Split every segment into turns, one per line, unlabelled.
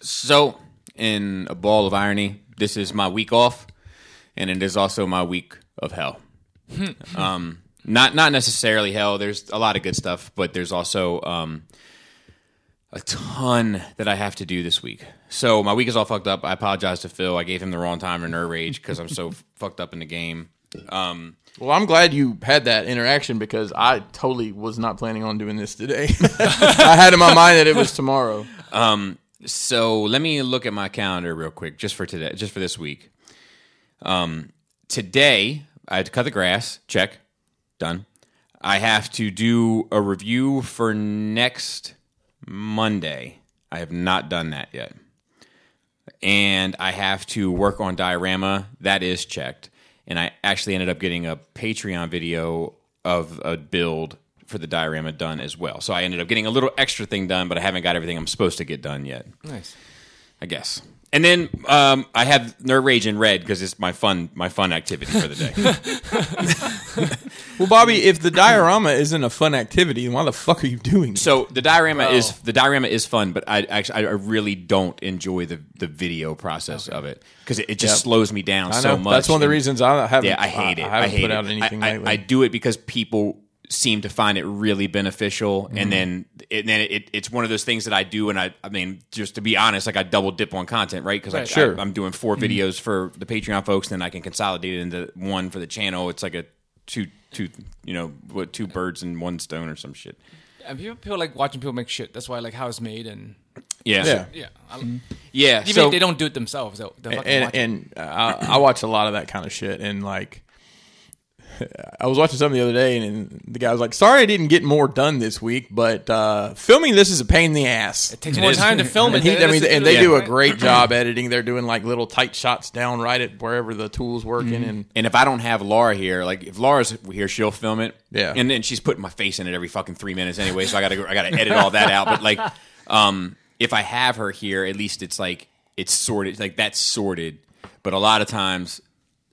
So, in a ball of irony, this is my week off, and it is also my week of hell. um, not not necessarily hell. There's a lot of good stuff, but there's also um, a ton that I have to do this week. So my week is all fucked up. I apologize to Phil. I gave him the wrong time to nerd rage because I'm so fucked up in the game. Um,
Well, I'm glad you had that interaction because I totally was not planning on doing this today. I had in my mind that it was tomorrow.
so let me look at my calendar real quick, just for today, just for this week. Um, today I had to cut the grass. Check, done. I have to do a review for next Monday. I have not done that yet, and I have to work on diorama. That is checked, and I actually ended up getting a Patreon video of a build for the diorama done as well. So I ended up getting a little extra thing done, but I haven't got everything I'm supposed to get done yet.
Nice.
I guess. And then um, I have nerd rage in red because it's my fun my fun activity for the day.
Well, Bobby, if the diorama isn't a fun activity, then why the fuck are you doing it?
so the diorama is
Oh.
the diorama is fun, but I actually I really don't enjoy the the video process of it because it, it just
Yep.
slows me down
I know.
so much.
That's one of the
And-
reasons I haven't.
Yeah, I hate it. I,
haven't
hate
put
it.
out anything
I, I,
lately.
I do it because people seem to find it really beneficial,
Mm-hmm.
and then and then it, it's one of those things that I do. And I, I mean, just to be honest, like I double dip on content, right? Because
Right.
Sure. Mm-hmm.
I, am doing 4 videos for the Patreon folks, then I can consolidate it into one for the channel. It's like a two two you know what two birds and one stone or some shit.
And people, people like watching people make shit. That's why I like how it's made and
Yeah,
Yeah.
yeah. I,
Mm-hmm.
yeah.
Even
so
if they don't do it themselves, they'll, they'll fucking watch
and
it.
and uh, I, I watch a lot of that kind of shit. And like, I was watching something the other day, and, and the guy was like, "Sorry, I didn't get more done this week, but uh, filming this is a pain in the ass."
It takes more time to film it.
And, he,
than it
I mean,
is to
and
do
they
it,
do a
right?
great job editing. They're doing like little tight shots down right at wherever the tool's working. And
And if I don't have Laura here, like if Laura's here, she'll film it.
Yeah.
And then she's putting my face in it every fucking three minutes anyway, so I gotta go, I gotta edit all that out. But like, um, if I have her here, at least it's like it's sorted, like that's sorted. But a lot of times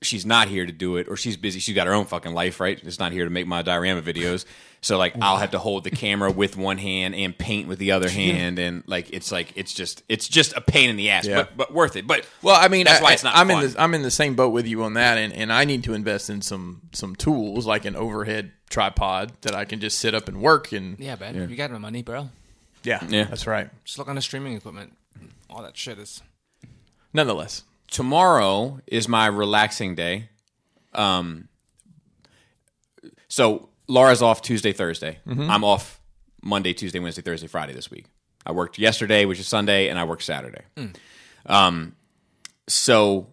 she's not here to do it, or she's busy. She's got her own fucking life, right? It's not here to make my diorama videos. So like I'll have to hold the camera with one hand and paint with the other hand, and like it's like it's just it's just a pain in the ass,
Yeah.
but but worth it. But
well, I mean,
that's
I,
why it's not.
I'm
fun.
in the I'm in the same boat with you on that, and, and I need to invest in some some tools like an overhead tripod that I can just sit up and work. And
Yeah, man. You got my money, bro.
yeah,
Yeah.
that's right.
Just look on the streaming equipment. All that shit is.
Nonetheless,
tomorrow is my relaxing day. Um, so Laura's off Tuesday, Thursday. I'm off Monday, Tuesday, Wednesday, Thursday, Friday this week. I worked yesterday, which is Sunday, and I worked Saturday. Um, so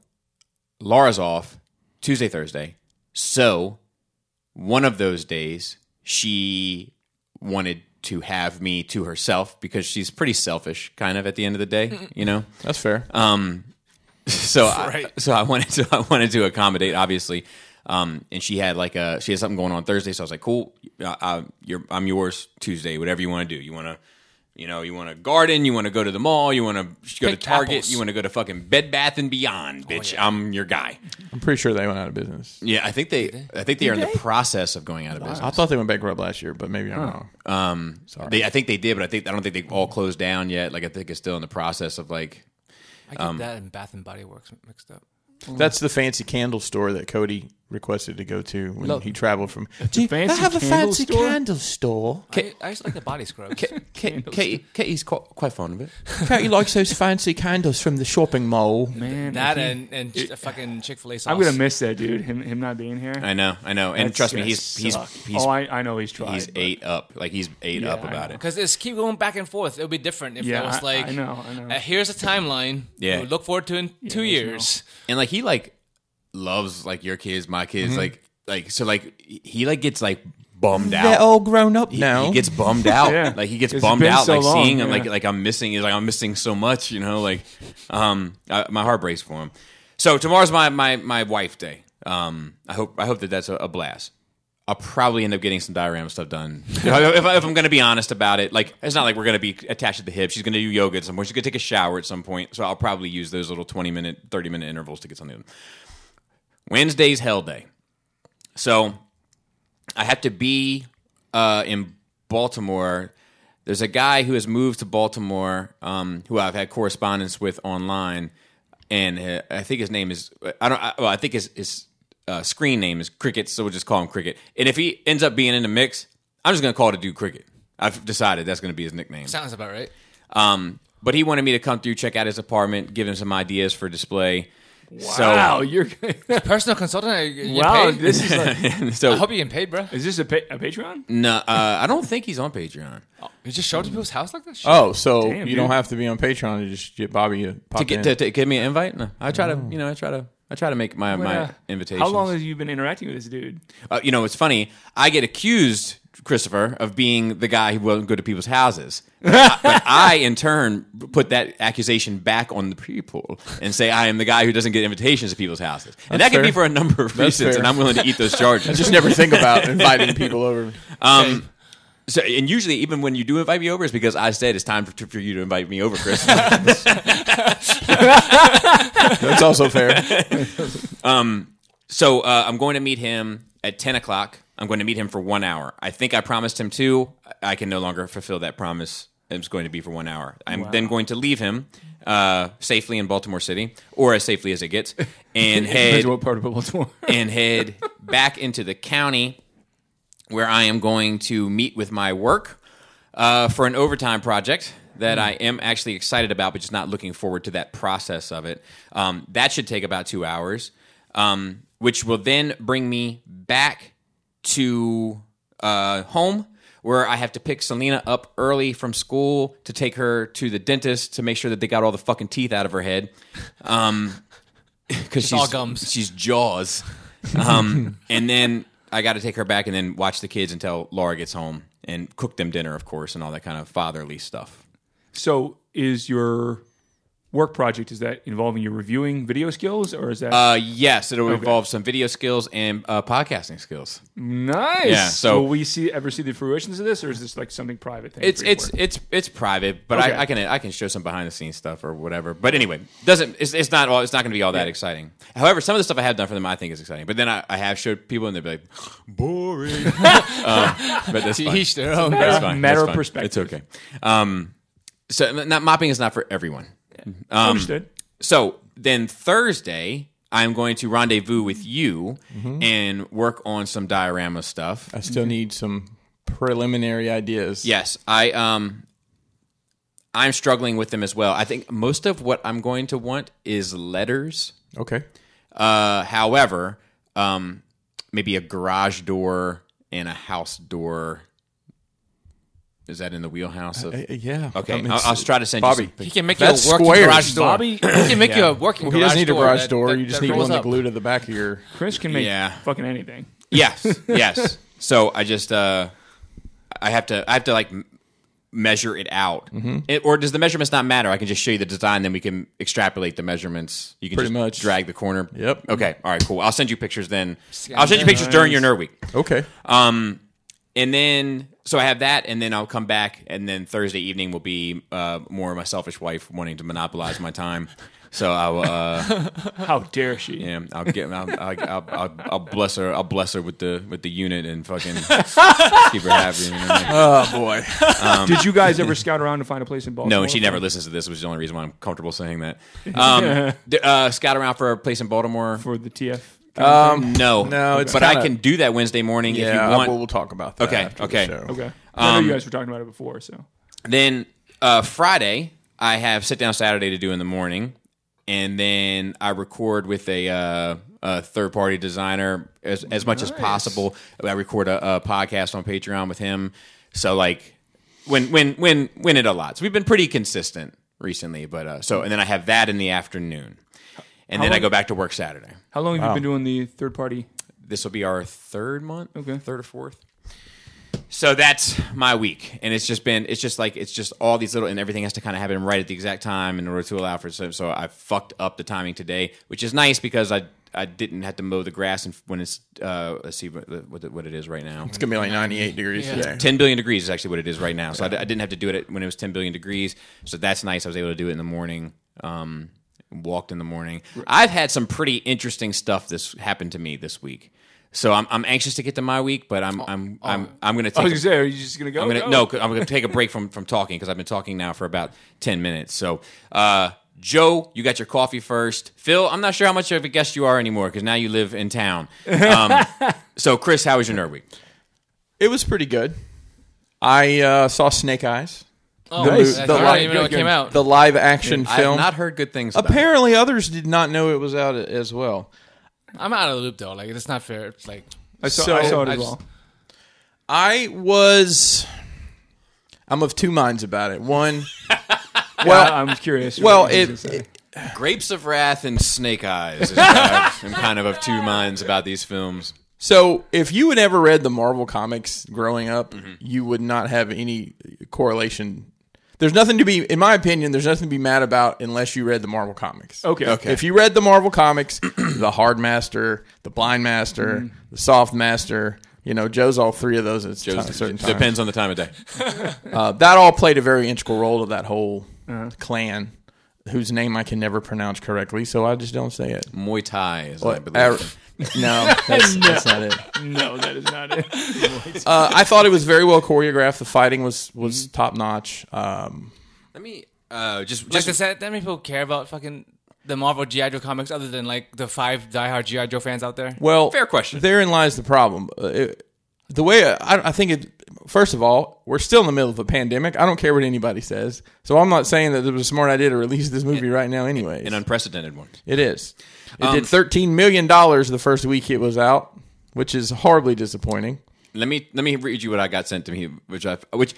Laura's off Tuesday, Thursday. So one of those days, she wanted to have me to herself because she's pretty selfish, kind of at the end of the day, you know.
that's fair.
Uh, So I, so I wanted to I wanted to accommodate obviously, um, and she had like a she had something going on Thursday, so I was like, cool, I, I, you're, I'm yours Tuesday, whatever you want to do. You want to, you know, you want to garden, you want to go to the mall, you want to go to
Pick
Target,
apples.
you want to go to fucking Bed Bath and Beyond, bitch. I'm your guy.
I'm pretty sure they went out of business.
Yeah, I think they I think they are in the process of going out of business.
I thought they went bankrupt last year, but maybe I'm wrong.
They, I think they did, but I think I don't think they all closed down yet. Like I think it's still in the process of like
I
Um,
get that and Bath and Body Works mixed up.
That's the fancy candle store that Cody requested to go to when he traveled from. Gee,
fancy candle store?
store.
I, I used to like the body scrubs.
Katie, Katie's quite, quite fond of it.
Cody likes those fancy candles from the shopping mall.
Man,
that
I
and, and just a fucking Chick Fil A sauce.
am gonna miss that dude. Him, him not being here.
I know, I know, and
That's
trust me,
gonna
he's he's,
suck.
he's
oh, I, I know he's tried.
he's
but-
ate up. Like he's ate
Yeah,
up
I
about
know.
it.
because it's keep going back and forth. It would be different if
Yeah,
that was
I-
like,
I know, I know.
uh, here's a timeline.
Yeah.
we look forward to in two
there's no-
years.
And like he like loves like your kids, my kids,
Mm-hmm.
like like so like he like gets like bummed out.
They're all grown up
he,
now.
he gets bummed out.
Yeah.
Like he gets
It's
bummed
been
out.
so
like
long,
seeing him.
yeah.
Like like I'm missing. He's like I'm missing so much. You know. Like, um, I, my heart breaks for him. So tomorrow's my my my wife day. Um, I hope I hope that that's a, a blast. I'll probably end up getting some diorama stuff done. if, I, if, I, if I'm going to be honest about it, like it's not like we're going to be attached at the hip. She's going to do yoga at some point. She's going to take a shower at some point. So I'll probably use those little 20 minute, 30 minute intervals to get something done. Wednesday's Hell Day. So I have to be uh, in Baltimore There's a guy who has moved to Baltimore, um, who I've had correspondence with online, and uh, I think his name is I don't. I, well, I think his his uh, screen name is Cricket, so we'll just call him Cricket. And if he ends up being in the mix, I'm just gonna call the dude Cricket. I've decided that's gonna be his nickname.
Sounds about right.
Um, but he wanted me to come through, check out his apartment, give him some ideas for display.
wow, you're
Personal consultant. Are you, you
wow.
paid?
This is
So,
like,
so
I hope you're getting paid, bro.
is this a, pa- a Patreon?
no, uh, I don't think he's on Patreon.
You just show up to people's house like this.
Oh, so
Damn,
you don't
dude.
have to be on Patreon to just get Bobby to pop
to get
in.
to,
Mm.
to give me an invite. No, I try to, you know, I try to, I try to make my
What, uh,
my invitations.
How long have you been interacting with this dude?
uh, you know, it's funny. I get accused, Christopher, of being the guy who won't go to people's houses. But I, but I, in turn, put that accusation back on the people and say I am the guy who doesn't get invitations to people's houses, and that
That's
could be for
fair.
a number of reasons,
fair.
and I'm willing to eat those
I
charges.
just never think about inviting people over.
Um, so, and usually, even when you do invite me over, it's because I said it's time for, for you to invite me over, Chris.
That's also fair.
So uh, I'm going to meet him at 10 o'clock. I'm going to meet him for one hour. I think I promised him two. I can no longer fulfill that promise. It's going to be for one hour. I'm then going to leave him uh, safely in Baltimore City, or as safely as it gets, and head
what part of Baltimore?
and head back into the county where I am going to meet with my work uh, for an overtime project that I am actually excited about, but just not looking forward to that process of it. Um, that should take about two hours, um, which will then bring me back to uh, home. Where I have to pick Selena up early from school to take her to the dentist to make sure that they got all the fucking teeth out of her head, because she's
all gums.
She's jaws. Um, and then I got to take her back and then watch the kids until Laura gets home and cook them dinner, of course, and all that kind of fatherly stuff.
so is your work project is that involving your reviewing video skills or is that
Uh, yes, it'll involve some video skills and uh, podcasting skills.
nice?
yeah, so-
will we see ever see the fruitions of this, or is this like something private thing?
It's
for your
it's
work?
it's it's private, but
Okay.
I, I can I can show some behind the scenes stuff or whatever. But anyway, doesn't it's, it's not all it's not going to be all that exciting. However, some of the stuff I have done for them I think is exciting. But then I, I have showed people and they'd be like boring. um, but that's fine.
Each their own.
That's
Matter-
fine.
matter
That's
of
fine.
perspective.
It's okay. Um, so not mopping is not for everyone. um,
understood.
So then Thursday, I'm going to rendezvous with you
Mm-hmm.
and work on some diorama stuff.
I still need some preliminary ideas.
Yes, I um, I'm struggling with them as well. I think most of what I'm going to want is letters.
Okay.
Uh, however, um, maybe a garage door and a house door. Is that in the wheelhouse? Of,
Uh, yeah.
okay,
I mean,
I'll, I'll try to send
Bobby.
you. some-
He can make
That's
you a working
squares.
garage door.
Bobby-
he can make you a working
Well, he
garage
doesn't need a
door.
garage
that-
door.
that-
you just
that
need
rolls
one to
up.
glue to the back of your.
Chris can make
Yeah.
fucking anything.
Yes, yes. so I just uh, I have to I have to like m- measure it out,
Mm-hmm.
it, or does the measurements not matter? I can just show you the design, then we can extrapolate the measurements. You can
Pretty
just
much.
drag the corner.
Yep.
Okay. All right. Cool. I'll send you pictures then. I'll send you pictures during your nerd week.
Okay.
Um, and then so I have that, and then I'll come back, and then Thursday evening will be uh, more of my selfish wife wanting to monopolize my time. So I'll uh,
How dare she?
yeah, I'll get I'll, I'll, I'll, I'll, I'll bless her I'll bless her with the with the unit and fucking keep her happy. You know what I mean?
oh boy.
Did you guys ever scout around to find a place in Baltimore?
um, No, and she never listens to this, which is the only reason why I'm comfortable saying that. Um, d- uh, scout around for a place in Baltimore.
for the TF.
Um.
no,
No, it's
but I
kinda-
can do that Wednesday morning if
Yeah.
you want.
We'll, we'll talk about that.
Okay,
after
okay.
The show.
Okay, I know you guys were talking about it before, so
Then uh, Friday, I have sit down Saturday to do in the morning, and then I record with a, uh, a third party designer as as much as possible. I record a, a podcast on Patreon with him, so like when when when when it allots. We've been pretty consistent recently, but uh, so and then I have that in the afternoon, and then I
long-
go back to work Saturday.
how long have you been doing the third party?
This will be our third month,
Okay.
third or fourth. So that's my week, and it's just been, it's just like, it's just all these little, and everything has to kind of happen right at the exact time in order to allow for. So, so I fucked up the timing today, which is nice because I I didn't have to mow the grass and when it's uh let's see what what, what it is right now.
It's gonna be like 98 degrees today.
10 billion degrees is actually what it is right now. So I d- I, didn't have to do it at- when it was 10 billion degrees. So that's nice. I was able to do it in the morning. Um, walked in the morning. I've had some pretty interesting stuff this happened to me this week. So I'm, I'm anxious to get to my week, but I'm I'm I'm I'm gonna
Oh, I
take
was
a-
gonna say, are you just gonna go?
I'm gonna
Go.
no, 'cause I'm gonna take a break from from talking because I've been talking now for about ten minutes. So, uh, Joe, you got your coffee first. Phil, I'm not sure how much of a guest you are anymore because now you live in town. Um, so, Chris, how was your nerd week?
It was pretty good. I uh, saw Snake Eyes,
Oh,
The
nice.
mo- the
I don't
live-
even know it
good-
came out.
the live action
I've
film.
not heard good things. About it.
Apparently, others did not know it was out as well.
I'm out of the loop though. Like it's not fair. It's like
I saw,
So-
I saw it
I
as
just-
well.
I was. I'm of two minds about it. One,
Well,
well,
I'm curious.
well,
what he was
it,
gonna say.
it
Grapes of Wrath and Snake Eyes. Is what I- I'm kind of of two minds about these films.
So, if you had ever read the Marvel comics growing up,
Mm-hmm.
you would not have any correlation. There's nothing to be, in my opinion, there's nothing to be mad about unless you read the Marvel comics.
Okay. Okay.
If you read the Marvel comics, the Hard Master, the Blind Master,
Mm-hmm.
the Soft Master, you know, Joe's all three of those at ti- certain times.
Depends on the time of day.
Uh, that all played a very integral role to that whole clan whose name I can never pronounce correctly, so I just don't say it.
Muay Thai is, I believe.
Ar- no, that's, that's not it.
no, that is not it.
Uh, I thought it was very well choreographed. The fighting was was top notch. Um,
Let me uh, just
like
just
does that, that many people care about fucking the Marvel GI Joe comics other than like the five diehard GI Joe fans out there?
well,
Fair question.
Therein lies the problem. Uh, it- the way I, I think it. First of all, we're still in the middle of a pandemic. I don't care what anybody says. So I'm not saying that it was a smart idea to release this movie right now. Anyways,
an unprecedented one.
it is. It did 13 million dollars the first week it was out, which is horribly disappointing.
Let me let me read you what I got sent to me, which I which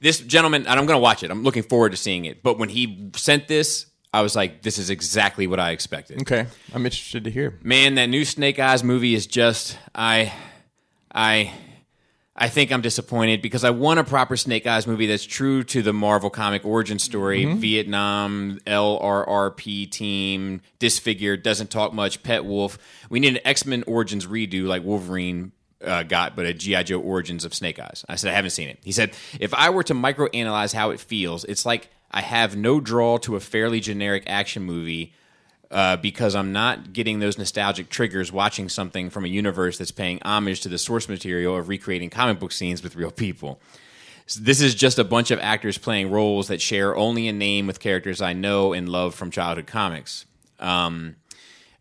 this gentleman and I'm going to watch it. I'm looking forward to seeing it. But when he sent this, I was like, this is exactly what I expected.
Okay, I'm interested to hear.
Man, that new Snake Eyes movie is just I I I think I'm disappointed because I want a proper Snake Eyes movie that's true to the Marvel comic origin story. Vietnam LRRP team disfigured, doesn't talk much, pet wolf. We need an X Men Origins redo like Wolverine. Uh, got but a GI Joe Origins of Snake Eyes. I said I haven't seen it. He said if I were to microanalyze how it feels, it's like I have no draw to a fairly generic action movie uh, because I'm not getting those nostalgic triggers watching something from a universe that's paying homage to the source material of recreating comic book scenes with real people. So this is just a bunch of actors playing roles that share only a name with characters I know and love from childhood comics. Um,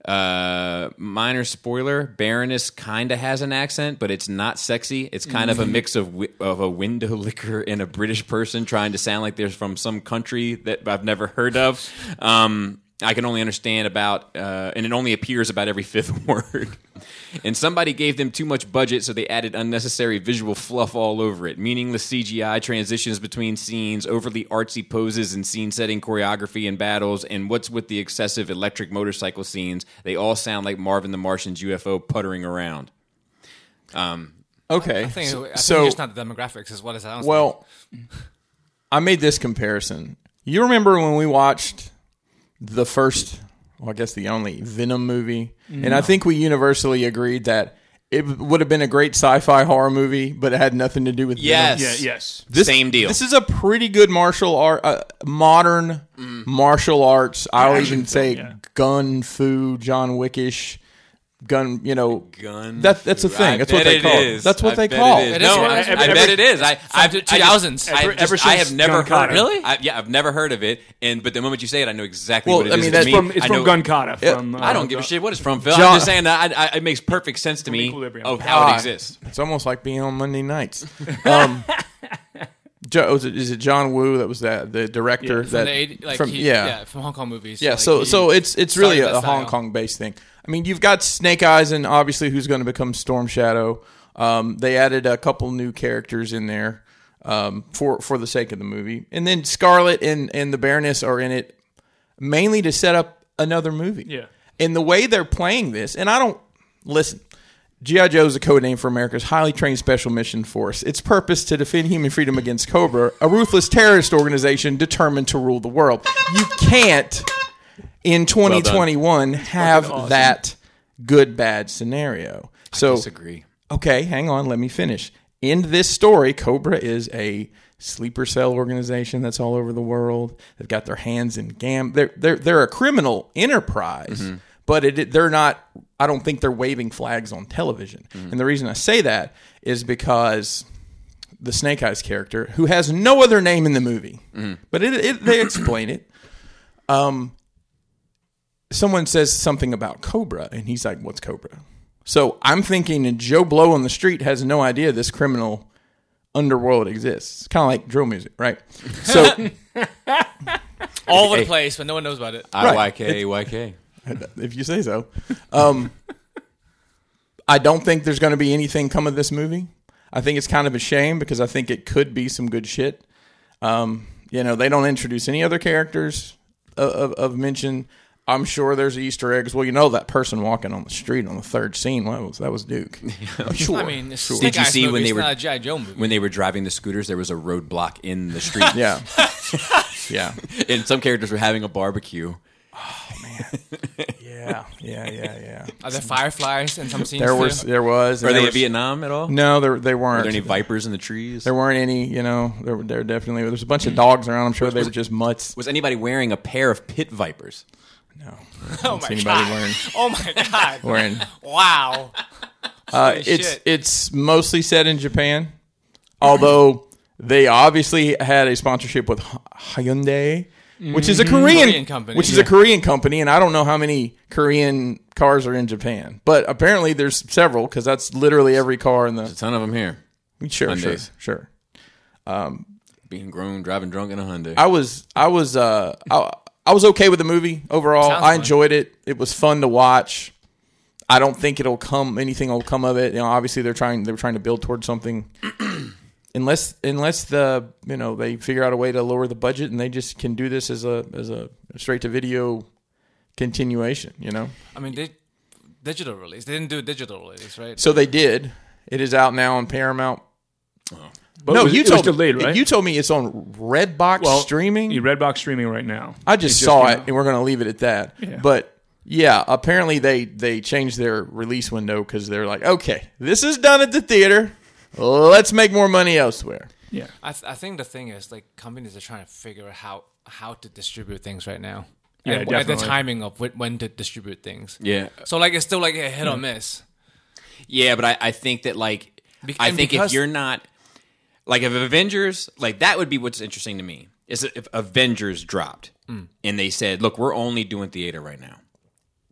uh, minor spoiler: Baroness kinda has an accent, but it's not sexy. It's kind of a mix of wi- of a window licker and a British person trying to sound like they're from some country that I've never heard of. Um, I can only understand about, uh, and it only appears about every fifth word. and somebody gave them too much budget, so they added unnecessary visual fluff all over it. Meaningless CGI transitions between scenes, overly artsy poses and scene setting choreography and battles, and what's with the excessive electric motorcycle scenes? They all sound like Marvin the Martian's UFO puttering around.
Okay,
I think,
so,
I think
so-
it's not the demographics as well as I was
Well, I made this comparison. You remember when we watched the first, well, I guess the only Venom movie? And I think we universally agreed that it would have been a great sci fi horror movie, but it had nothing to do with Venom.
Yes.
Yeah, yes.
Same deal.
This is a pretty good martial art, uh, modern martial arts. I'll even say
yeah.
gun fu, John Wickish, gun. You know,
Gun
That, that's a
fu.
thing.
I
that's what
bet
they
it
call
is.
it. That's what
I
they
bet
call
it.
It
Is.
is
No,
what
I,
it
I
is.
bet
Ever-
it is. I, I've,
the
I just-
2000s.
I,
Ever-
just-
ever
I
since
have never
Gun
heard.
Kata.
Really?
I, yeah, I've never heard of it. And but the moment you say it, I know exactly
Well,
what it
I
is.
mean,
It's
that's
me.
From, it's
I
from
know-
Gunkata. From,
I don't
uh,
give a shit what it's from, Phil. I'm
John-
just saying that I, I, it makes perfect sense to me
Equilibrium.
of how it
Ah.
exists.
It's almost like being on Monday nights. Um, Jo- was it, is it John Woo that was that the director that
from the 80, like
from-
he, yeah. from Hong Kong movies.
yeah,
like,
so
he-
so it's it's really
started
a, a
that
Hong
style.
Kong based thing. I mean, you've got Snake Eyes, and obviously, who's going to become Storm Shadow? Um, they added a couple new characters in there um, for for the sake of the movie, and then Scarlet and and the Baroness are in it mainly to set up another movie.
Yeah.
and the way they're playing this, and I don't listen. GI Joe is a code name for America's highly trained special mission force. Its purpose to defend human freedom against Cobra, a ruthless terrorist organization determined to rule the world. You can't in 2021 have that good bad scenario. so
Disagree.
okay, hang on, let me finish. In this story, Cobra is a sleeper cell organization that's all over the world. They've got their hands in gam. They're they're they're a criminal enterprise, but it, they're not. I don't think they're waving flags on television. And the reason I say that is because the Snake Eyes character, who has no other name in the movie, but it, it, they explain it. Um, someone says something about Cobra, and he's like, "What's Cobra?" So I'm thinking, that Joe Blow on the street has no idea this criminal underworld exists. It's kind of like drill music, right? So
all over the place, but no one knows about it.
IYK, YK.
if you say so. Um, I don't think there's going to be anything come of this movie. I think it's kind of a shame because I think it could be some good shit. Um, you know, they don't introduce any other characters of, of, of mention. I'm sure there's Easter eggs. Well, you know that person walking on the street on the third scene. What was that? Was Duke? I'm sure.
I mean, it's
Did
Snake
you
Eyes
see
movie,
when they
it's
were-
not a GI Joe movie?
When they were driving the scooters, there was a roadblock in the street,
yeah, yeah,
and some characters were having a barbecue.
yeah, yeah, yeah, yeah.
Are there fireflies in some scenes?
There
too?
was, there was. and
Are
there
they in
was-
Vietnam at all?
No, there they weren't.
Are there any vipers in the trees?
There weren't any, you know. There, were- there definitely there's a bunch of dogs around. I'm sure they were just mutts.
was anybody wearing a pair of pit vipers?
No,
Oh my
anybody
god!
wearing-
Oh my god!
wearing.
Wow!
Uh,
Holy
it's
shit.
it's mostly set in Japan, although they obviously had a sponsorship with Hy- Hyundai, which is a Korean,
Mm-hmm. Korean company.
which is a Korean company, and I don't know how many Korean cars are in Japan, but apparently there's several because that's literally every car in the
A ton of them here,
sure, sure,
Hyundais.
sure.
being grown, driving drunk in a Hyundai.
I was I was uh I, I was okay with the movie overall.
Sounds
I
fun.
enjoyed it. It was fun to watch. I don't think it'll come anything will come of it. You know, obviously they're trying they were trying to build towards something. unless unless the you know they figure out a way to lower the budget and they just can do this as a as a straight to video continuation. You know,
I mean, they digital release. They didn't do a digital release, right?
so they did. It is out now on Paramount.
But
no,
it was,
you
it was
told
delayed, right?
you told me it's on Redbox
Well,
streaming.
You Redbox streaming right now.
I just, saw
came
it,
out.
and we're going to leave it at that. But yeah, apparently they they changed their release window because they're like, okay, this is done at the theater. Let's make more money elsewhere.
Yeah.
I, th- I think the thing is like companies are trying to figure out how how to distribute things right now.
Yeah,
and, and the
definitely.
timing of wh- when to distribute things.
yeah,
So like it's still like a hit or miss.
yeah, but I, I think that like
Bec-
I
and
think if
because-
you're not like if Avengers, like that would be what's interesting to me is if Avengers dropped
Hmm.
and they said, "Look, we're only doing theater right now,"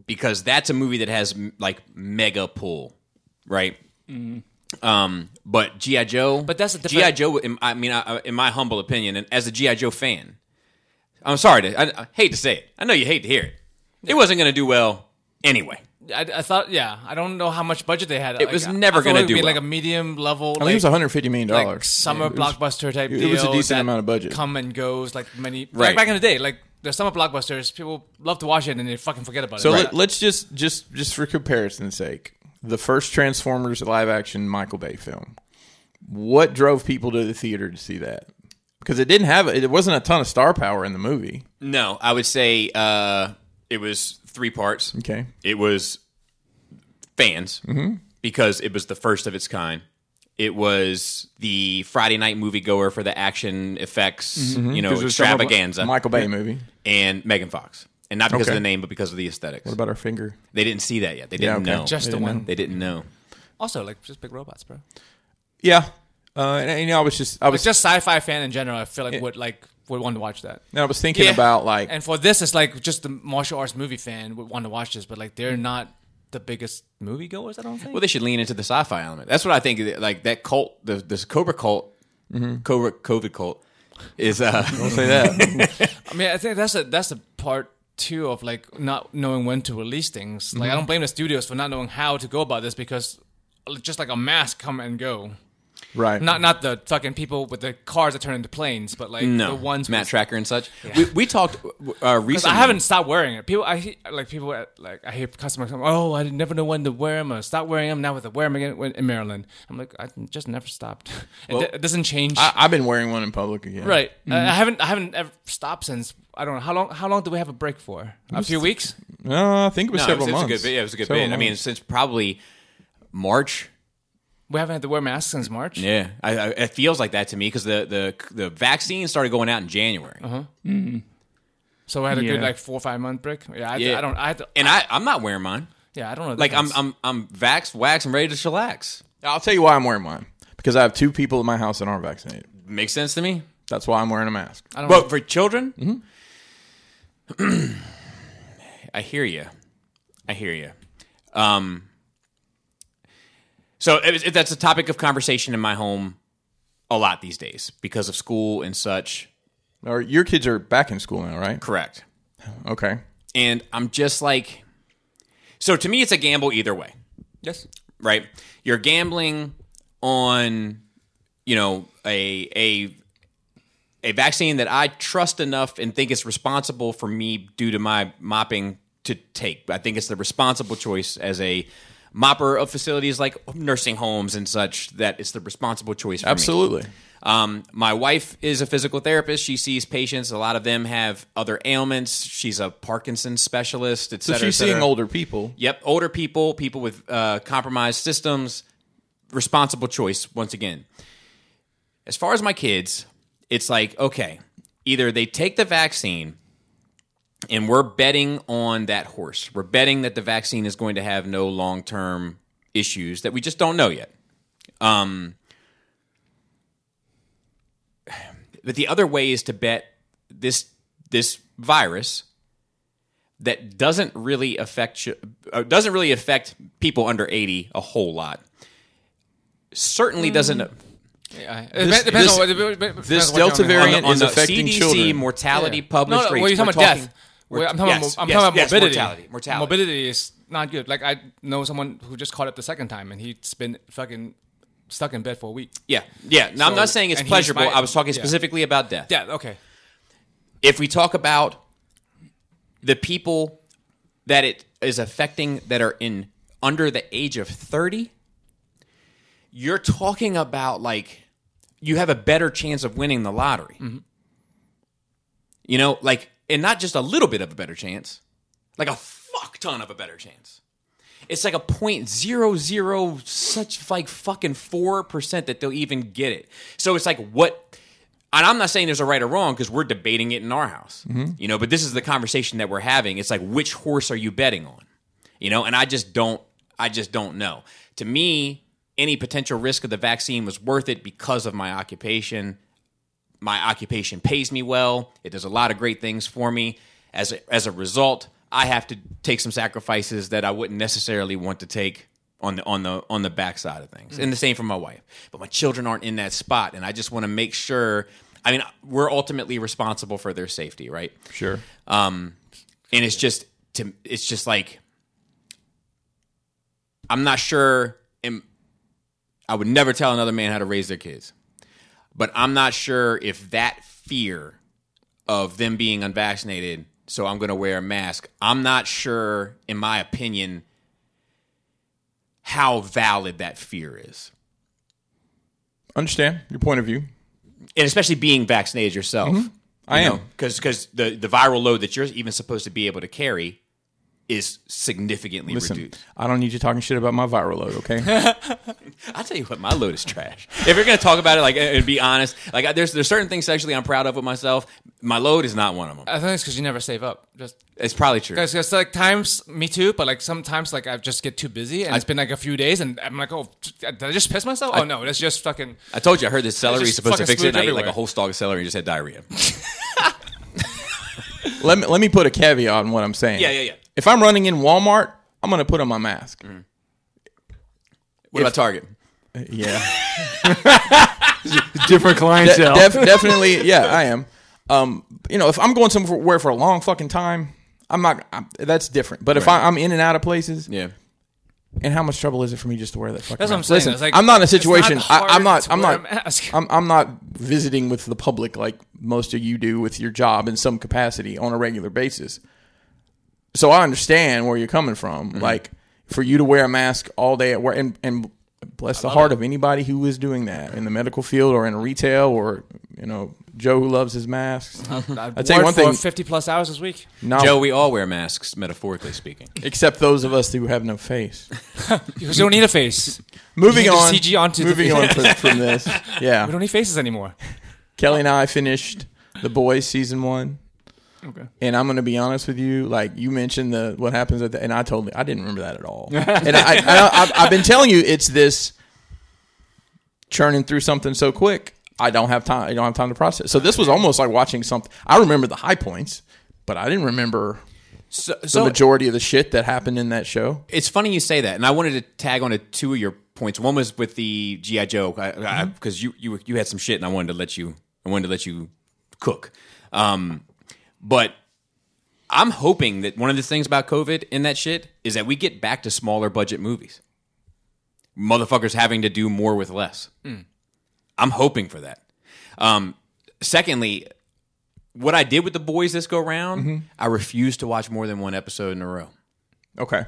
because that's a movie that has m- like mega pull, right? Um, but GI Joe,
Mm-hmm. But that's a
GI
different-
Joe. in- I mean, I, I- in my humble opinion, and as a GI Joe fan, I'm sorry to I, I hate to say it. I know you hate to hear it. It wasn't going to do well anyway.
I, I thought yeah. I don't know how much budget they had. It
was never gonna
be
do
like a
well.
medium level.
I think
like,
it was 150 million
like
dollars.
summer blockbuster type
it
deal.
was a decent
that
amount of budget.
Come and goes like many like
Right.
back in the day. Like the summer blockbusters, people love to watch it and they fucking forget about
so
it.
let, us just just just for comparison's sake, the first Transformers live action Michael Bay film. What drove people to the theater to see that? Because it didn't have it wasn't a ton of star power in the movie.
No, I would say uh, it was three parts.
Okay, Mm-hmm.
It was fans because it was the first of its kind. It was the Friday night moviegoer for the action effects,
Mm-hmm.
you know,
Because it was summer blo-
extravaganza,
Michael Bay movie.
and Megan Fox, and not because
Okay.
of the name, but because of the aesthetics.
What about our finger?
they didn't see that yet. They didn't
okay.
know.
Just the
didn't
one.
know.
they didn't know.
also like just big robots, bro.
Yeah. Uh, and, and, you know, I was just, I was,
It's just sci-fi fan in general. I feel like would like would want to watch that.
and I was thinking
Yeah.
about like,
And for this, it's like just the martial arts movie fan would want to watch this, but like they're not the biggest moviegoers. I don't think.
Well, they should lean into the sci-fi element. That's what I think. that- Like that cult, the this Cobra cult, Cobra COVID cult, is uh,
Mm-hmm. say that.
I mean, I think that's a that's a part too of like not knowing when to release things. Like
Mm-hmm.
I don't blame the studios for not knowing how to go about this because just like a mask come and go.
right.
Not not the fucking people with the cars that turn into planes, but like
no
the ones
Matt
with-
Tracker and such. We, we talked uh,
Because
recently.
I haven't stopped wearing it. People, I he- like people at, like I hear customers come, "Oh, I never know when to wear them. Or stop wearing them. Now with the wear them again when- in Maryland." I'm like, I just never stopped. It, d- it doesn't change,
I, I've been wearing one in public again.
right?
mm-hmm.
I- I haven't, I haven't ever stopped since. I don't know how long. How long do we have a break for? A few weeks.
No, Uh, I think it was
No,
several
it was, it was
months.
a good bit. Yeah, it was a good
Several
bit. I mean,
months.
since probably March.
We haven't had to wear masks since March.
Yeah, I, I, it feels like that to me because the, the the vaccine started going out in January.
So I had a
Yeah.
good like four or five month break. Yeah, I,
Yeah.
I don't. I had to,
And I, I'm not wearing mine.
yeah, I don't know. the
Like I'm,
difference.
I'm, I'm vaxxed, waxed, and ready to chillax.
I'll tell you why I'm wearing mine because I have two people in my house that aren't vaccinated.
Makes sense to me.
That's why I'm wearing a mask.
I don't know.
But for children, I hear you. I hear you. Um, so it, it, that's a topic of conversation in my home a lot these days because of school and such.
Or your kids are back in school now, right?
Correct.
Okay.
And I'm just like, so to me, it's a gamble either way.
yes.
right? You're gambling on, you know, a a a vaccine that I trust enough and think is responsible for me due to my mopping to take. I think it's the responsible choice as a mopper of facilities like nursing homes and such that it's the responsible choice for me.
Absolutely.
Um, my wife is a physical therapist. She sees patients. A lot of them have other ailments. She's a Parkinson's specialist, et
So
cetera.
she's
et cetera.
seeing older people.
Yep, older people, people with uh, compromised systems, responsible choice once again. As far as my kids, it's like okay, either they take the vaccine and we're betting on that horse. We're betting that the vaccine is going to have no long-term issues that we just don't know yet. Um but the other way is to bet this this virus that doesn't really affect you, uh, doesn't really affect people under 80 a whole lot. Certainly
Mm.
doesn't
Yeah, I- it
This-
depends- depends
this-
on what- it depends on
this
what you're
Delta
on.
variant-
on
is
the
affecting
CDC
children.
mortality
Yeah.
published
No,
rates.
no, well, you're
we're
talking about death. Well, I'm talking
yes,
about, I'm
yes,
talking about
yes,
morbidity.
mortality, mortality.
Morbidity is not good. Like I know someone who just caught it the second time, and he's been fucking stuck in bed for a week.
Yeah, yeah. Now I'm
So-
not saying it's
and he's
pleasurable.
my-
I was talking
yeah.
specifically about death.
Yeah. Okay.
If we talk about the people that it is affecting that are in under the age of 30, you're talking about like you have a better chance of winning the lottery. You know, like and not just a little bit of a better chance, like a fuck ton of a better chance. It's like a point zero zero such like fucking four percent that they'll even get it. So it's like what and I'm not saying there's a right or wrong because we're debating it in our house. You know, but this is the conversation that we're having. It's like which horse are you betting on? You know, and I just don't I just don't know. To me, any potential risk of the vaccine was worth it because of my occupation my occupation pays me well. It does a lot of great things for me. As a, as a result, I have to take some sacrifices that I wouldn't necessarily want to take on the on the on the backside of things. And the same for my wife. But my children aren't in that spot, and I just want to make sure. I mean, we're ultimately responsible for their safety, right?
Sure.
Um, and it's just to it's just like I'm not sure. am- I would never tell another man how to raise their kids, but I'm not sure if that fear of them being unvaccinated, so I'm going to wear a mask. I'm not sure, in my opinion, how valid that fear is,
Understand your point of view.
and especially being vaccinated yourself.
I am.
because because the the viral load that you're even supposed to be able to carry is significantly
Listen,
reduced.
I don't need you talking shit about my viral load, okay?
I tell you what, my load is trash. If you're gonna talk about it, like and and be honest, like I- there's there's certain things sexually I'm proud of with myself. My load is not one of them.
I think it's because you never save up. Just
It's probably true.
because because like times me too, but like sometimes like I just get too busy, and it's been like a few days, and I'm like, oh, did I just piss myself? oh no, that's just fucking.
I told you I heard this celery is
just
supposed to
fucking
fix it. And I
smooth
ate like a
everywhere.
whole stalk of celery and just had diarrhea.
let me let me put a caveat on what I'm saying.
Yeah, yeah, yeah. Mm.
If I'm running in Walmart, I'm gonna put on my mask.
What about Target?
Uh, Yeah.
Different clientele.
Def- definitely, yeah, I am. Um, you know, if I'm going somewhere for a long fucking time, I'm not. I'm, that's different. But if I, I'm in and out of places,
Yeah.
and how much trouble is it for me just to wear that fucking?
That's what I'm
mask?
saying.
Listen,
It's like-
I'm not in a
it's not
situation.
hard
I, I'm not.
to
I'm
wear a
not.
mask.
I'm, I'm not visiting with the public like most of you do with your job in some capacity on a regular basis. So I understand where you're coming from.
Mm-hmm.
Like for you to wear a mask all day at work, and, and bless the heart of anybody who is doing that in the medical field or in retail or you know Joe who loves his masks.
I've
tell you
worked
one
for
thing-
fifty plus hours this week.
Not
Joe, we all wear masks, metaphorically speaking.
except those of us who have no face.
Because you don't need a face.
Moving
You need to
on.
CG onto the
moving
face.
on from, from this. Yeah.
We don't need faces anymore.
Kelly and I finished The Boys season one.
Okay.
And I'm going to be honest with you, like you mentioned the what happens at the, and I totally I didn't remember that at all. and I, I, I, I've, I've been telling you, it's this churning through something so quick. I don't have time. I don't have time to process. So this was almost like watching something. I remember the high points, but I didn't remember
So,
the
so
majority of the shit that happened in that show.
it's funny you say that, and I wanted to tag on to two of your points. One was with the GI Joe because you you you had some shit, and I wanted to let you I wanted to let you cook. Um, but I'm hoping that one of the things about COVID and that shit is that we get back to smaller budget movies. Motherfuckers having to do more with less. I'm hoping for that. Um, secondly, what I did with the boys this go round, I refused to watch more than one episode in a row.
Okay,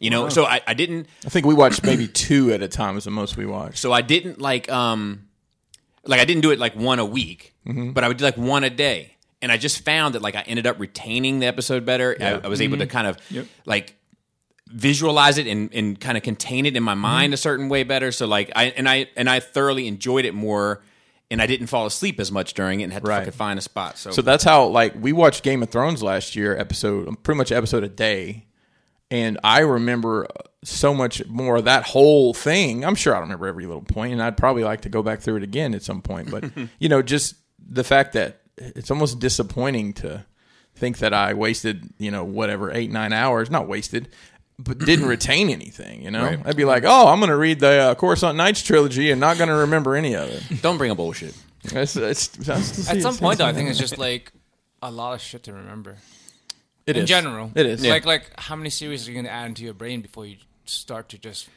You know, so I, I didn't
I think we watched maybe two at a time is the most we watched.
so I didn't like um like I didn't do it like one a week, but I would do like one a day. And I just found that like I ended up retaining the episode better. I, I was able to kind of like visualize it and, and kind of contain it in my mind a certain way better. So like I and I and I thoroughly enjoyed it more and I didn't fall asleep as much during it and had to
Right.
fucking find a spot. So,
So that's how like we watched Game of Thrones last year episode, pretty much episode a day, and I remember so much more of that whole thing. I'm sure I don't remember every little point, and I'd probably like to go back through it again at some point. But you know, just the fact that it's almost disappointing to think that I wasted you know whatever eight nine hours, not wasted. But didn't retain anything, you know. I'd be like, "Oh, I'm going to read the uh, Course on Nights trilogy and not going to remember any of it."
don't bring up bullshit.
It's, it's, it's-
At some point, though, I think it's just like a lot of shit to remember.
It
in
is.
general.
It is.
Like like how many series are you gonna add into your brain before you start to just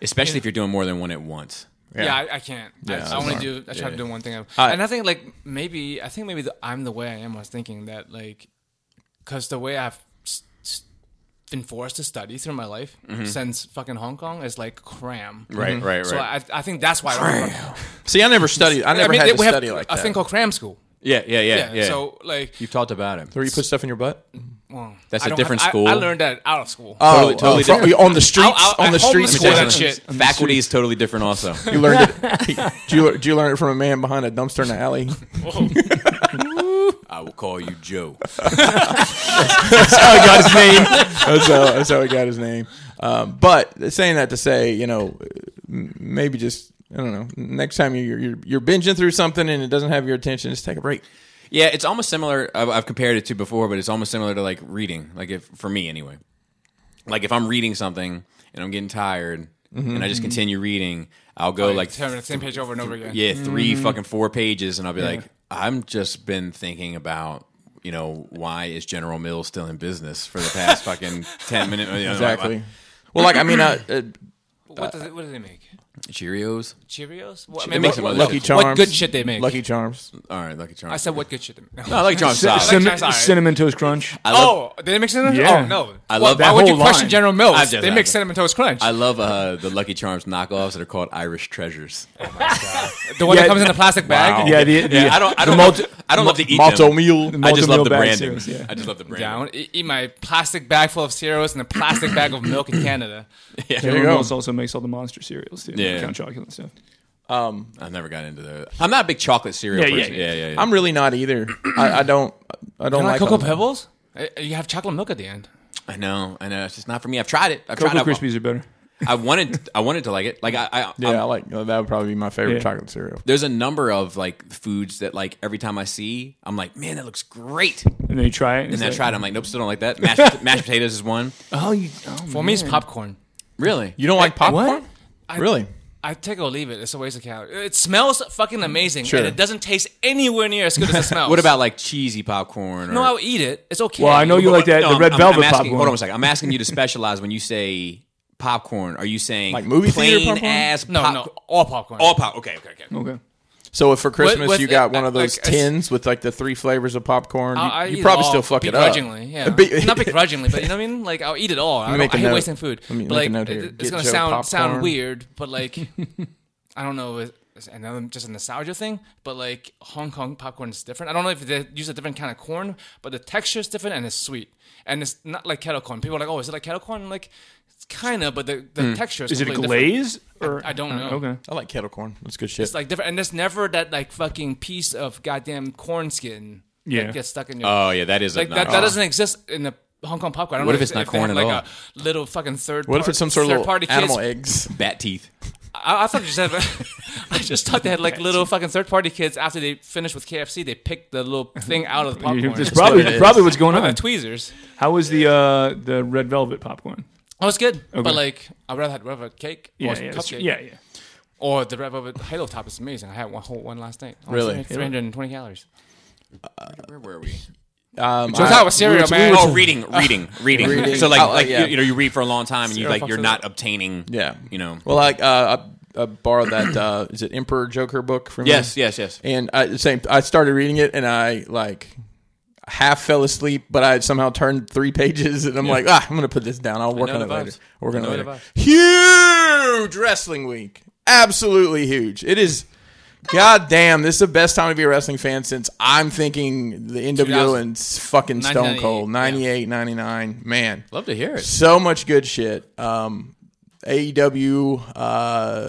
Especially if you're doing more than one at once.
yeah, I, I can't. I, I
it's
want
hard.
to do. I try to do one thing. at-
I-
and I think like maybe I think maybe the, I'm the way I am. I was thinking that like because the way I've s- s- been forced to study through my life
Mm-hmm.
since fucking Hong Kong is like cram.
Right, right, right.
So I, I think that's why. Cram.
See, I never studied. I never
I mean,
had
they-
to
we have
study like
a
that.
thing called cram school.
yeah, yeah, yeah, yeah,
Yeah. So like,
you've talked about it.
Where you put stuff in your butt?
well,
That's a
I don't
different
have- I-
school. Oh,
I, learned that out of school.
Totally- totally
Oh, from-
different.
on the streets.
I'll- I'll-
on the
I'll
streets.
homeschool that
different.
shit.
Faculty is totally different also.
You learned it. Do you, did you learn it from a man behind a dumpster in the alley?
I will call you Joe.
That's how he got his name. That's how, that's how he got his name. Um, but saying that to say, you know, m- maybe just I don't know. Next time you're you're, you're binging through something and it doesn't have your attention, just take a break.
Yeah, it's almost similar. I've, I've compared it to before, but it's almost similar to like reading. Like if for me anyway, like if I'm reading something and I'm getting tired and I just continue reading, I'll go Mm-hmm, like Mm-hmm.
like the same page over and over again.
yeah, 3 fucking four pages, and I'll be like, I'm just been thinking about. You know why is General Mills still in business for the past fucking ten minutes?
Exactly. Well, like I mean, I, uh,
What does it? What do they make?
Cheerios.
Cheerios? What,
They make
what-
some
what-
other
Lucky
shit.
Charms.
What good shit they make?
Lucky Charms.
All right, Lucky Charms.
I said what good shit they make.
no, Lucky Charms. solid.
Cin-
Cinnamon,
that's all right.
cinnamon toast crunch.
I love,
Oh, did they make cinnamon?
Yeah.
Oh no,
I
Why-
love
Why
that
would you
whole line.
question General Mills?
I just-
they
I
make
just-
cinnamon toast crunch.
I love uh, the Lucky Charms knockoffs that are called Irish Treasures.
the one
Yeah.
that comes in a plastic bag.
Yeah, the, the,
Yeah, I don't. I don't. love, to- I don't love to eat
Malto
them.
meal.
I just
Malto
love the
Milk bag
branding.
cereals, yeah.
I just love the branding.
Down, E- eat my plastic bag full of cereals and a plastic bag of milk in Canada.
General
you go.
Mills also makes all the monster cereals too.
Yeah.
Count Chocula and stuff.
I've never got into the. I'm not a big chocolate cereal
Yeah, yeah,
person. Yeah, yeah, yeah.
I'm really not either. I, I don't. I don't like
Cocoa
them.
Pebbles? Uh, You have chocolate milk at the end.
I know. I know. It's just not for me. I've tried it. I've
Cocoa
tried it.
Krispies are better.
I wanted. I wanted to like it. Like I. I
Yeah,
I'm-
I like that would probably be my favorite
Yeah.
chocolate cereal.
there's a number of like foods that like every time I see, I'm like, man, that looks great.
And then you try it.
And then I tried. it. I'm like, nope, still don't like that. Mashed, mashed potatoes is one.
Oh, you, oh
For me, it's
Mm.
popcorn.
Really?
You don't like popcorn?
I-
Really?
I take it or leave it. It's a waste of calories. It smells fucking amazing,
Sure.
and it doesn't taste anywhere near as good as it smells.
What about like cheesy popcorn? Or,
No, I'll eat it. It's okay.
Well, I know you like that
No,
the
I'm-
red
I'm- I'm
velvet
asking-
popcorn.
Hold on a second. I'm asking you to specialize when you say popcorn. Are you saying
Like movie theater
plain
popcorn?
ass?
No,
pop-
no, all popcorn.
All pop. Okay, okay, okay.
Okay.
So if for Christmas
with-
you got one of
like,
those
it's-
tins with like the three flavors of popcorn, you,
I'll- I
you
eat
probably
all
still fuck it up.
begrudgingly, Yeah,
Be-
not begrudgingly, but you know what I mean. Like I'll eat it all. I, don't,
make a
I hate
note.
wasting food.
Let me
But,
make
like
a note
it-
here.
it's
Get
gonna
Joe
sound
popcorn.
sound weird, but like I don't know. Is, is another just a nostalgia thing, but like Hong Kong popcorn is different. I don't know if they use a different kind of corn, but the texture is different and it's sweet and it's not like kettle corn. People are like, oh, is it like kettle corn? I'm like it's kind of, but the, the
Hmm.
texture is,
Is it a
completely different.
glaze? Or Uh,
I don't know.
Okay.
I like kettle corn. That's good shit.
It's like different, and there's never that like fucking piece of goddamn corn skin
Yeah.
like, gets stuck in your
Oh yeah, that is
like that,
obnoxious.
that doesn't exist in the Hong Kong popcorn. I don't
What
know
if it's not
they
corn
have,
at
like
all?
A little fucking third.
What if
part-
it's some sort of
third
little
party kids-
animal eggs?
bat teeth.
I, I thought you said. I just thought they had like little fucking third party kids after they finished with KFC. They picked the little thing out of the popcorn.
That's probably
what it is.
probably what's going
Or the
on.
tweezers.
How was the uh, the red velvet popcorn?
Oh, it's good,
Okay.
but like I would rather had red velvet cake or
Yeah, yeah, that's true.
cupcake.
yeah, yeah.
Or the red velvet halo top is amazing. I had one whole one last night.
Really?
three hundred and twenty calories.
Where were we?
Um,
So that was cereal, man.
oh, reading, reading, reading,
Reading.
So like,
Oh, uh,
like
yeah.
you, you know, you read for a long time, and you
Cereal
like you're
fucks it
not obtaining.
Yeah.
you know.
Well, like uh, I, I borrowed that. Uh, is it Emperor Joker book from? you?
yes, yes, yes.
And I, same. I started reading it, and I like half fell asleep, but I had somehow turned three pages, and I'm like, ah, I'm gonna put this down. I'll work
know
on
the
it
vibes.
later. We're gonna
I know the
later. Huge wrestling week. Absolutely huge. It is. God damn, this is the best time to be a wrestling fan since I'm thinking the NWO
2000.
and s- fucking Stone Cold.
1998,
98, 99. Man.
Love to hear it.
So much good shit. Um, AEW, uh,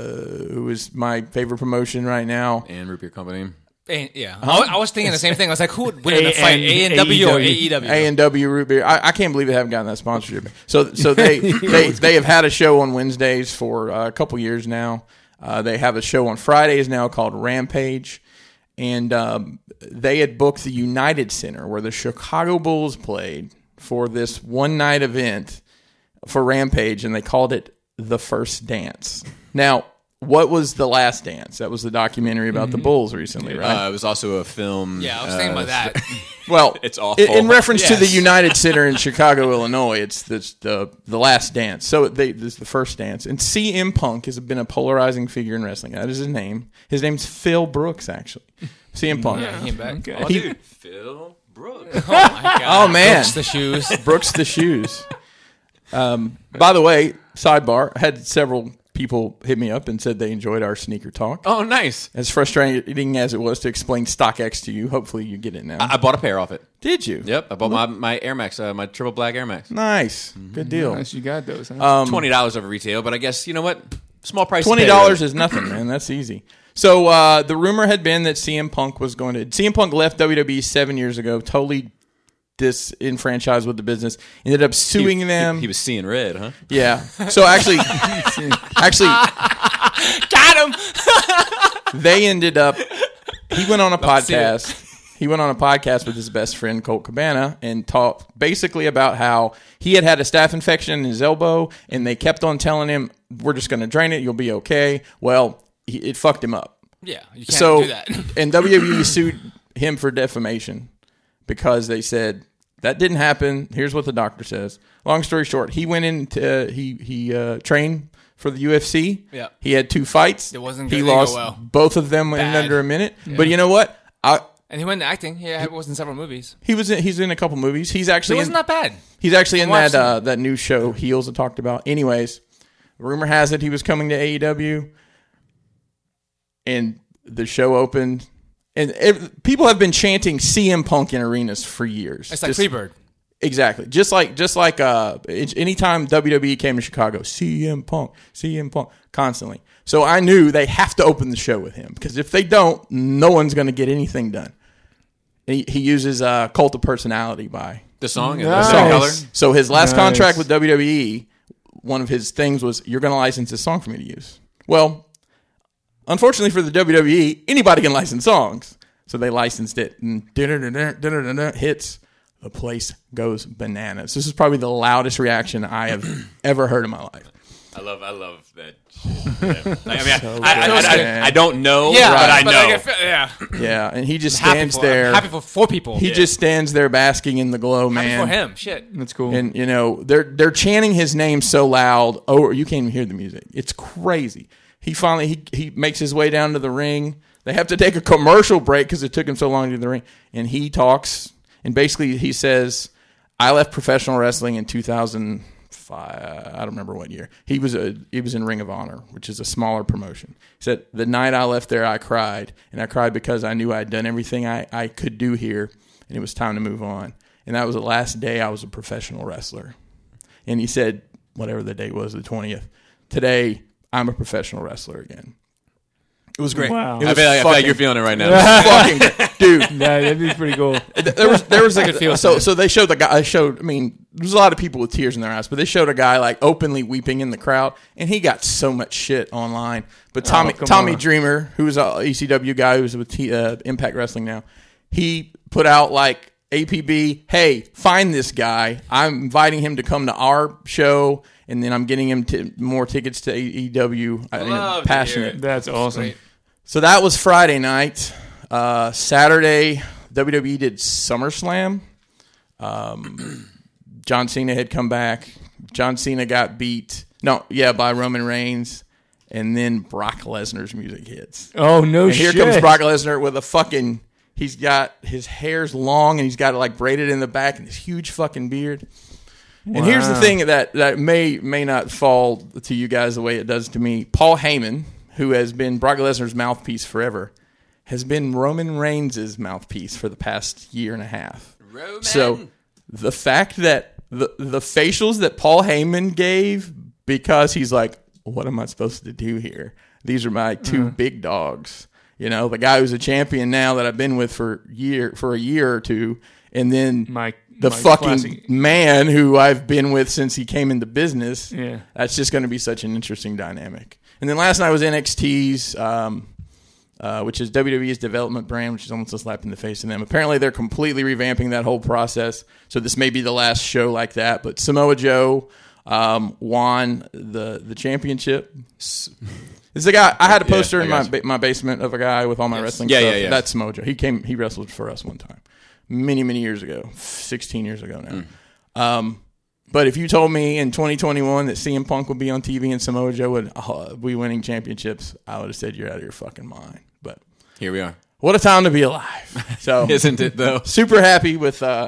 who is my favorite promotion right now.
And root beer company.
And, yeah, I, I was thinking the same thing. I was like, who would win in a fight, A
AN,
and W or
AEW?
AEW?
A and W root beer. I, I can't believe they haven't gotten that sponsorship. So, so they they, they have had a show on Wednesdays for uh, a couple years now. Uh, they have a show on Fridays now called Rampage, and um, they had booked the United Center where the Chicago Bulls played for this one night event for Rampage, and they called it the First Dance. Now, what was the Last Dance? That was the documentary about the Bulls recently, right?
Uh, it was also a film.
Yeah, I was
uh,
thinking about that.
Well,
It's
i-
awful.
In reference to the
Yes.
United Center in Chicago, Illinois, it's this, the the last dance. So they, this is the first dance. And CM Punk has been a polarizing figure in wrestling. That is his name. His name's Phil Brooks, actually. CM Punk.
yeah, came back.
Okay.
Oh,
He-
Phil Brooks.
my god!
Oh man,
It's the shoes.
Brooks the shoes. Um, by the way, sidebar. I had several people hit me up and said they enjoyed our sneaker talk.
oh, nice.
As frustrating as it was to explain StockX to you, hopefully you get it now.
I bought a pair off it.
Did you?
Yep, I bought my, my Air Max, uh, my triple black Air Max.
Nice. Good deal.
Nice, Uh, you got those. Huh?
Twenty dollars over retail, but I guess you know what? Small price. to pay,
Twenty dollars
really.
is nothing, man. That's easy. So uh, the rumor had been that CM Punk was going to. CM Punk left WWE seven years ago, totally disenfranchised with the business. Ended up suing
He-
them.
He, he was seeing red, huh?
yeah. So actually, actually,
Got him.
they ended up. He went on a
see it.
podcast. He went on a podcast with his best friend Colt Cabana and talked basically about how he had had a staph infection in his elbow, and they kept on telling him, "We're just going to drain it. You'll be okay." Well, he, it fucked him up.
Yeah, you can't
so
do that.
and WWE sued him for defamation because they said that didn't happen. Here's what the doctor says. Long story short, he went into he he uh, trained for the UFC.
Yeah.
he had two fights.
It wasn't
he
gonna go
lost
well.
both of them in
Bad.
under a minute. But you know what? I,
And he went into acting. Yeah, it was in several movies.
he was in, he's in a couple movies. He's
It
actually in,
wasn't that bad.
He's actually in
Watch
that uh, that new show Heels I talked about. Anyways, rumor has it he was coming to AEW, and the show opened, and ev people have been chanting CM Punk in arenas for years.
It's like
Just-
Freebird.
Exactly. Just like just like uh it's- anytime WWE came to Chicago, CM Punk, CM Punk constantly. So I knew they have to open the show with him because if they don't, no one's going to get anything done. He, he uses uh, cult of personality by
The song and
Nice.
the same color.
so his last
Nice.
contract with WWE, one of his things was you're going to license this song for me to use. Well, unfortunately for the WWE, anybody can license songs. So they licensed it and dun-dun-dun-dun, dun-dun-dun-dun, hits. The place goes bananas. This is probably the loudest reaction I have ever heard in my life.
I love, I love that. I mean, I, I,
good.
I, I, I don't know, but I know.
like, if- yeah,
Yeah, and he just
happy
stands
for,
there.
I'm happy for four people.
he just stands there basking in the glow, man.
for him. Shit.
That's cool.
and you know they're they're chanting his name so loud oh you can't even hear the music it's crazy he finally he, he makes his way down to the ring they have to take a commercial break because it took him so long to get to the ring and he talks and basically he says i left professional wrestling in 2005 i don't remember what year he was a he was in ring of honor which is a smaller promotion he said the night i left there i cried and i cried because i knew i'd done everything i, I could do here and it was time to move on and that was the last day I was a professional wrestler. And he said, whatever the date was, the 20th, today I'm a professional wrestler again. It was great.
Wow.
It
I
I
was
feel, like, I feel like you're feeling it right now.
fucking, fucking dude.
Yeah, that'd be pretty cool.
there was there was like
feel
so so they showed the guy. I showed. I mean, there's a lot of people with tears in their eyes, but they showed a guy like openly weeping in the crowd, and he got so much shit online. But Tommy
come
Tommy
on.
Dreamer, who's a ECW guy who's with T, uh, Impact Wrestling now, he put out like APB, hey, find this guy. I'm inviting him to come to our show, and then I'm getting him t- more tickets to AEW. I am
Love to
passionate.
hear it.
That's awesome.
Great.
So that was Friday night. Uh, Saturday, WWE did SummerSlam. Um, John Cena had come back. John Cena got beat. No, yeah, by Roman Reigns. And then Brock Lesnar's music hits.
Oh no!
And here
shit.
comes Brock Lesnar with a fucking. He's got his hair's long and he's got it like braided in the back and this huge fucking beard. And here's the
Wow.
thing that that may may not fall to you guys the way it does to me. Paul Heyman, who has been Brock Lesnar's mouthpiece forever, has been Roman Reigns' mouthpiece for the past year and a half.
Roman.
So the fact that the the facials that Paul Heyman gave because he's like, what am I supposed to do here? These are my two
Mm-hmm.
big dogs. You know, the guy who's a champion now that I've been with for year for a year or two, and then
My-
the
my
fucking
classic-
man who I've been with since he came into business.
Yeah.
that's just going to be such an interesting dynamic. And then last night was NXT's. Um, uh, which is WWE's development brand, which is almost a slap in the face to them. Apparently, they're completely revamping that whole process. So this may be the last show like that. But Samoa Joe um, won the the championship. It's a guy. I had a
Yeah,
poster
I
in my
gotcha.
ba- my basement of a guy with all my wrestling
Yeah,
stuff.
yeah, yeah.
That's Samoa Joe. He came. He wrestled for us one time, many many years ago, sixteen years ago now.
Hmm.
Um, but if you told me in 2021 that CM Punk would be on TV and Samoa Joe would uh, be winning championships, I would have said you're out of your fucking mind. But
Here we are.
what a time to be alive. So
Isn't it though?
super happy with uh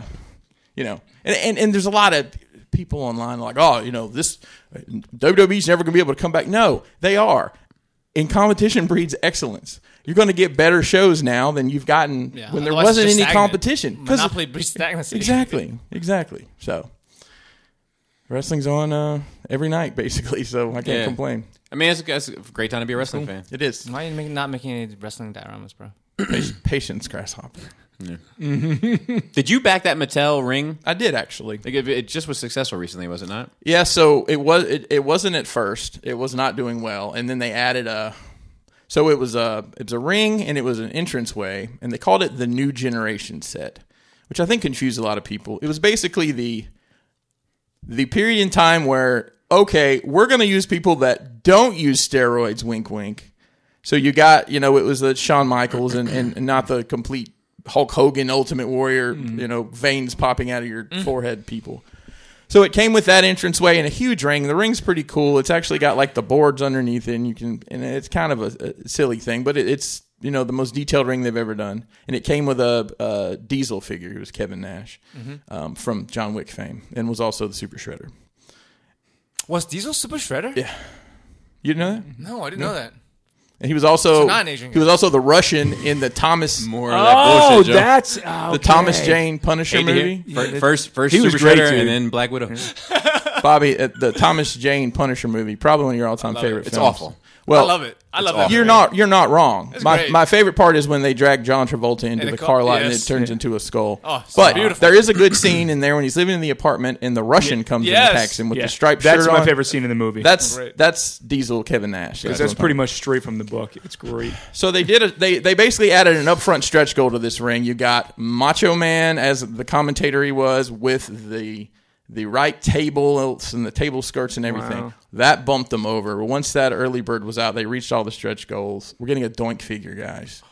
you know and, and and there's a lot of people online like, oh, you know, this WWE's never gonna be able to come back. No, they are. And competition breeds excellence. You're gonna get better shows now than you've gotten
Yeah,
when there
otherwise it's
wasn't
just
any
stagnant.
competition. 'Cause-
Monopoly breeds stagnancy.
Exactly. Exactly. So wrestling's on uh every night basically, so I can't
Yeah.
complain.
I mean, it's, it's a great time to be a wrestling fan.
It is.
Why are you making- not making any wrestling dioramas, bro?
Pat- Patience, grasshopper.
Did you back that Mattel ring?
I did actually.
Like, it- it just was successful recently, was it not?
Yeah, so it was it, it wasn't at first. It was not doing well, and then they added a so it was a it was a ring and it was an entrance way, and they called it the new generation set, which I think confused a lot of people. It was basically the the period in time where okay, we're going to use people that don't use steroids. Wink, wink. So you got you know it was the Shawn Michaels and and, and not the complete Hulk Hogan Ultimate Warrior you know veins popping out of your forehead people. So it came with that entranceway and a huge ring. The ring's pretty cool. It's actually got like the boards underneath it, and you can. And it's kind of a, a silly thing, but it, it's you know the most detailed ring they've ever done. And it came with a, a Diesel figure. who was Kevin Nash
Mm-hmm.
um, from John Wick fame, and was also the Super Shredder.
Was Diesel Super Shredder? Yeah.
You know that?
No, I didn't know that.
And he was also
Mm-hmm. So not an Asian
he was also the Russian in the Thomas
More
Oh,
of that bullshit, Joe.
that's
the Thomas Jane Punisher
Hate to hear-
movie.
fir- First, first
He was
Super
great,
Shredder,
dude.
and then Black Widow.
Bobby, uh, the Thomas Jane Punisher movie, probably one of your all time
it.
favorite.
It's
films.
awful.
Well,
I love it. I love
awful.
that.
You're
movie.
not you're not wrong. my
great.
my favorite part is when they drag John Travolta into
In a
the
car-
car lot and
yes.
it turns into a skull.
Oh, so
but
beautiful.
there is a good scene in there when he's living in the apartment and the Russian comes in
Yes.
and attacks him with
Yeah.
the striped
That's
shirt
my
on.
favorite scene in the movie.
That's
Great.
that's Diesel Kevin Nash.
Because that's pretty much straight from the book. It's great.
So they did a, they they basically added an upfront stretch goal to this ring. You got Macho Man as the commentator he was with the the right tables and the table skirts and everything.
Wow.
That bumped them over. Once that early bird was out, they reached all the stretch goals. We're getting a doink figure, guys.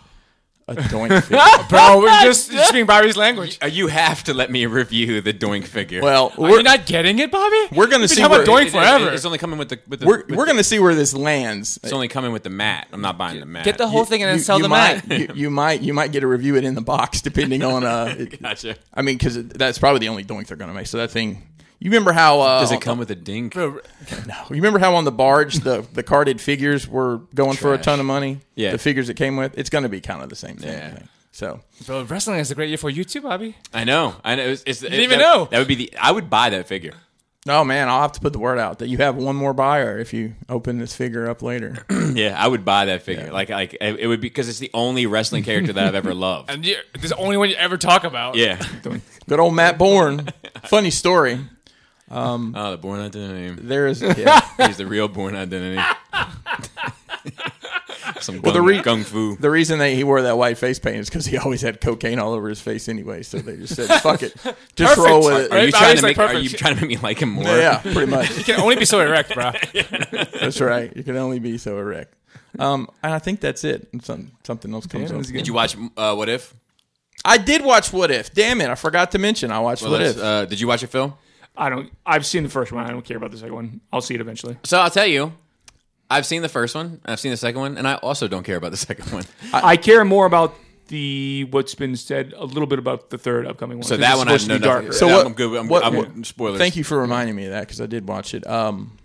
A doink figure.
Bro, we're just you're speaking Bobby's language.
Uh, You have to let me review the Doink figure.
Well,
Are you
we're,
not getting it, Bobby?
we're gonna
You've been
see
talking
where-
about doing
It- it-
forever.
it's only coming with the. With the
we're
with
we're
the-
gonna see where this lands.
It's only coming with the mat. I'm not buying the mat.
Get the whole thing and then
You-
sell
you
the
might,
mat.
You, you might you might get to review it in the box depending on uh. it-
Gotcha.
I mean, because that's probably the only doink they're gonna make. So that thing. You remember how uh,
Does it come with a dink?
Bro,
You remember how on the barge the, the carded figures were going for a
Trash.
ton of money?
Yeah.
The figures that came with? It's going to be kind of the same thing. I
Yeah.
think. So,
bro, wrestling is a great year for you too, Bobby.
I know. I know. It's, it's, you
didn't even
that,
know.
That would be the. I would buy that figure.
Oh man, I'll have to put the word out that you have one more buyer if you open this figure up later.
Yeah, I would buy that figure. Like, like it it would be because it's the only wrestling character that I've ever loved.
And you're, this is the only one you ever talk about.
yeah.
Good old Matt Bourne. Funny story.
Oh, the Born Identity.
There is yeah.
He's the real Born Identity. Some gung,
the re-
gung fu.
the reason that he wore that white face paint is because he always had cocaine all over his face anyway. So they just said, "Fuck it, just roll with it."
Are you,
Right,
trying to
obviously
make, are
perfect.
you trying to make me like him more?
Yeah, pretty much.
You can only be so erect, bro.
That's right. You can only be so erect. Um, and I think that's it. And Some, something else comes up.
Did you watch uh, What If?
I did watch What If. Damn it, I forgot to mention I watched What
Well, that's,
If.
uh, did you watch it, Phil?
I don't. I've seen the first one. I don't care about the second one. I'll see it eventually.
So I'll tell you. I've seen the first one. I've seen the second one, and I also don't care about the second one.
I, care more about the what's been said a little bit about the third upcoming one.
So
It's
that one I
supposed
know
to be
nothing.
darker.
So- Yeah, I'm good with- I'm- I'm good. Spoilers.
Thank you for reminding me of that because I did watch it. Um,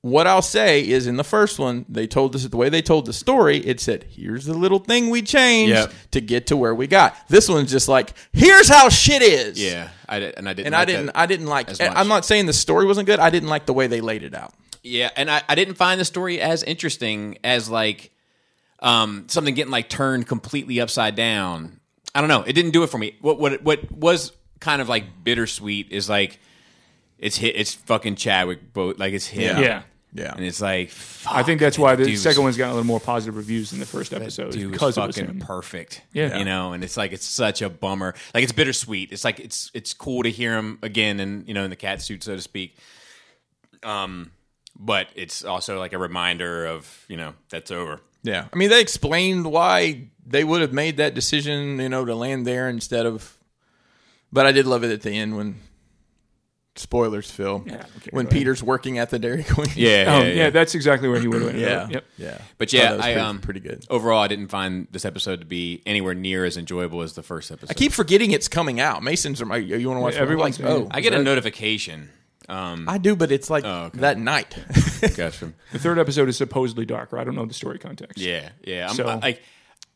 what I'll say is, in the first one, they told us the way they told the story. It said, "Here's the little thing we changed
Yep.
to get to where we got." This one's just like, "Here's how shit is."
Yeah, I did, and I didn't.
And I
like
didn't,
that.
I didn't like.
as much.
I'm not saying the story wasn't good. I didn't like the way they laid it out.
Yeah, and I, I didn't find the story as interesting as like um, something getting like turned completely upside down. I don't know. It didn't do it for me. What what what was kind of like bittersweet is like it's hit. It's fucking Chadwick. Both like it's him.
yeah.
Yeah,
And it's like fuck,
I think that's why the
dude
second
was-
one's gotten a little more positive reviews than the first episode
dude was
because it was
fucking
him.
perfect.
Yeah.
you know, and it's like it's such a bummer. Like it's bittersweet. It's like it's it's cool to hear him again, and you know, in the cat suit, so to speak. Um, but it's also like a reminder of you know that's over.
Yeah. I mean, they explained why they would have made that decision, you know, to land there instead of. But I did love it at the end when. Spoilers, Phil.
Yeah, I don't care.
when
Go ahead.
Peter's working at the Dairy Queen.
Yeah,
Um, yeah, that's exactly where he would have went.
Yeah.
Yep.
Yeah.
But
Thought
yeah,
Oh, that was
I
pretty,
um
pretty good.
overall. I didn't find this episode to be anywhere near as enjoyable as the first episode.
I keep forgetting it's coming out. Mason's. Are, you want to watch?
Yeah, everyone's-
Like, oh,
I get a notification. Um,
I do, but it's like Oh,
okay.
that night.
gotcha.
The third episode is supposedly darker. I don't know the story context.
Yeah, yeah. I'm,
So-
I, like,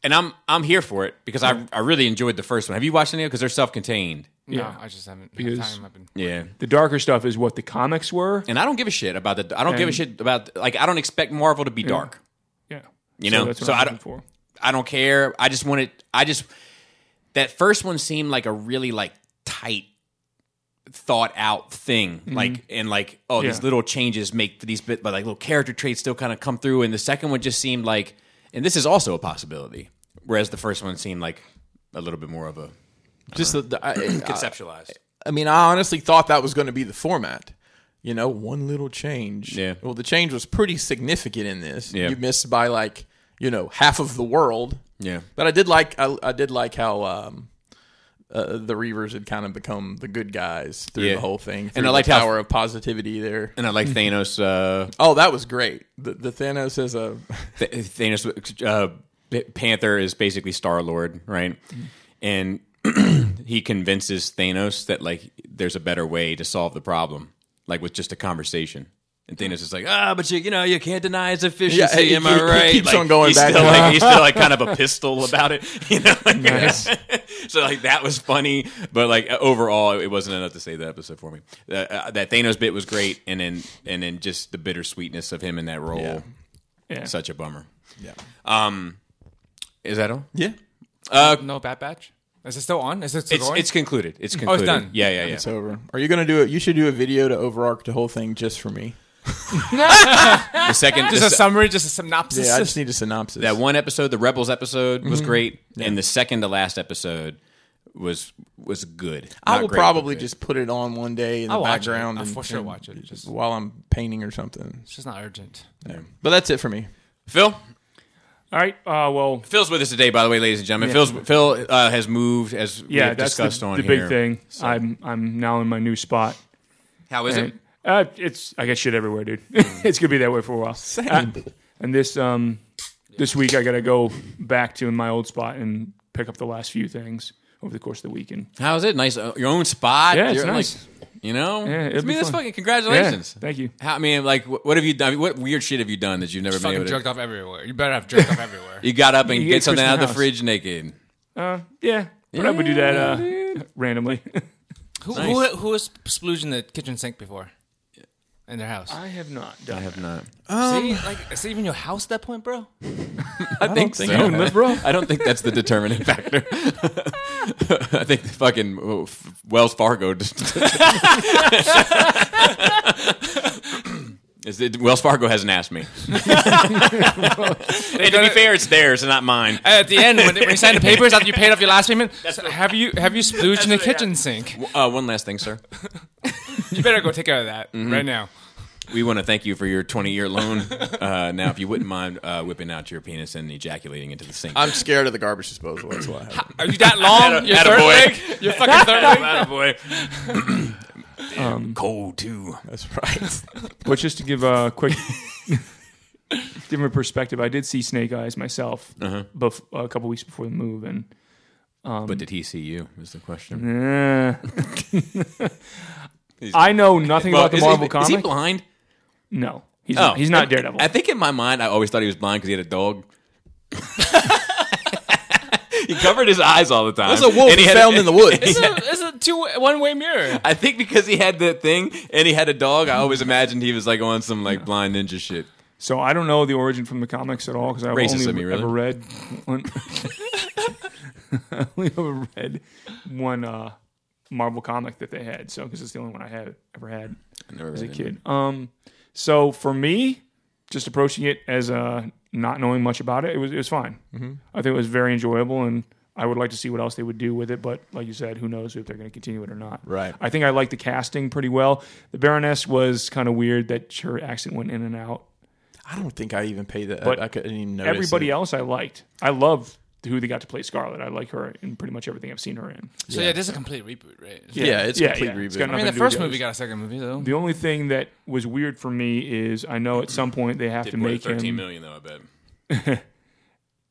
and I'm I'm here for it because I I really enjoyed the first one. Have you watched any of? Because they're self contained.
Yeah.
No, I just haven't.
Because-
Because time. I've been,
Yeah.
The darker stuff is what the comics were.
And I don't give a shit about the. I don't give a
And-
shit about like I don't expect Marvel to be dark.
Yeah.
You
so
know,
that's what
so
I'm
I
looking
don't-
for.
I don't care. I just want it. I just that first one seemed like a really like tight, thought out thing. Like and like oh these
Mm-hmm. Yeah.
little changes make these bit but like little character traits still kind of come through. And the second one just seemed like and this is also a possibility. Whereas the first one seemed like a little bit more of a
Just the, the, I,
Uh,
I,
conceptualized.
I mean, I honestly thought that was going to be the format. You know, one little change.
Yeah.
Well, the change was pretty significant in this.
Yeah.
You missed by like you know half of the world.
yeah.
But I did like I, I did like how um, uh, the Reavers had kind of become the good guys through
Yeah.
the whole thing.
And I
through the
liked how-
power of positivity there.
And I
Mm-hmm.
like Thanos. Uh,
Oh, that was great. The, the Thanos is a
Th- Thanos uh, Panther is basically Star Lord, right? And he convinces Thanos that like there's a better way to solve the problem, like with just a conversation. And Thanos is like, ah, but you, you know, you can't deny his efficiency.
he-
am
he-
I
he
right?
keeps
Like,
on going
he's
back
Still,
to
like, he's still like kind of a pistol about it, you know. Like, so like that was funny, but like uh, overall, it wasn't enough to save the episode for me. Uh, uh, that Thanos bit was great, and then and then just the bittersweetness of him in that role,
Yeah.
such a bummer.
yeah
Um, is that all?
yeah.
no Bad Batch. Is it still on? Is it still
It's
going?
it's concluded. It's concluded.
done.
Yeah, yeah, yeah.
It's over. Are you gonna do it? You should do a video to overarch the whole thing just for me.
the second, the
just a
se-
summary, just a synopsis.
Yeah, I just need a synopsis.
that one episode, the Rebels episode, was great, and the second to last episode was was good.
I
Not
will
great, but
probably
good.
just put it on one day in the
I'll watch it.
background.
I'll
and-
for sure
and
watch it. Just-
while I'm painting or something.
It's just not urgent.
But that's it for me.
Phil.
All right. Uh, well,
Phil's with us today, by the way, ladies and gentlemen. Phil's Phil uh, has moved as we
yeah,
have
that's
discussed
the,
on
the
here.
big thing. I'm I'm now in my new spot.
How is it?
And, uh, it's I got shit everywhere, dude. it's gonna be that way for a while. Uh, and this um this week I gotta go back to my old spot and pick up the last few things over the course of the weekend.
How is it? Nice, uh, your own spot.
Yeah, it's
You're, like,
nice.
you know,
Yeah, it'll
I mean,
be
that's
fun.
fucking congratulations.
Yeah, thank you.
How, I mean, like, what, what have you done? I mean, what weird shit have you done that you've never been
Fucking
able to?
jerked off everywhere. You better have jerked off everywhere.
You got up and
You
get
ate
something
Christmas
out of the
house.
fridge naked.
Uh, yeah, but I would do that uh, randomly.
Who,
Nice.
who who has splooged in the kitchen sink before? In their house.
I have not
I
done.
have not.
See, like, is it even your house at that point, bro?
I, think
think
so.
I have.
bro. I don't think that's the determining factor. I think the fucking oh, f- Wells Fargo. just- Is it, Wells Fargo hasn't asked me. hey, to be fair, it's theirs and not mine.
At the end, when, when you sign the papers after you paid off your last payment, have you have you splooged in the kitchen sink?
Uh, one last thing, sir.
You better go take care of that right now.
We want to thank you for your 20 year loan. Uh, now, if you wouldn't mind uh, whipping out your penis and ejaculating into the sink.
I'm scared of the garbage disposal. That's why. I have it.
Are you that long? Your third leg? Your fucking third leg?
boy. cold, too.
That's right.
But just to give a quick different perspective, I did see Snake Eyes myself
Uh-huh.
bef- a couple weeks before the move, and
but did he see you? Is the question.
eh. I know nothing about the
is,
Marvel
he, is
comic.
he blind?
no, he's
Oh,
not, he's not
I-
Daredevil.
I think in my mind, I always thought he was blind because he had a dog. he covered his eyes all the time.
There's a wolf
And he had
found in the woods.
It's a, it's a two one way mirror.
I think because he had that thing and he had a dog, I always imagined he was like on some like blind ninja shit.
so I don't know the origin from the comics at all because I've
Racist
only
of me, really.
ever read one. I only ever read one uh, Marvel comic that they had, so because it's the only one I had ever had.
I never
as a
read it.
kid. Um, so for me, just approaching it as uh, not knowing much about it, it was it was fine. I think it was very enjoyable, and I would like to see what else they would do with it. But like you said, who knows if they're going to continue it or not?
Right.
I think I liked the casting pretty well. The Baroness was kind of weird that her accent went in and out.
I don't think I even paid that.
But
I couldn't even notice.
Everybody
it.
else I liked. I love who they got to play Scarlet. I like her in pretty much everything I've seen her in.
So yeah, this is a complete reboot, right?
Yeah, it's a complete
It's
reboot.
got
I mean, the
nothing to do with
first
others.
movie got a second movie though.
The only thing that was weird for me is I know at some point they have to
Did more than
make him.
thirteen million though, I bet.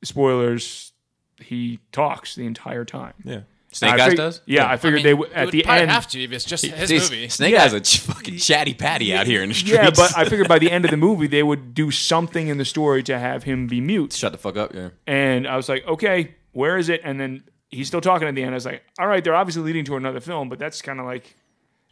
spoilers, he talks the entire time.
Yeah.
Snake
I
Eyes
fig-
does.
Yeah, I
I
figured
mean,
they would
you
at
would
the
probably
end.
have to if it's just his
Jeez,
movie.
Snake Eyes a ch- fucking chatty patty out here in the streets.
Yeah, but I figured by the end of the movie they would do something in the story to have him be mute.
shut the fuck up. Yeah.
And I was like, okay, where is it? And then he's still talking at the end. I was like, all right, they're obviously leading to another film, but that's kind of like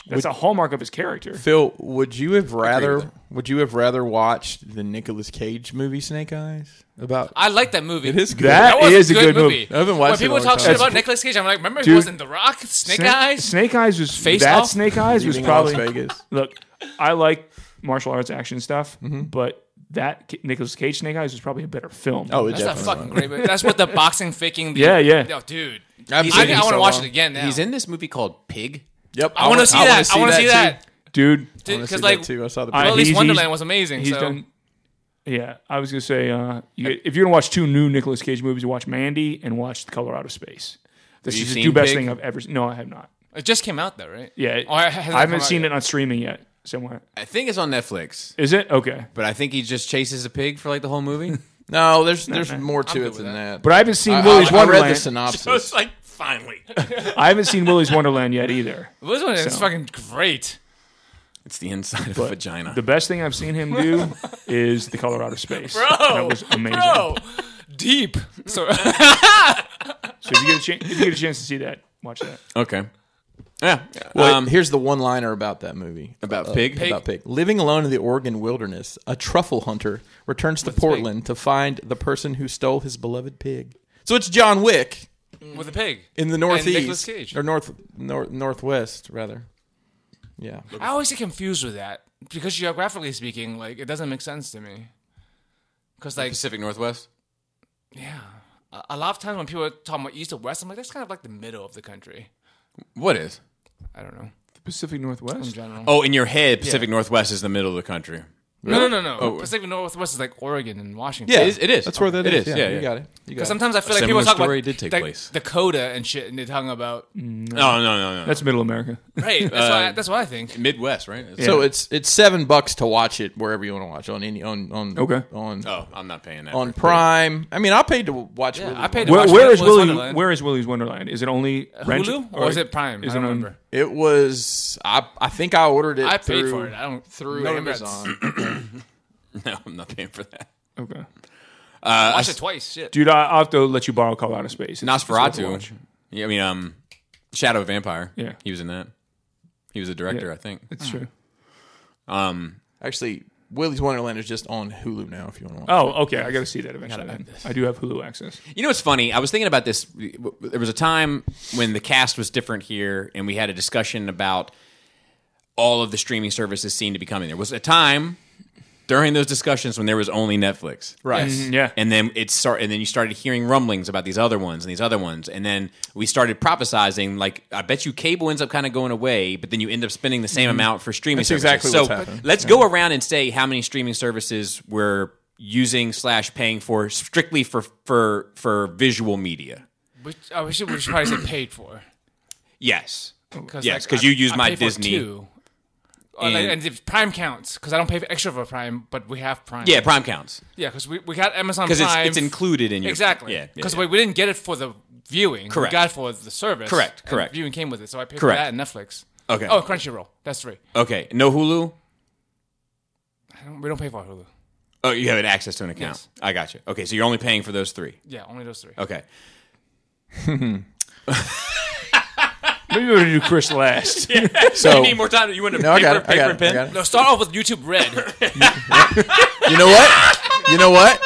that's a hallmark of his character.
Phil, would you have rather
that.
would you have rather watched the Nicolas Cage movie Snake Eyes? About
I like that movie.
it is good.
That
was
is a good movie.
I haven't
When
watched it
people
in a long
talk
time.
shit about Nicolas Cage, I'm like, remember he
Dude.
was in The Rock, Snake Eyes.
Snake Eyes was
Face
that
Off?
Snake Eyes was
Leaving
probably
Las Vegas.
Look, I like martial arts action stuff, but that Nicholas Cage Snake Eyes was probably a better film.
Oh, it
That's a
definitely.
fucking great movie. That's what the boxing faking. The,
Yeah, yeah.
No, dude.
I've
I
seen
think
him
I want to
so
watch
long.
it again now.
He's in this movie called Pig.
Yep.
I want to see that. I want to see that.
dude,
I wanna see
Because
that
like,
too. I saw the
well, at
I-
picture.
He's-
least
he's-
Wonderland was amazing.
He's
so.
done. Yeah, I was gonna say, uh, you, if you're gonna watch two new Nicolas Cage movies, watch Mandy and watch The Color Out of Space. This
Have you
is the
seen
two best
Pig?
thing I've ever. seen. No, I have not.
It just came out though, right?
Yeah,
Or
I
it hasn't Oh, come
haven't
out
seen
yet.
it on streaming yet. Somewhere
I think it's on Netflix,
is it? Okay,
but I think he just chases a pig for like the whole movie.
No, there's there's more to it
with
than
that.
that.
but I haven't seen
I,
Willy's
I, I read the
Wonderland.
synopsis.
like finally,
I haven't seen Willy's Wonderland yet either.
Well, This one is
So.
fucking great.
it's the inside of a vagina.
The best thing I've seen him do is The Color Out of Space. Bro,
Oh,
that was amazing.
Bro, deep. So
So if you get a chance, if you get a chance to see that, watch that.
okay, yeah.
Well,
um,
here's the one liner about that movie.
about Uh, pig.
About pig. Living alone in the Oregon wilderness, a truffle hunter returns to Portland to find the person who stole his beloved pig. So it's John Wick
with a pig.
in the
Nicolas
northeast
Cage.
or north, north northwest rather. Yeah.
I always get confused with that because geographically speaking, like it doesn't make sense to me. Because like
Pacific Northwest.
yeah, a, a lot of times when people are talking about east or west, I'm like that's kind of like the middle of the country.
What is?
I don't know
The Pacific
in
Northwest.
general.
Oh, in your head, Pacific Northwest is the middle of the country.
no, no, no, no.
Oh.
Pacific Northwest is like Oregon and Washington.
Yeah.
It is- it is.
That's where that
It
is.
is, yeah,
you
yeah.
got it. You got it.
Sometimes I feel like
Similar
people talk
story
about
did take
Da-
place.
Dakota and shit, and they're talking about
Oh, No, no, no, no.
That's Middle America.
right. That's, what, I, that's what I think.
Midwest, right? It's-
So it's it's seven bucks to watch it wherever you want to watch on any on on
Okay.
on
Oh, I'm not paying that.
on
for-
Prime. I mean, I paid to watch.
Uh, Yeah,
Willy
I paid. To
Where,
watch
where
Willy's
is Willie?
Wonderland. Uh,
Where is Willie's Wonderland? Is it only rent-
Hulu or is it Prime?
is
I don't
it on-
remember.
It was I. I think I ordered it.
I
through,
paid for it. I don't
through
no regrets.
Amazon.
No, I'm not paying for that.
Okay,
Uh,
Watched it twice. Shit.
dude, I, I'll have to let you borrow Colorado Space. It's- it's worth a watch.
Nosferatu. Yeah, I mean, um, Shadow of Vampire.
Yeah.
he was in that. He was a director, I think.
It's true.
Um,
Actually, Willy's Wonderland is just on Hulu now. If you want to watch.
Oh, okay. I got to see that eventually. then. I do have Hulu access.
you know what's funny? I was thinking about this. There was a time when the cast was different here, and we had a discussion about all of the streaming services seemed to be coming. There was a time during those discussions when there was only Netflix,
right. Mm-hmm.
Yeah.
and then it start, and then you started hearing rumblings about these other ones and these other ones, and then we started prophesizing like, I bet you cable ends up kind of going away, but then you end up spending the same amount for streaming.
Mm-hmm. That's
services.
exactly
so
what's happened.
let's go around and say how many streaming services we're using slash paying for strictly for for for visual media.
Which I wish it was probably say paid for.
Yes.
Cause
Yes,
like,
'cause
I-
you use
I
my
pay for
Disney.
two. Or, like,
And-
and if Prime counts, because I don't pay for extra for Prime, but we have Prime.
Yeah, Prime counts
yeah, because we, we got Amazon
because it's
Prime.
it's included in your
Exactly.
Yeah,
Because
yeah, yeah.
we, we didn't get it for the viewing.
Correct.
We got it for the service.
Correct,
and
correct.
viewing came with it, so I paid
Correct.
for that and Netflix.
Okay.
Oh, Crunchyroll. That's three.
okay. No Hulu.
I don't, we don't pay for Hulu.
Oh, you have access to an account.
Yes.
I got you. Okay, so you're only paying for those three.
Yeah, only those three.
Okay.
Maybe we ought to do Chris last.
So
you need more time. You want to
no, I
paper,
got it. I
paper
got
and
it. I
pen?
got it.
No, start off with YouTube Red.
You know what? You know what?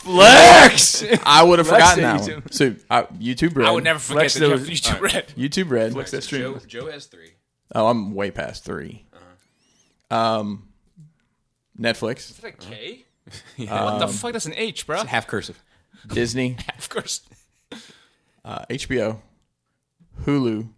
Flex.
I would have forgotten that
said
one. So I, YouTube Red.
I would never forget
Flex
that you have
those-
YouTube Red.
YouTube Red.
That's true.
Joe has three.
Oh, I'm way past 3 Um, Netflix,
Is that a K? What
Um,
the fuck? That's an H, bro.
Half cursive.
Disney,
Of course.
uh, HBO, Hulu,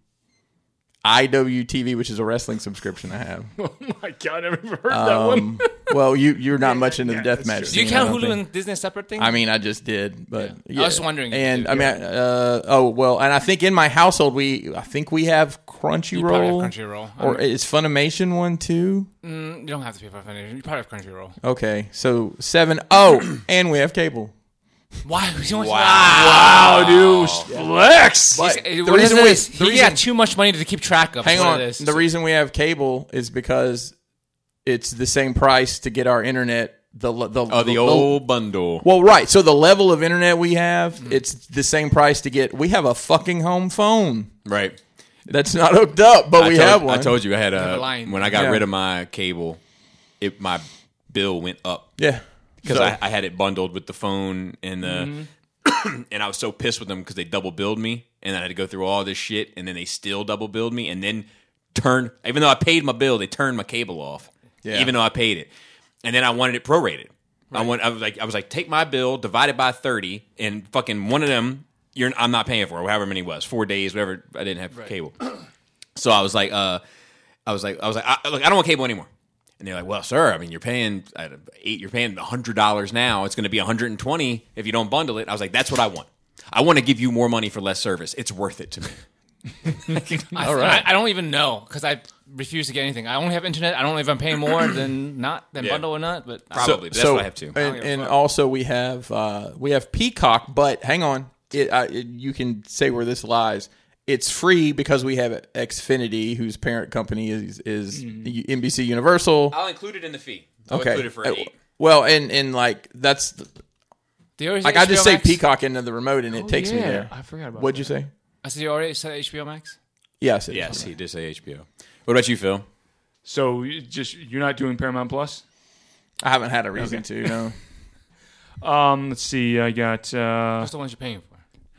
IWTV, which is a wrestling subscription I have.
My God, I never heard that one.
well, you you're not much into the
yeah,
death
that's
match.
true.
Do you
scene,
count
I don't
Hulu
think.
and Disney as separate thing?
I mean, I just did, but yeah.
was wondering if you
And
did,
I mean, uh, oh well. And I think in my household, we I think we have Crunchyroll,
probably have Crunchyroll. Um,
or is Funimation one too?
you don't have to pay for Funimation. You probably have Crunchyroll.
Okay, so seven. Oh, and we have cable.
Why? Wow.
Wow, dude. Flex.
But
The,
the reason we
uh, is
the
he
reason,
got too much money to keep track of.
hang
what
on
It is.
the reason we have cable is because it's the same price to get our internet. The le- the
Oh, the old bundle.
well, right. So the level of internet we
Hmm.
have, it's the same price to get. We have a fucking home phone
Right.
that's not hooked up, but
I
we
told,
have one.
I told you I had a,
a line.
when I got
Yeah.
rid of my cable, it my bill went up
yeah,
because
So-
I, I had it bundled with the phone and the
Mm-hmm.
and I was so pissed with them because they double billed me and I had to go through all this shit and then they still double billed me and then turned even though I paid my bill they turned my cable off
Yeah.
even though I paid it and then I wanted it prorated I want I was like I was like take my bill divide it by thirty and fucking one of them you're I'm not paying for it, however many it was four days whatever I didn't have cable so I was like uh I was like I was like I, look I don't want cable anymore. And they're like, well, sir, I mean, you're paying at a eight, you're paying hundred dollars now. It's going to be 120 if you don't bundle it. I was like, that's what I want. I want to give you more money for less service. It's worth it to me.
All right. I, I don't even know because I refuse to get anything. I only have internet. I don't know if I'm paying more than not than
Yeah.
bundle or not. But
Probably. but that's
so,
what I have too.
And, and also we have uh, we have Peacock, but hang on, it, I, it, you can say where this lies. It's free because we have Xfinity, whose parent company is is NBC Universal.
Mm-hmm. I'll include it in the fee. I'll
Okay.
include it for
Uh,
eight.
Well, and and like that's
Do you already
like
say
I just
HBO
say
Max?
Peacock into the remote and it
Oh,
takes me
yeah.
there.
I forgot about
What'd you say?
I said you already said HBO Max.
Yes.
Yes, he did say HBO. What about you, Phil?
So, you just you're not doing Paramount Plus?
I haven't had a reason to. No.
Um, let's see. I got uh,
That's the ones you're paying for.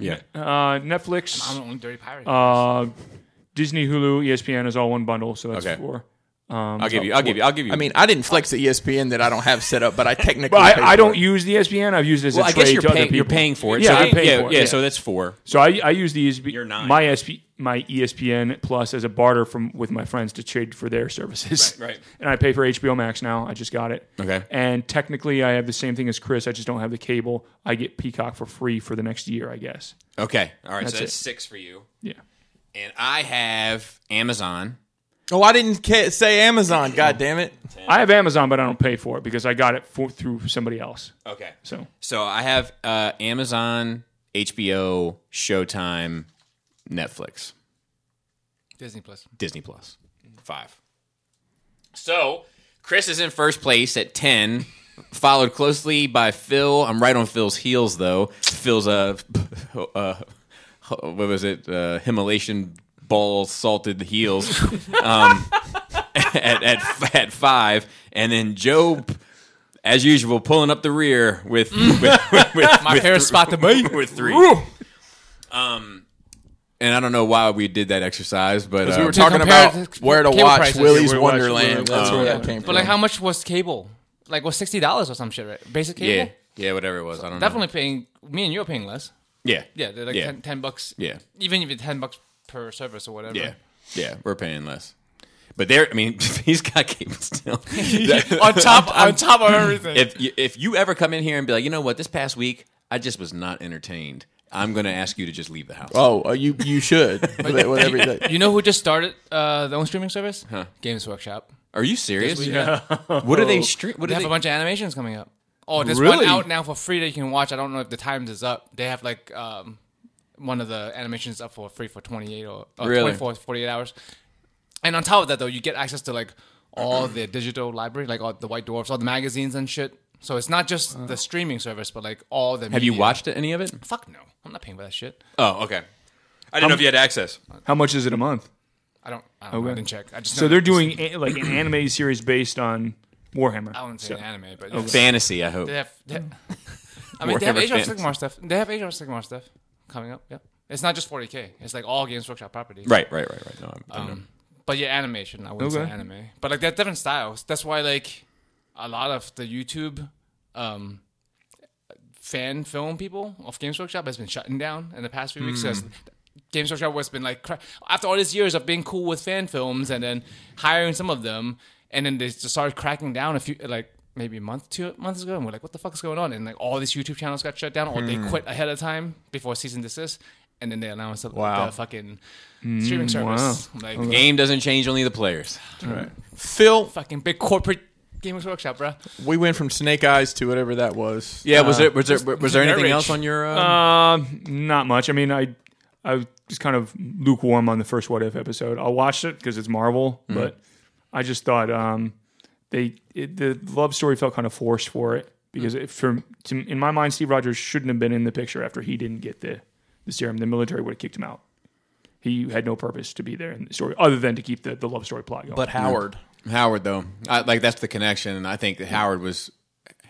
Yeah.
uh, Netflix.
I'm the only dirty pirate.
Uh, Disney, Hulu, E ESPN is all one bundle, so that's
Okay.
four.
I'll give you. I'll give you. I'll give you.
I mean, I didn't flex E the ESPN that I don't have set up, but I technically.
But
pay
I, I
for
don't
it.
use E the ESPN. I've used it as
well,
a
I
trade
guess you're
to other
paying. You're
people.
paying for it.
Yeah,
so
I'm
that-
paying
yeah,
for it,
Yeah,
yeah.
So that's four.
So I, I use the ESPN,
You're nine.
my SP, my E ESPN Plus as a barter from with my friends to trade for their services.
Right, right.
And I pay for HBO Max now. I just got it.
Okay.
And technically, I have the same thing as Chris. I just don't have the cable. I get Peacock for free for the next year, I guess.
Okay. All right. so
That's
that's
it.
six for you.
Yeah.
And I have Amazon.
Oh, I didn't ca- say Amazon. God damn it.
I have Amazon, but I don't pay for it because I got it for, through somebody else.
Okay.
So
So I have uh, Amazon, HBO, Showtime, Netflix,
Disney Plus.
Disney Plus. Five. So Chris is in first place at ten, followed closely by Phil. I'm right on Phil's heels though. Phil's a uh, uh, what was it? Uh, Himalayan ball salted heels um, at, at at five, and then Joe, as usual, pulling up the rear with with, with, with,
My
with
favorite spot to be.
with three. Um, and I don't know why we did that exercise, but
we
uh,
were talking
compare
about
the
where to
cable
watch
prices.
Willy's
Yeah, where to watch
Wonderland. uh,
Willy's
That's where
Yeah.
that came from.
But like, how much was cable? Like, was sixty dollars or some shit, right? Basic
yeah,
cable.
yeah, whatever it was, I don't
Definitely paying. Me and you are paying less.
know. Yeah,
Yeah, they're like
yeah,
10, 10 bucks.
Yeah.
even if it's ten bucks per service or whatever.
yeah, yeah. We're paying less, but there, I mean, he's got cable still.
on top, on top of everything.
if you, if you ever come in here and be like, you know what, this past week I just was not entertained. I'm going to ask you to just leave the house.
oh, uh, you you should. Whatever you think.
you know who just started uh, their own streaming service? Games Workshop.
Are you serious? What are they? Stre- what are
They have
they?
a bunch of animations coming up. Oh, there's
Really?
one out now for free that you can watch. I don't know if the times is up. They have like um, one of the animations up for free for 28 or, or
Really?
24, 48 hours. And on top of that, though, you get access to like all their digital library, like all the White Dwarfs, all the magazines and shit. So it's not just the streaming service, but like all the.
have you watched any of it?
Fuck no, I'm not paying for that shit.
Oh, okay. I didn't know if you had access.
How much is it a month?
I don't. I, don't know. I didn't check. I just
So they're doing a, like an anime series based on Warhammer.
I wouldn't say an anime, but
Fantasy, I hope.
They have. They, I mean, they have
Warhammer
Age of
fans.
Sigmar stuff. They have Age of Sigmar stuff coming up. Yep. It's not just 40k. It's like all Games Workshop property.
Right, right, right, right. No, I'm,
Um,
I know.
But yeah, animation. I wouldn't
Okay.
say anime, but like they're different styles. That's why like a lot of the YouTube um, fan film people of Games Workshop has been shutting down in the past few weeks. 'cause Games Workshop has been like cra- after all these years of being cool with fan films and then hiring some of them, and then they just started cracking down a few like. Maybe a month, two months ago, and we're like, "What the fuck is going on?" And like, all these YouTube channels got shut down, or they quit ahead of time before season desist, and then they announced the- the fucking streaming service. Like,
Game doesn't change, only the players.
Phil,
fucking big corporate Gamers Workshop, bro.
we went from Snake Eyes to whatever that was.
Yeah, was there was there was there anything
marriage.
else on your? Uh,
Um, not much. I mean, I I was just kind of lukewarm on the first What If episode. I watched it because it's Marvel, but I just thought um, they it, the love story felt kind of forced for it because it, for to, in my mind, Steve Rogers shouldn't have been in the picture after he didn't get the the serum. The military would have kicked him out. He had no purpose to be there in the story other than to keep the, the love story plot going.
But Howard,
Howard, though, I, like that's the connection, and I think that Howard was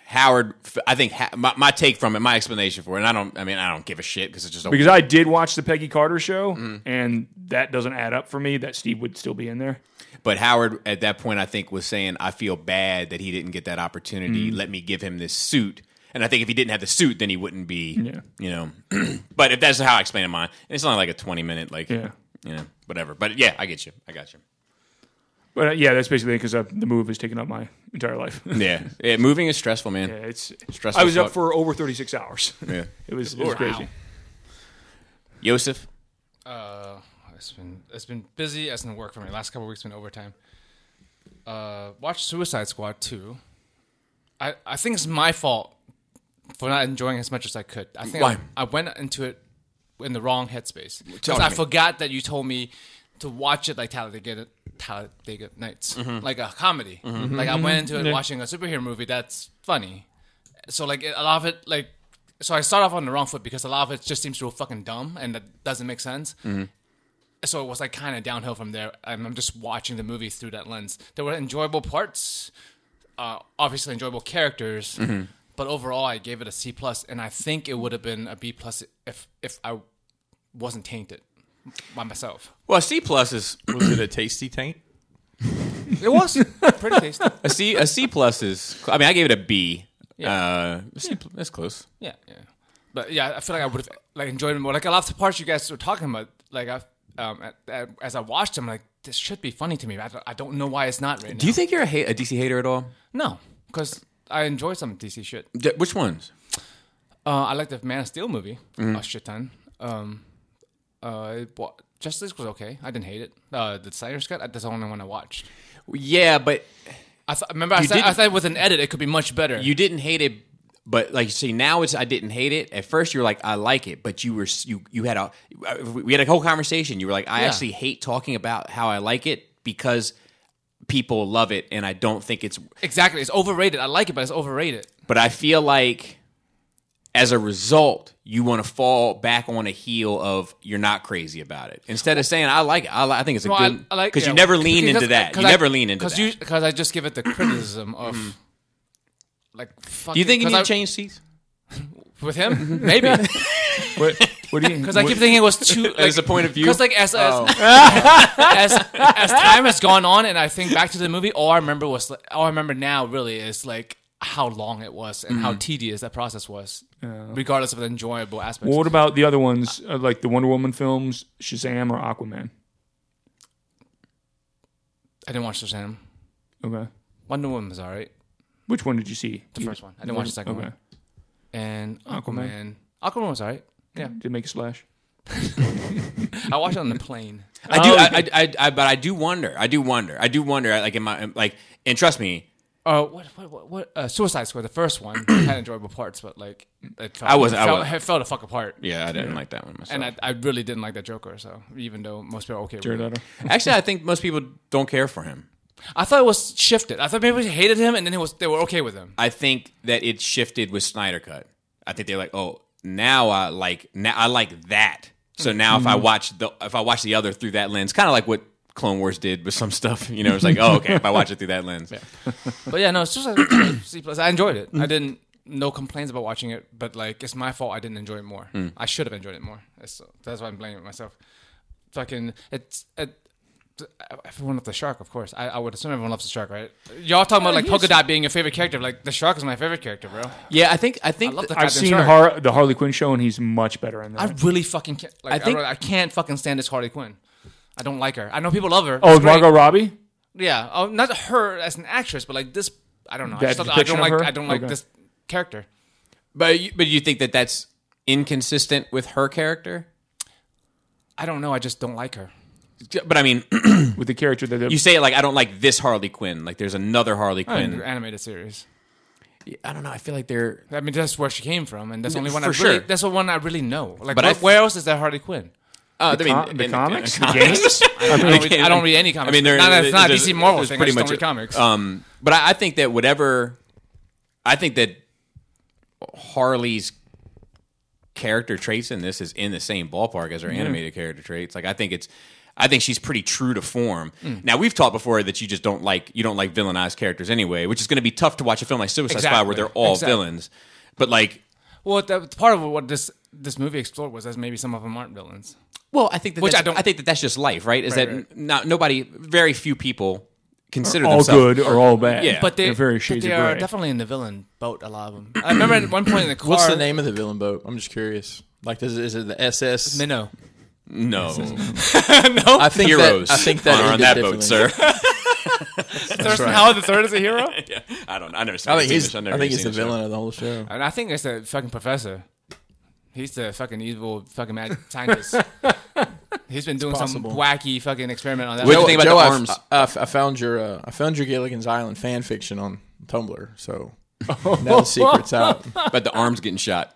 Howard. I think ha- my, my take from it, my explanation for it, and I don't. I mean, I don't give a shit because it's just a
because I did watch the Peggy Carter show, and that doesn't add up for me that Steve would still be in there.
But Howard, at that point, I think was saying, "I feel bad that he didn't get that
Mm.
opportunity. Let me give him this suit." And I think if he didn't have the suit, then he wouldn't be,
Yeah.
you know. but if that's how I explain it, mine, and it's only like a twenty minute, like,
Yeah.
you know, whatever. But yeah, I get you. I got you.
But uh, yeah, that's basically because uh, the move has taken up my entire life. yeah,
Yeah, yeah moving is stressful, man.
it's
Stressful
I was up
fuck.
for over thirty six hours.
Yeah.
it was, it was crazy.
Joseph,
Uh, it's been it's been busy as in work for me. Last couple of weeks been overtime. Uh, watch Suicide Squad two. I I think it's my fault for not enjoying as much as I could. I think I-
Why?
I, went into it in the wrong headspace because
me.
I forgot that you told me to watch it like Talladega Talladega Nights, like a comedy. Like I went into it watching a superhero movie that's funny. So like it- a lot of it like. So I start off on the wrong foot because a lot of it just seems real fucking dumb and that doesn't make sense so it was like kind of downhill from there. I'm, I'm just watching the movie through that lens. There were enjoyable parts, uh, obviously enjoyable characters, but overall I gave it a C plus, and I think it would have been a B plus if if I wasn't tainted by myself.
well, C plus is
was it a tasty taint?
It was pretty tasty.
a C. A C plus is. I mean, I gave it a B.
Yeah.
Uh, C, pl- That's close.
Yeah, yeah. But yeah, I feel like I would have like enjoyed it more. Like a lot of the parts you guys were talking about, like I, um, at, at, as I watched them, like this should be funny to me. but I don't, I don't know why it's not right now.
Do you think you're a, ha- a DC hater at all?
no, because I enjoy some DC shit.
D- which ones?
Uh, I like the Man of Steel movie
Mm.
a shit ton. Um, uh, it wa- Justice was okay. I didn't hate it. Uh, the Snyder's Cut. That's the only one I watched.
Yeah, but
I th- remember I said, I
didn't-
said with an edit it could be much better.
you didn't hate it but like see now it's i didn't hate it at first you were like i like it but you were you you had a we had a whole conversation you were like i
Yeah.
actually hate talking about how i like it because people love it and i don't think it's
exactly. It's overrated. I like it, but it's overrated.
but i feel like As a result, you want to fall back on a heel of you're not crazy about it. Instead of saying I like it, I, li- I think it's a
Well,
good
I, I like
because
yeah,
you never lean
because-
into that. You
because I-
never lean into that.
cause Because I just give it the criticism of like. Fuck
Do you think you need to
I,
change seats?
with him? Maybe because
What, what do you?
I keep thinking it was too. Like,
a point of view?
Because like as,
Oh.
as, as as time has gone on, and I think back to the movie, all I remember was like, all I remember now really is like how long it was and
Mm-hmm.
how tedious that process was, regardless of the enjoyable aspects.
Well, what about the other ones, uh, like the Wonder Woman films, Shazam or Aquaman?
I didn't watch Shazam.
Okay,
Wonder Woman was alright.
which one did you see?
The first one. I didn't watch the second
Okay,
one. And Aquaman.
Aquaman.
Aquaman was alright. Yeah,
did it make a splash?
I watched it on the plane.
I do, I, I, I, I, but I do wonder. I do wonder. I do wonder. Like in my like, and trust me,
Uh, what what what? what uh, Suicide Squad, the first one, had enjoyable parts, but like it fell,
I was-
it
I
fell,
was-
it fell to fuck apart.
yeah, I didn't like that one myself.
And I, I really didn't like that Joker, so even though most people are okay
Jared
with it.
Leto.
Actually, I think most people don't care for him.
I thought it was shifted. I thought maybe they hated him, and then it was they were okay with him.
I think that it shifted with Snyder Cut. I think they're like, oh, now I like now I like that. So now if I watch the if I watch the other through that lens, kind of like what Clone Wars did with some stuff, you know, it's like, oh, okay, if I watch it through that lens,
But yeah, no, it's just like C plus. I enjoyed it. I didn't no complaints about watching it, but like it's my fault. I didn't enjoy it more.
Hmm.
I should have enjoyed it more. That's that's why I'm blaming myself. Fucking it's it, everyone loved the shark, of course. I, I would assume everyone loves the shark, right? Y'all talking about like Polka Dot being your favorite character? Like the shark is my favorite character, bro.
yeah, I think I
I
think
love the
I've
goddamn
seen
shark.
Har- the Harley Quinn show, and he's much better in
I
that.
really fucking can't. Like, I
think-
really- I, can't fucking stand this Harley Quinn. I don't like her. I know people love her.
oh,
It's great.
Margot Robbie.
Yeah, oh, not her as an actress, but like this. I don't know. I,
That
just, I
depiction
don't
of
like.
her?
I don't like
Okay.
this character.
but you, but you think that that's inconsistent with her character?
I don't know. I just don't like her.
But I mean,
with the character that they're,
you say it like I don't like this Harley Quinn. Like there's another Harley
In
Quinn.
the animated series,
I don't know. I feel like they're
I mean, that's where she came from, and that's the only one. I
For
really,
sure.
That's the one I really know. Like,
But
wh-
I f-
where else is there Harley Quinn?
uh, I mean,
com- the
in-
comics,
in-
the games.
I don't, read, I don't read any comics.
I mean, there,
not, it's not a
there's-
DC Marvel
there's
thing.
pretty
I just
much
don't read
a-
comics.
Um, but I, I think that whatever, I think that Harley's character traits in this is in the same ballpark as her animated character traits. Like I think it's, I think she's pretty true to form.
Hmm.
Now we've talked before that you just don't like you don't like villainized characters anyway, which is going to be tough to watch a film like Suicide Squad where
Exactly.
they're all
Exactly.
villains. But like,
well, that, part of what this this movie explored was that maybe some of them aren't villains.
well, I think that
Which
that's-
I don't-
I think that that's just life, right? Is
Right,
that
right.
not nobody, very few people consider
all
themselves
good or all bad.
Yeah.
But they,
are very
but
shades
they
of
are
gray.
definitely in the villain boat. A lot of them. I remember at one point in the car.
What's the name of the villain boat? I'm just curious. Like, is, is it the SS?
Minnow.
No,
I think
heroes.
That, I think that
are on
ended
that boat,
differently.
sir.
Thurston Howard the third is a hero.
yeah, I don't. I never. Seen
I think
seen
he's.
this.
I
I've never
think
seen
he's the
this show.
villain of the whole show.
And I think it's the fucking professor. He's the fucking evil fucking mad scientist. He's been doing some
possible.
wacky fucking experiment on that.
What do
Joe-
you think about
Joe,
the
I-
arms?
I, I found your uh, I found your Gilligan's Island fan fiction on Tumblr, so now the secret's out.
But the arms getting shot.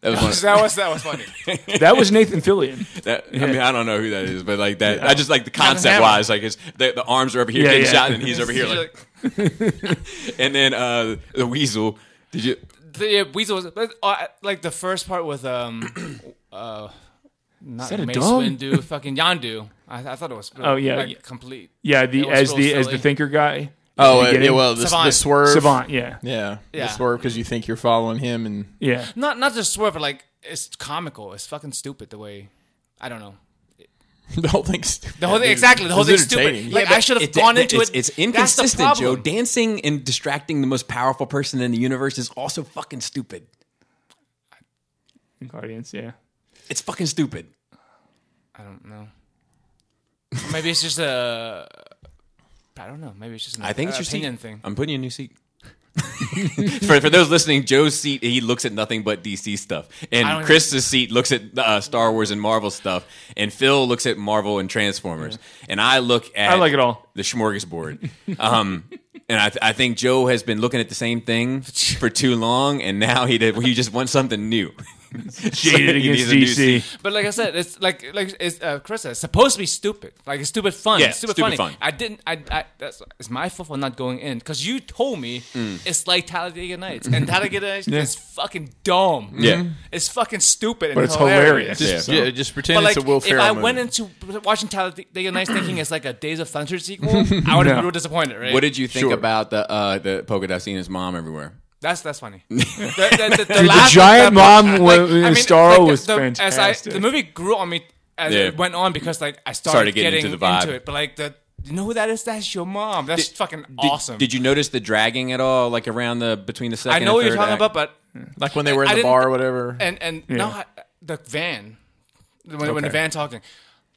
That was one. Of,
that was that was funny.
that was Nathan Fillion.
that, I mean, I don't know who that is, but like that. I just like the concept
Hammer.
wise. Like it's the, the arms are over here
Yeah,
getting
yeah.
shot, and he's over here. Like, and then uh, the weasel. Did you?
the uh, weasel was but, uh, like the first part with um uh not
that a
Mace
dog?
Windu, fucking Yandu. I, I thought it was
Oh, yeah.
like, complete.
Yeah, the
That was
as
real
the as the
silly.
thinker guy.
Oh, uh,
Beginning.
yeah, well, the, the
Savant.
swerve.
Savant. Yeah,
Yeah,
Yeah.
the swerve because you think you're following him, and
yeah.
Not not just swerve, but like it's comical. It's fucking stupid the way I don't know.
the whole thing's stupid.
The whole thing,
Dude,
exactly. The whole
it's
thing's stupid.
entertaining.
Like I should have
It's-
gone into
it's,
it.
It's
That's the
inconsistent, Joe.
problem.
Dancing and distracting the most powerful person in the universe is also fucking stupid.
Guardians. Yeah.
It's fucking stupid.
I don't know. Maybe it's just a. I don't know. Maybe it's just an
I think it's your seat.
Uh, opinion thing.
I'm putting you in a new seat. for, for those listening, Joe's seat he looks at nothing but DC stuff,
I don't
and
even-
Chris's seat looks at uh, Star Wars and Marvel stuff, and Phil looks at Marvel and Transformers, and I look at
I like it all.
the smorgasbord. um, and I, th- I think Joe has been looking at the same thing for too long, and now he did, he just wants something new. It
Jaded against
is a new
DC.
But like I said, it's like like it's uh, Chris said, it's supposed to be stupid. Like it's stupid fun.
Yeah,
it's stupid,
stupid
funny.
fun.
I didn't. I, I that's it's my fault for not going in because you told me it's like Talladega Nights, and Talladega Nights is fucking dumb. Mm-hmm.
Yeah.
it's fucking stupid.
But
and
it's hilarious.
Yeah.
Just, yeah, just pretend
But like,
it's a Will
if
Ferrell
I
movie.
went into watching Talladega Nights thinking it's like a Days of Thunder sequel, I would have
No.
been real disappointed, right?
What did you think
Sure.
about the uh, the polka dot seeing his mom everywhere?
That's that's funny. the, the- the last-
giant
that-
mom with- with Starro was
As I,
fantastic.
the movie grew on me as
Yeah.
it went on because like I started,
Started
getting, into,
the vibe.
it, but like the you know who that is? That's your mom. That's fucking
Did-
awesome.
Did you notice the dragging at all, like around the between the
I
second?
know what
and
you're
third
talking
act?
about, but
like when they were in
I
the
didn't-
bar or whatever.
and and
Yeah.
no, I, the van when, when the
Okay.
van talking.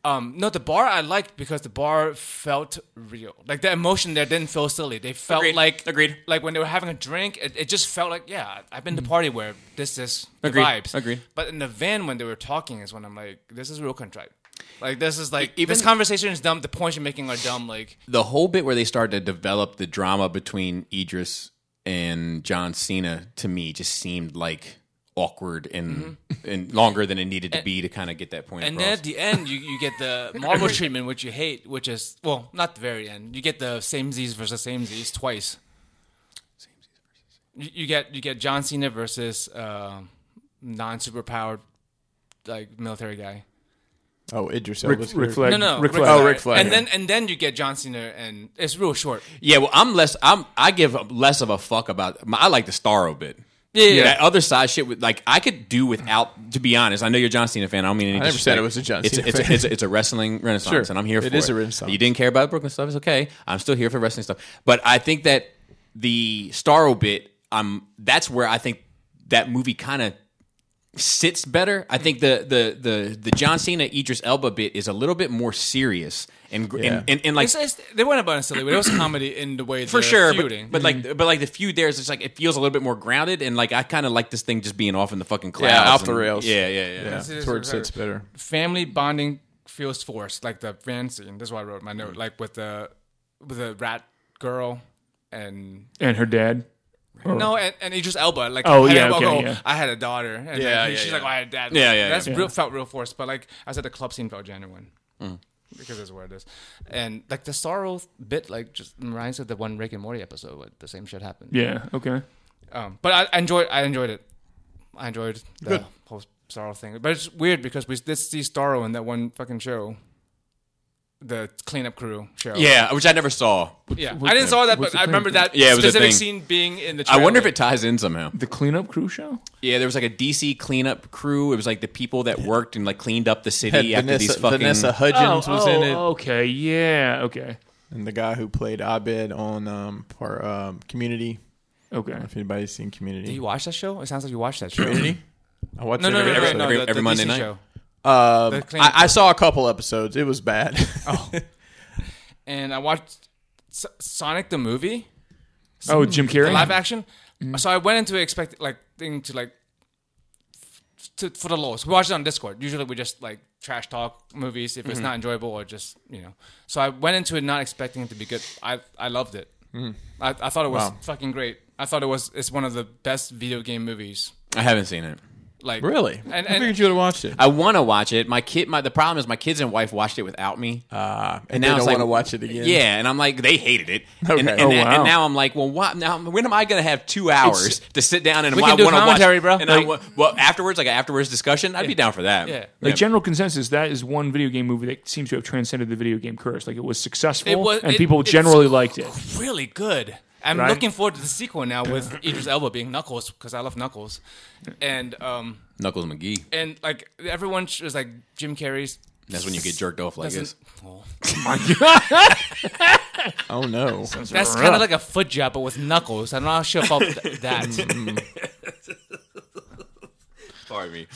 Um, no, the bar I liked because the bar felt real. Like the emotion there didn't feel silly. They felt
Agreed.
like
Agreed.
Like when they were having a drink, it, it just felt like yeah, I've been to
Mm-hmm.
party where this is the
Agreed.
vibes.
Agreed.
But in the van when they were talking is when I'm like, this is real contrived. Like this is like
E- even-
even this conversation is dumb. The points you're making are dumb. Like
the whole bit where they started to develop the drama between Idris and John Cena to me just seemed like awkward and and longer than it needed to be to kind of get that point
Mm-hmm. And then
across.
at the end, you, you get the Marvel treatment, which you hate, which is, well, not the very end. You get the same Z's versus same Z's twice. You, you get you get John Cena versus uh, non superpowered like military guy.
oh, Idris
Rick,
Elba's
Rick
here.
Flag.
No, no,
Ric
Ric
Flag.
Oh, Ric Flag,
And
yeah.
then and then you get John Cena, and it's real short.
yeah, well, I'm less I'm I give less of a fuck about. I like the Starro bit.
Yeah, yeah,
That other side shit, with, like I could do without. To be honest, I know you're a John Cena fan. I don't mean any.
never said
disrespect.
I was a John
it's
Cena
it's,
fan.
It's, a, it's a wrestling renaissance,
Sure.
and I'm here for
It
it.
is a renaissance.
You didn't care about Brooklyn stuff. It's okay. I'm still here for wrestling stuff. But I think that the Starro bit, um, that's where I think that movie kind of sits better. I think the the the the John Cena Idris Elba bit is a little bit more serious and gr
Yeah.
and, and, and like
It's, it's, they went about it silly, but it was comedy in the way
for
they're
sure. But,
feuding.
but like, but like the feud there is just like it feels a little bit more grounded, and like I kind of like this thing just being off in the fucking clouds,
off the
and-
rails.
Yeah, yeah, yeah.
Yeah,
it is
towards
Rick-
sits better.
family bonding feels forced, like the van scene. That's why I wrote my note, like with the with the rat girl and
And her dad. Or-
no, and, and Idris Elba. Like,
Oh,
Idris
yeah,
Elba
okay,
go,
yeah.
I had a daughter. And
Yeah,
yeah,
yeah,
she's
yeah.
like, oh, I had a dad.
Yeah, yeah,
That's
yeah.
real felt real forced. But like I said, the club scene felt genuine
Mm.
because that's where it is. And like the sorrow bit, like just reminds me of the one Rick and Morty episode where the same shit happened.
Yeah. Okay.
Um, but I, I enjoyed. I enjoyed it. I enjoyed the whole Starro thing. But it's weird because we did see Starro in that one fucking show, the cleanup crew show.
Yeah, which I never saw.
yeah. I didn't saw that,
what's
but I
the thing?
remember that
Yeah, it was a
specific
thing.
scene being in the.
I
Trailer.
wonder if it ties in somehow.
The cleanup crew show.
Yeah, there was like a DC cleanup crew. It was like the people that worked and like cleaned up the city after
Vanessa,
these fucking.
Vanessa
Oh,
Hudgens was in it,
Okay. Yeah. Okay.
and the guy who played Abed on um, part, um, Community.
Okay.
If anybody's seen Community,
Did you watch that show? It sounds like you watched that show.
Community. I watched
No,
it
no, no,
every
no,
episode.
no,
every-
the- the
every Monday
DC
night?
Show.
Um,
The clean- Oh.
I, I saw a couple episodes. It was bad.
And I watched S- Sonic the movie,
Oh, Jim
the
Carrey.
live action. So I went into expect like thing to like f- to, for the lulz. We watched it on Discord. Usually we just like trash talk movies if it's
Mm-hmm.
not enjoyable or just you know. So I went into it not expecting it to be good. I I loved it.
Mm-hmm.
I, I thought it was
Wow.
fucking great. I thought it was it's one of the best video game movies.
I haven't seen it.
Like
really?
and,
I figured
and
you would have watched it.
I want to watch it. My kid, my the problem is my kids and wife watched it without me.
Uh, and,
now
now I
it's like-
don't want to watch it again.
Yeah, and I'm like, they hated it.
Okay.
And, and,
Oh,
and
wow.
now I'm like, well, why, now when am I going to have two hours to sit down and
We
wa-
can do
wanna
commentary,
watch,
bro.
And I,
Like-
wa- well, afterwards, like an afterwards discussion, I'd be down for that.
Yeah.
Like general consensus, that is one video game movie that seems to have transcended the video game curse. Like it was successful,
It was-
and
it-
people
it's-
generally liked it.
really good. I'm
Right?
looking forward to the sequel now with Idris Elba being Knuckles because I love Knuckles, and um
Knuckles McGee.
and like everyone sh- was like Jim Carrey's.
That's when you get jerked off like this.
doesn't- Oh.
Oh no.
That's kind of like a foot job, but with knuckles. I'm not sure about th- that.
Pardon me.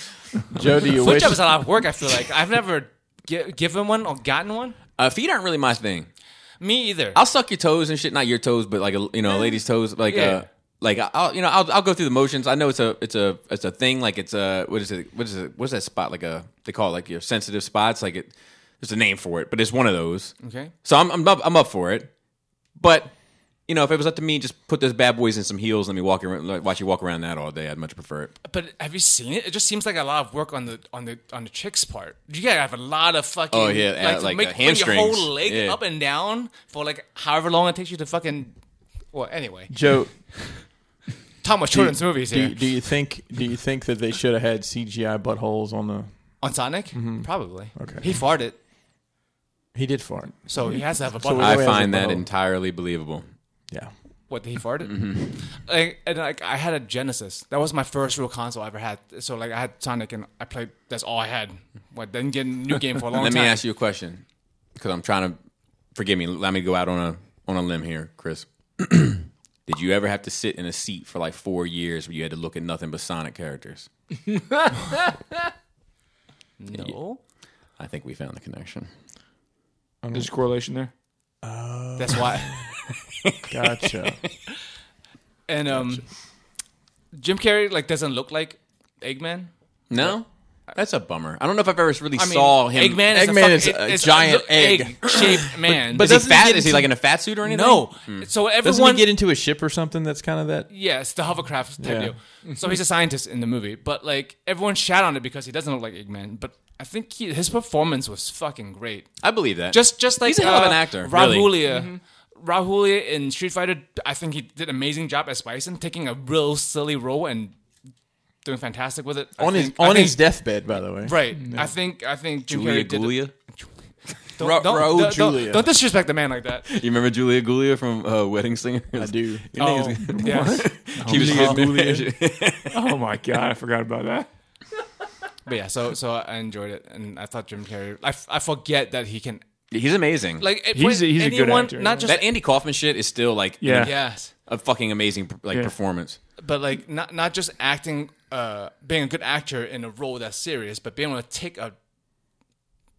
Joe, do you
foot
wish?
job is a lot of work. I feel like I've never gi- given one or gotten one.
Uh, feet aren't really my thing.
Me either.
I'll suck your toes and shit. Not your toes, but like a, you know, a lady's toes. Like
Yeah.
uh, like I'll you know I'll, I'll go through the motions. I know it's a it's a it's a thing. Like it's a what is it what is it what's that spot like a they call it like your sensitive spots. Like it there's a name for it, but it's one of those.
okay.
So I'm I'm up, I'm up for it, but you know, if it was up to me, just put those bad boys in some heels and let me walk around, let- watch you walk around that all day. I'd much prefer it.
But have you seen it? It just seems like a lot of work on the on the on the chick's part. You gotta have a lot of fucking
Oh, yeah,
like,
uh,
to
like,
make,
uh,
bring your
hamstrings.
whole leg
Yeah.
up and down for like however long it takes you to fucking. Well, anyway,
Joe,
talking about children's movies
do,
here
do you think do you think that they should have had CGI buttholes on the?
on Sonic,
Mm-hmm.
probably.
Okay.
he farted,
He did fart.
so he has to have a
So
butthole.
Well,
I
it has
find
a
that
bone.
entirely believable.
Yeah.
What he farted?
Mm-hmm.
Like, and like I had a Genesis. That was my first real console I ever had. So like I had Sonic and I played. That's all I had. What didn't get a new game for a long
Let
time.
me ask you a question because I'm trying to forgive me. Let me go out on a on a limb here, Chris. Did you ever have to sit in a seat for like four years where you had to look at nothing but Sonic characters?
No,
I think we found the connection.
There's a correlation there.
that's why.
Gotcha.
And um, Jim Carrey like doesn't look like Eggman.
No, that's a bummer. I don't know if I've ever really
I mean,
saw him.
Eggman is
Eggman
a, fuck-
is
it-
a
it's
giant egg.
shaped man.
Is he
doesn't he
fat?
get
Is he
into-
like in a fat suit or anything?
no,
Hmm.
so
Doesn't
everyone
he get into a ship or something? That's kind of that.
Yes, the hovercraft type
Yeah.
deal. So he's a scientist in the movie, but like everyone shat on it because he doesn't look like Eggman. But I think he, his performance was fucking great.
I believe that.
Just just like
He's a hell of
uh,
an actor, really.
Rahulia. Rahulia in Street Fighter, I think he did an amazing job as Bison, taking a real silly role and doing fantastic with it. I
On his
think- I
on
think-
his deathbed, by the way.
right. I think I think Jim
Julia
Carrey did.
Gulia.
Don't,
Ra-
don't-
Raul
don't- don't-
Julia.
don't disrespect the man like that.
You remember Julia Gulia from uh, Wedding Singer?
I do.
Oh, yes.
She was
Julia
Gulia.
Oh my god, I forgot about that.
But yeah, so so I enjoyed it, and I thought Jim Carrey. I, f- I forget that he can
He's amazing. Like
like it-
He's
when
a- he's a good
anyone,
actor,
Not
yeah.
just
that Andy Kaufman shit is still like
Yeah.
yes,
a fucking amazing like
Yeah.
performance.
but like not not just acting, uh, being a good actor in a role that's serious, but being able to take a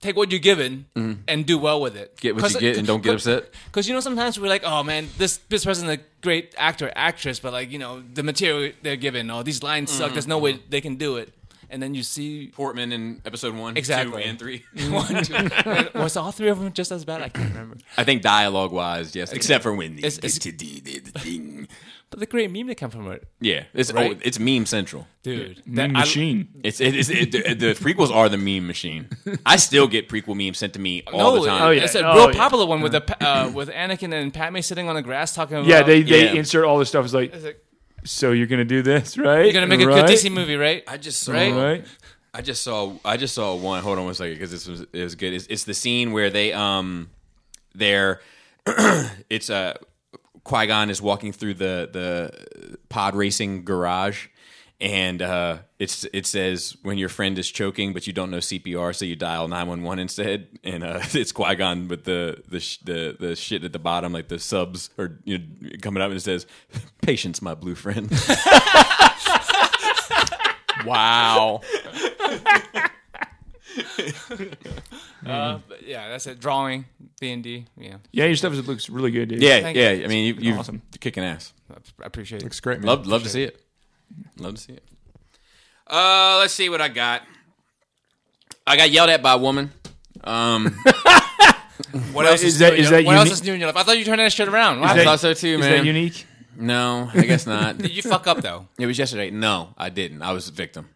take what you're given and do well with it.
Mm-hmm. Get what you get and don't get upset.
Because you know sometimes we're like, oh man, this this person's a great actor actress, but like you know the material they're given, oh these lines suck. There's no
Mm-hmm.
way they can do it. And then you see
Portman in episode one,
Exactly.
two, and three.
one, two, was all three of them just as bad? I can't remember.
I think dialogue wise, yes, except for Wendy.
It's- it's- But the great meme that come from it,
yeah, it's
Right.
oh, it's meme central.
dude.
Mean
I-
Machine.
It's it is it, the, the prequels are the meme machine. I still get prequel memes sent to me all
no,
the time.
oh, yeah.
it's a
Oh,
real
yeah.
popular one with the pa- uh, with Anakin and Padme sitting on the grass talking. About,
Yeah, they they
Yeah.
insert all this stuff. It's like,
It's like,
so you're gonna do this, right?
you're gonna make a
Right?
good Disney movie, right?
I just saw
Right?
right?
I just saw I just saw one. Hold on one second because this was it was good. It's, it's the scene where they um they're it's uh Qui Gon is walking through the the pod racing garage. And uh, it's it says when your friend is choking, but you don't know CPR, so you dial nine one one instead. And uh, it's Qui Gon with the the, sh- the the shit at the bottom, like the subs are you know, coming up, and it says, "Patience, my blue friend."
Wow.
Uh, but yeah, that's it. Drawing D and D. Yeah,
Yeah, your stuff is, looks really good, dude.
yeah,
Thank
yeah.
you.
I mean, you, you're
Awesome.
kicking ass.
I appreciate it.
Looks great, man.
Love, love to see it. Love to see it. Uh, let's see what I got. I got yelled at by a woman. Um,
What else
is
is
that-
new in
is
your-
that
What else
uni-
is new in your life? I thought you turned that shit around. Wow.
I thought so too,
Is
man.
that unique?
no, I guess not.
Did you fuck up though?
it was yesterday. No, I didn't. I was a victim.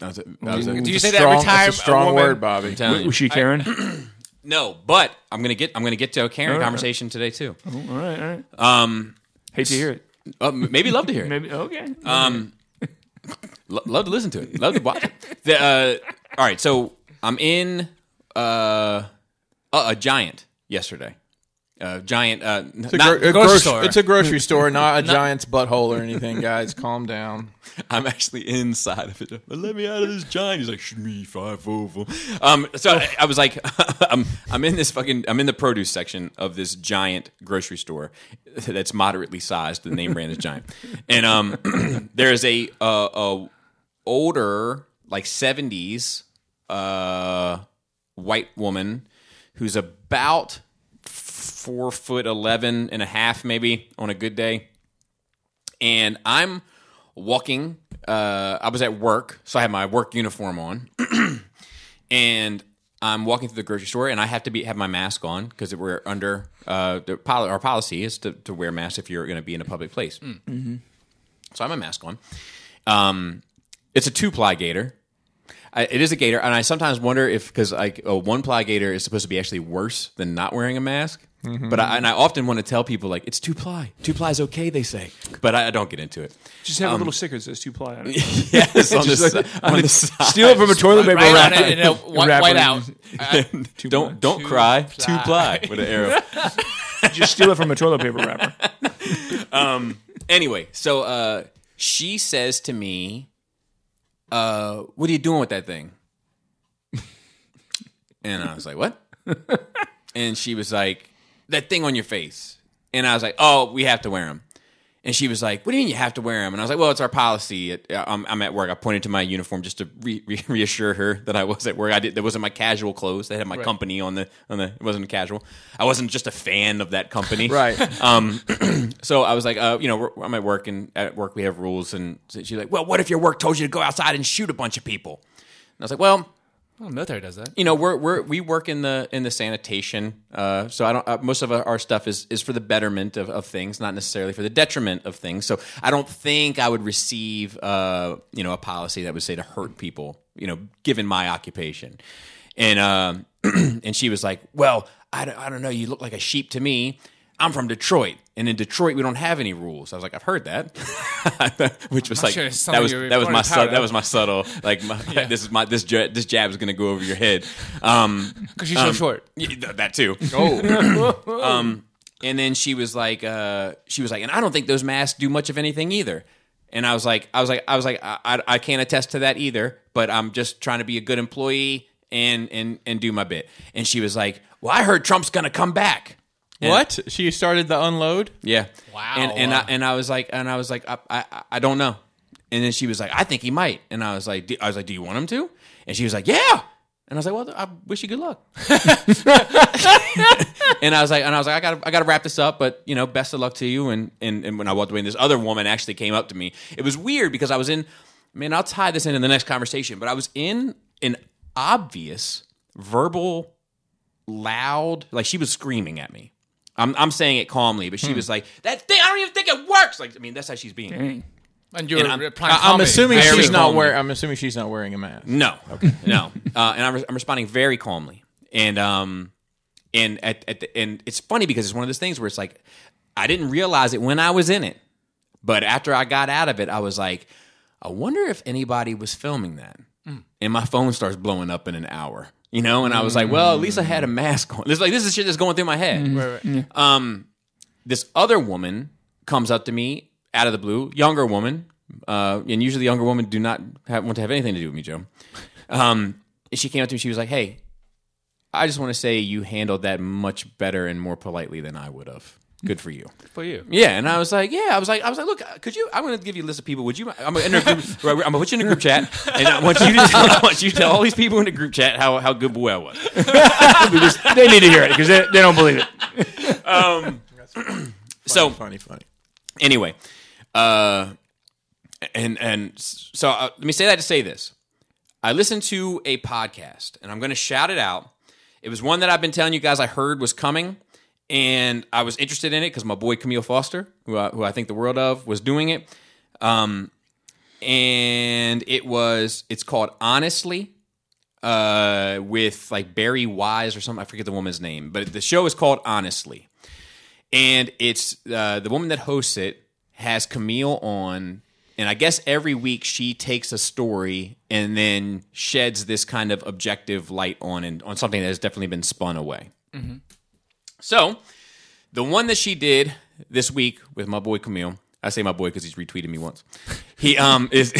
I was a, I was a,
Do you
It's
say
a
that
strong-
every time?
That's a strong
a woman,
word, Bobby.
I'm telling you.
Was she Karen?
No, but I'm gonna get. I'm gonna get to a Karen
All right.
conversation today too.
Oh, all right, all right.
Um,
Hate to hear it.
uh, m- maybe love to hear. it.
Maybe okay.
Um, lo- love to listen to it. Love to watch it. The, uh, all right, so I'm in uh, uh, a giant yesterday. Uh, giant, uh, n-
Gro-
not,
a
grocery
grocery
store.
It's a grocery store, not a giant's butthole or anything, guys. Calm down.
I'm actually inside of it. Let me out of this giant. He's like, shmee five over. Um, so I, I was like, I'm, I'm in this fucking, I'm in the produce section of this giant grocery store that's moderately sized. The name brand is giant, and um, there is a, uh, a older, like 70s, uh, white woman who's about four foot 11 and a half, maybe on a good day and I'm walking. Uh, I was at work, so I had my work uniform on, and I'm walking through the grocery store and I have to be have my mask on because we're under uh, the poli- our policy is to, to wear masks if you're going to be in a public place. So I'm a mask on. Um, it's a two ply gator. I, it is a gator, and I sometimes wonder if because like a one ply gator is supposed to be actually worse than not wearing a mask. But I, and I often want to tell people like it's two ply. Two ply is okay, they say. But I, I don't get into it.
Just have a little sticker that says two ply on it.
Yes, on this on the side.
Steal it from a toilet paper
Right
wrap.
on it in a white,
wrap
white
it.
out. I-
don't don't
Two
cry.
ply.
Two ply with an arrow.
Just steal it from a toilet paper wrapper.
anyway, so uh, she says to me, uh, "What are you doing with that thing?" and I was like, "What?" and she was like, "That thing on your face." And I was like, "Oh, we have to wear them." And she was like, "What do you mean you have to wear them?" And I was like, "Well, it's our policy. It, uh, I'm, I'm at work." I pointed to my uniform just to re- re- reassure her that I was at work. I did. That wasn't my casual clothes. They had my company on the on the. It wasn't a casual. I wasn't just a fan of that company.
Right.
Um, so I was like, uh, you know, we're, I'm at work, and at work we have rules. And so she's like, well, what if your work told you to go outside and shoot a bunch of people? And I was like, well,
Well, military does that.
you know, we're, we're we work in the in the sanitation, uh, so I don't. Uh, most of our our stuff is is for the betterment of, of things, not necessarily for the detriment of things. So I don't think I would receive, uh, you know, a policy that would say to hurt people, you know, given my occupation. And um, and she was like, well, I don't, I don't know, you look like a sheep to me. I'm from Detroit, and in Detroit we don't have any rules. I was like, I've heard that, which was like
sure it's
that was
something you
that was my
reported, how
sub, that
that-
was my subtle like my, this is my this ja- this jab is gonna go over your head um
Because she's so short.
yeah, th- that too oh um and then she was like uh she was like and i don't think those masks do much of anything either and i was like i was like i was like i, I, I can't attest to that either but i'm just trying to be a good employee and and and do my bit and she was like well i heard trump's gonna come back And-
What? She started the unload?
yeah.
Wow.
And and I, and I was like, and I was like, I, I I don't know. And then she was like, I think he might. And I was like, "Do- I was like, do you want him to? And she was like, yeah. And I was like, well, I wish you good luck. and I was like, and I was like, I gotta, I gotta wrap this up, but you know, best of luck to you. And and and when I walked away, and this other woman actually came up to me. It was weird because I was in, man, I'll tie this in in the next conversation, but I was in an obvious verbal loud. Like she was screaming at me. I'm, I'm saying it calmly, but she was like, "That thing, I don't even think it works." Like, I mean, that's how she's being.
And you're
And I'm-
a prime
I, am
comedy.
assuming
Very
she's not
calmly.
wearing. I'm assuming she's not wearing a mask.
No, no. Uh, and I'm, re- I'm responding very calmly, and um, and at, at the, and it's funny because it's one of those things where it's like I didn't realize it when I was in it, but after I got out of it, I was like, I wonder if anybody was filming that. And my phone starts blowing up in an hour, you know. And I was like, well, at least I had a mask on. This like this is shit that's going through my head. Um, this other woman comes up to me out of the blue, younger woman, uh, and usually younger women do not have, want to have anything to do with me, Joe. Um, she came up to me. She was like, "Hey, I just want to say you handled that much better and more politely than I would have. Good for you."
for you.
Yeah, and I was like, yeah, I was like, I was like, look, could you? I'm going to give you a list of people. Would you? I'm going to put you in a group chat, and I want you to tell, I want you to tell all these people in a group chat how how good boy I was.
Because they need to hear it because they, they don't believe it.
so
Funny, funny.
anyway, uh, and and s- so uh, let me say that to say this. I listened to a podcast, and I'm going to shout it out. It was one that I've been telling you guys I heard was coming, and I was interested in it because my boy Camille Foster, who I, who I think the world of, was doing it. Um, and it was it's called Honestly uh, with like Barry Wise or something. I forget the woman's name, but the show is called Honestly, and it's uh, the woman that hosts it has Camille on, and I guess every week she takes a story and then sheds this kind of objective light on and on something that has definitely been spun away.
Mm-hmm.
So, the one that she did this week with my boy Camille. I say my boy because he's retweeted me once. He um is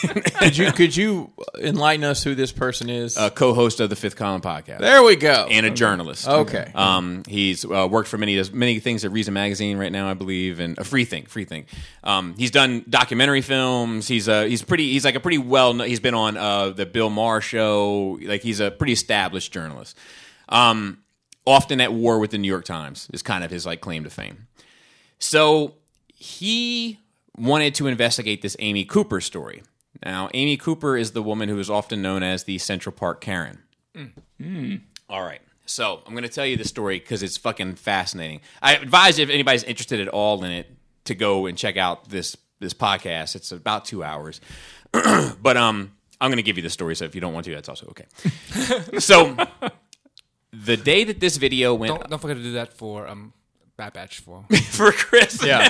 Could you could you enlighten us who this person is?
a co-host of the Fifth Column podcast.
there we go.
and a journalist.
Okay.
Um, he's uh, worked for many many things at Reason Magazine right now, I believe, and a free thing, free thing. Um, he's done documentary films. He's a he's pretty he's like a pretty well kno- he's been on uh, the Bill Maher show. Like he's a pretty established journalist. Um, often at war with the New York Times is kind of his like claim to fame. So he wanted to investigate this Amy Cooper story. Now, Amy Cooper is the woman who is often known as the Central Park Karen. All right. So I'm going to tell you this story because it's fucking fascinating. I advise if anybody's interested at all in it to go and check out this this podcast. It's about two hours, but um, I'm going to give you the story. So if you don't want to, that's also okay. so the day that this video went
Don't, don't forget to do that for um, Bad Batch 4.
for Chris,
Yeah.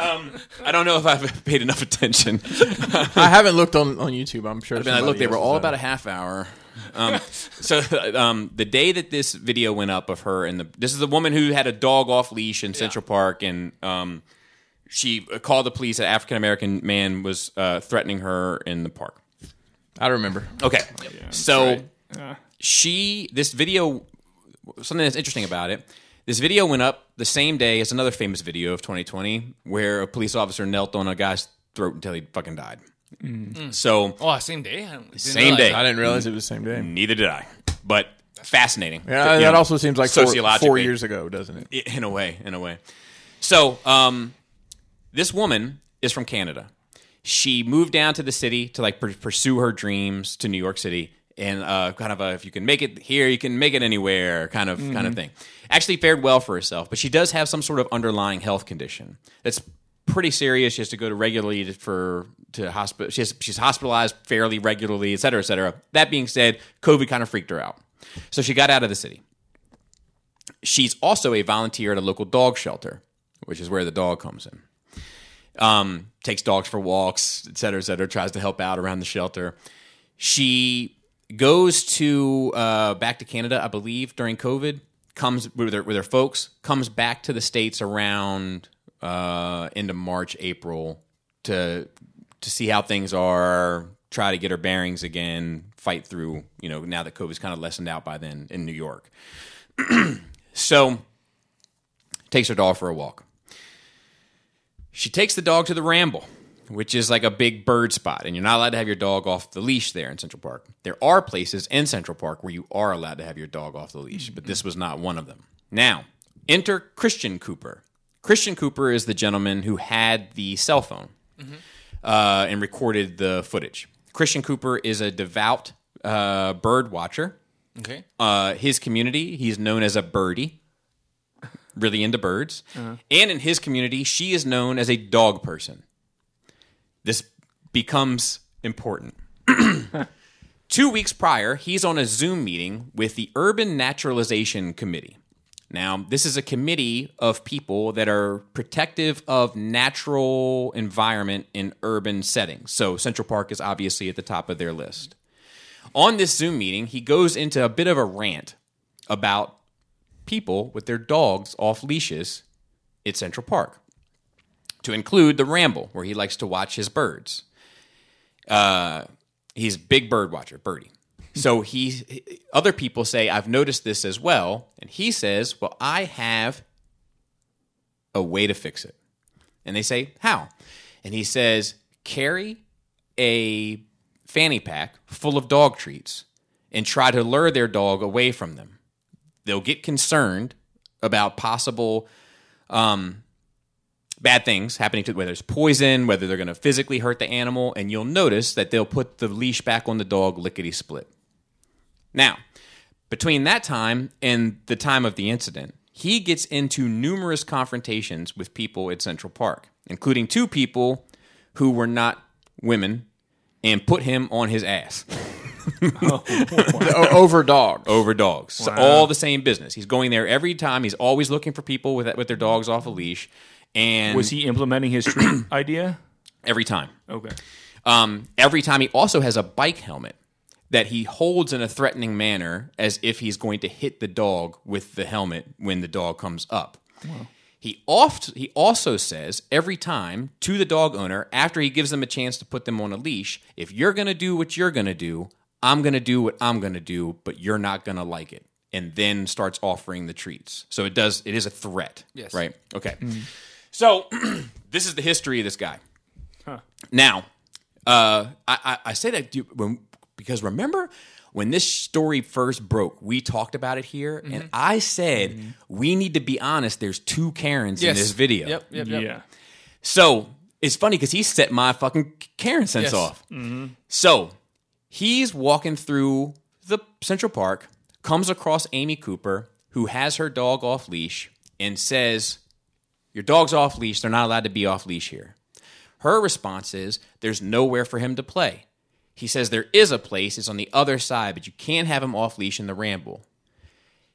um, I don't know if I've paid enough attention.
I haven't looked on, on YouTube. I'm sure.
I mean, I looked;
somebody
they were
else
all
has done
about a half hour. Um, so, um, the day that this video went up of her and the this is the woman who had a dog off leash in Central Park, and um, she called the police. An African American man was uh, threatening her in the park.
it. I remember.
Okay, so she this video something that's interesting about it. This video went up the same day as another famous video of 2020 where a police officer knelt on a guy's throat until he fucking died. So
Oh, same day? I didn't
Same
realize
day.
I didn't realize it was the same day.
Neither did I. But fascinating.
Yeah,
You
that
know,
also seems like four, four
sociologically.
years ago, doesn't it?
in a way, in a way. So, um, this woman is from Canada. She moved down to the city to like pur- pursue her dreams to New York City and uh, kind of a if you can make it here, you can make it anywhere kind of kind of thing. Actually, fared well for herself, but she does have some sort of underlying health condition that's pretty serious. She has to go to regularly to- for to hospital. She has, she's hospitalized fairly regularly, et cetera, et cetera. That being said, COVID kind of freaked her out, so she got out of the city she's also a volunteer at a local dog shelter, which is where the dog comes in. Um, takes dogs for walks, et cetera, et cetera, tries to help out around the shelter. She goes to uh, back to Canada, I believe, during COVID, comes with her, with her folks, comes back to the States around uh, end of March, April to to see how things are, try to get her bearings again, fight through, you know, now that COVID's kind of lessened out by then in New York. So takes her dog for a walk. She takes the dog to the ramble, which is like a big bird spot, and you're not allowed to have your dog off the leash there in Central Park. There are places in Central Park where you are allowed to have your dog off the leash, but this was not one of them. Now, enter Christian Cooper. Christian Cooper is the gentleman who had the cell phone uh, and recorded the footage. Christian Cooper is a devout uh, bird watcher
that. Okay.
uh, his community, he's known as a birdie, really into birds. And in his community, she is known as a dog person. This becomes important. Two weeks prior, he's on a Zoom meeting with the Urban Naturalization Committee. Now, this is a committee of people that are protective of natural environment in urban settings. So, Central Park is obviously at the top of their list on this Zoom meeting, he goes into a bit of a rant about people with their dogs off leashes at Central Park, to include the ramble where he likes to watch his birds. Uh, he's a big bird watcher, birdie. So he, other people say, I've noticed this as well, and he says, Well, I have a way to fix it. And they say, How? And he says, Carry a fanny pack full of dog treats and try to lure their dog away from them. They'll get concerned about possible um, bad things happening to whether it's poison, whether they're going to physically hurt the animal, and you'll notice that they'll put the leash back on the dog lickety split. Now, between that time and the time of the incident, he gets into numerous confrontations with people at Central Park, including two people who were not women and put him on his ass
The o- over dog.
over dogs. So all the same business. He's going there every time. He's always looking for people with with their dogs off a leash, and
Was he implementing his treat idea?
every time.
Okay.
Um, every time he also has a bike helmet that he holds in a threatening manner as if he's going to hit the dog with the helmet when the dog comes up. He oft he also says every time to the dog owner after he gives them a chance to put them on a leash, if you're going to do what you're going to do, I'm going to do what I'm going to do, but you're not going to like it. And then starts offering the treats. So it does it is a threat.
Yes.
Right? Okay. So this is the history of this guy. Now, uh, I, I, I say that do- when, because remember when this story first broke, we talked about it here,
Mm-hmm.
and I said we need to be honest. There's two Karens in
Yes.
this video,
Yep, yep, yep.
Yeah.
so it's funny because he set my fucking Karen sense
Yes.
off. So he's walking through the Central Park. comes across Amy Cooper, who has her dog off leash, and says, Your dog's off leash. They're not allowed to be off leash here. Her response is, There's nowhere for him to play. He says, There is a place. It's on the other side, but you can't have him off leash in the ramble.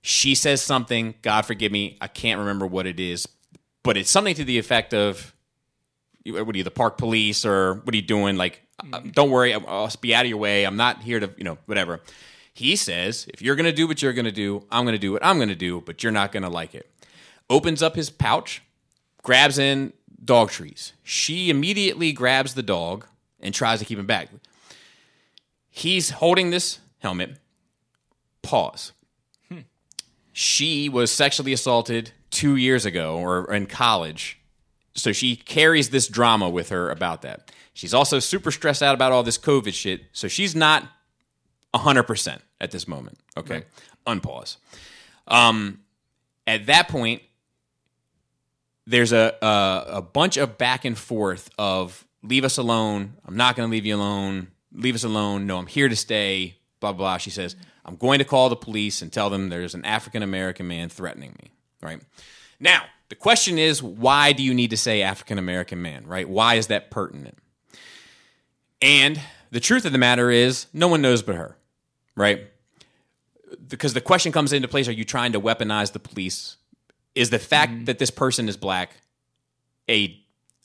She says something, God forgive me, I can't remember what it is, but it's something to the effect of, you- what are you, the park police, or what are you doing? Like, uh, don't worry, I'll- I'll be out of your way. I'm not here to, you know, whatever. He says, if you're going to do what you're going to do, I'm going to do what I'm going to do, but you're not going to like it. Opens up his pouch, grabs in dog trees. She immediately grabs the dog and tries to keep him back. He's holding this helmet. Pause. She was sexually assaulted two years ago or in college so she carries this drama with her about that. She's also super stressed out about all this COVID shit, so she's not 100% at this moment. Okay. Unpause. Um, at that point, there's a, a, a bunch of back and forth of leave us alone. I'm not going to leave you alone. Leave us alone. No, I'm here to stay. Blah, blah, blah. She says, I'm going to call the police and tell them there's an African American man threatening me. Right. Now, the question is, why do you need to say African American man? Right. Why is that pertinent? And the truth of the matter is, no one knows but her. Right. Because the question comes into place are you trying to weaponize the police is the fact
Mm-hmm.
that this person is black a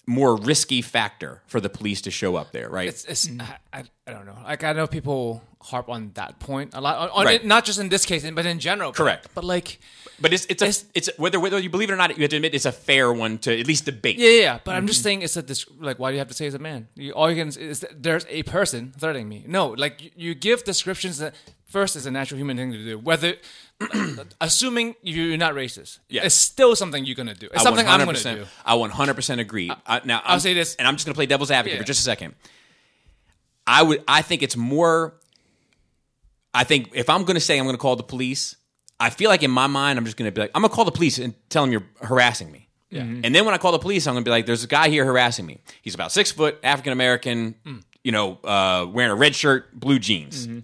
more risky factor for the police to show up there, right?
It's, it's I, I, I don't know. Like I know people harp on that point a lot, on, on
Right.
it, not just in this case, but in general. But-
Correct.
But, like,
but it's it's a, it's, whether whether you believe it or not, you have to admit it's a fair one to at least debate.
yeah, yeah. yeah. But I'm just saying, it's a dis- like, why do you have to say it's a man? You, all you can is that there's a person threatening me. No, like you, you give descriptions that first is a natural human thing to do. Whether assuming you're not racist,
Yeah.
it's still something you're gonna do. It's something I'm gonna
100%
do.
I 100% agree. I, now
I'll
I'm-
say this-
and I'm just going to play devil's advocate
Yeah.
for just a second. I would. I think it's more. I think if I'm going to say I'm going to call the police, I feel like in my mind I'm just going to be like I'm going to call the police and tell them you're harassing me. Yeah. And then when I call the police, I'm going to be like, "There's a guy here harassing me. He's about six foot, African American,
Hmm.
you know, uh, wearing a red shirt, blue jeans."
Mm-hmm.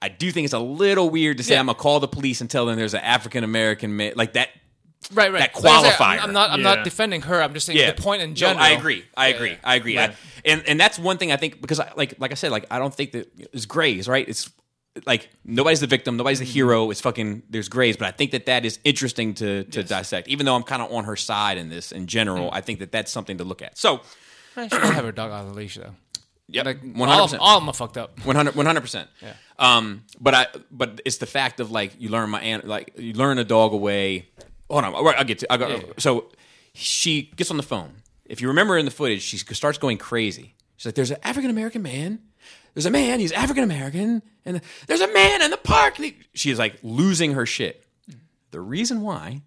I do think it's a little weird to say I'm going to call the police and tell them there's an African American man like that.
Right, right.
That
Like I said,
qualifier.
I'm, I'm not. I'm
Yeah.
not defending her. I'm just saying the point in
No,
general.
I agree. I agree. I agree. I- and and that's one thing I think because I, like like I said, like I don't think that it's grays, right? It's like nobody's the victim, nobody's the
Mm-hmm.
hero. It's fucking there's grays, but I think that that is interesting to to dissect. Even though I'm kind of on her side in this in
Mm.
general, I think that that's something to look at. So,
I should have her dog on the leash though.
yeah,
Like
one
all
hundred
of,
percent.
all of them are fucked up.
100 percent. Um, but I but it's the fact of like you learn my aunt like you learn a dog away. Hold on, all right, I'll get to. I got so she gets on the phone. If you remember in the footage, she starts going crazy. She's like, "There's an African American man. There's a man. He's African American, and there's a man in the park." And he- she is like losing her shit. The reason why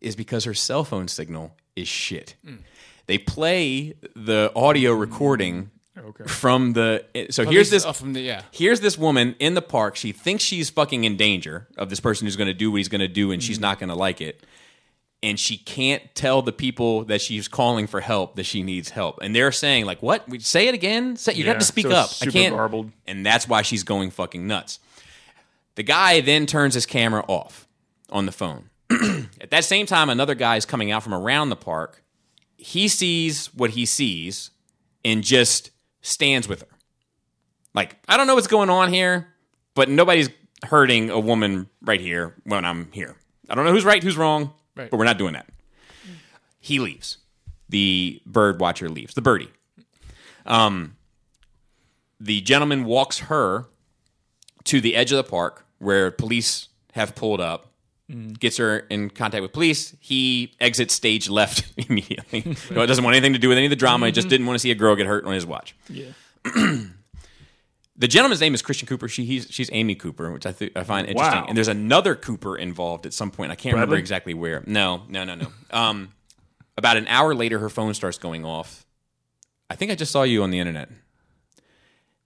is because her cell phone signal is shit.
Mm.
They play the audio recording from the. So here's this
Oh, from the yeah.
here's this woman in the park. She thinks she's fucking in danger of this person who's going to do what he's going to do, and
Mm-hmm.
she's not going to like it. And she can't tell the people that she's calling for help that she needs help, and they're saying like, "What? We say it again? Say, you
Yeah,
have to speak
so it's
up. I
super
can't."
garbled.
And that's why she's going fucking nuts. The guy then turns his camera off on the phone. At that same time, another guy is coming out from around the park. He sees what he sees and just stands with her. Like, I don't know what's going on here, but nobody's hurting a woman right here when I'm here. I don't know who's right, who's wrong,
Right.
but we're not doing that. He leaves. The bird watcher leaves, the birdie. Um, the gentleman walks her to the edge of the park where police have pulled up,
Mm.
gets her in contact with police. He exits stage left immediately. no, it doesn't want anything to do with any of the drama. He just didn't want to see a girl get hurt on his watch.
Mm-hmm. Yeah.
The gentleman's name is Christian Cooper. She he's, she's Amy Cooper, which I th- I find interesting.
Wow.
And there's another Cooper involved at some point. I can't remember
Bradley?
exactly where. No, no, no, no. Um, about an hour later, her phone starts going off. I think I just saw you on the internet.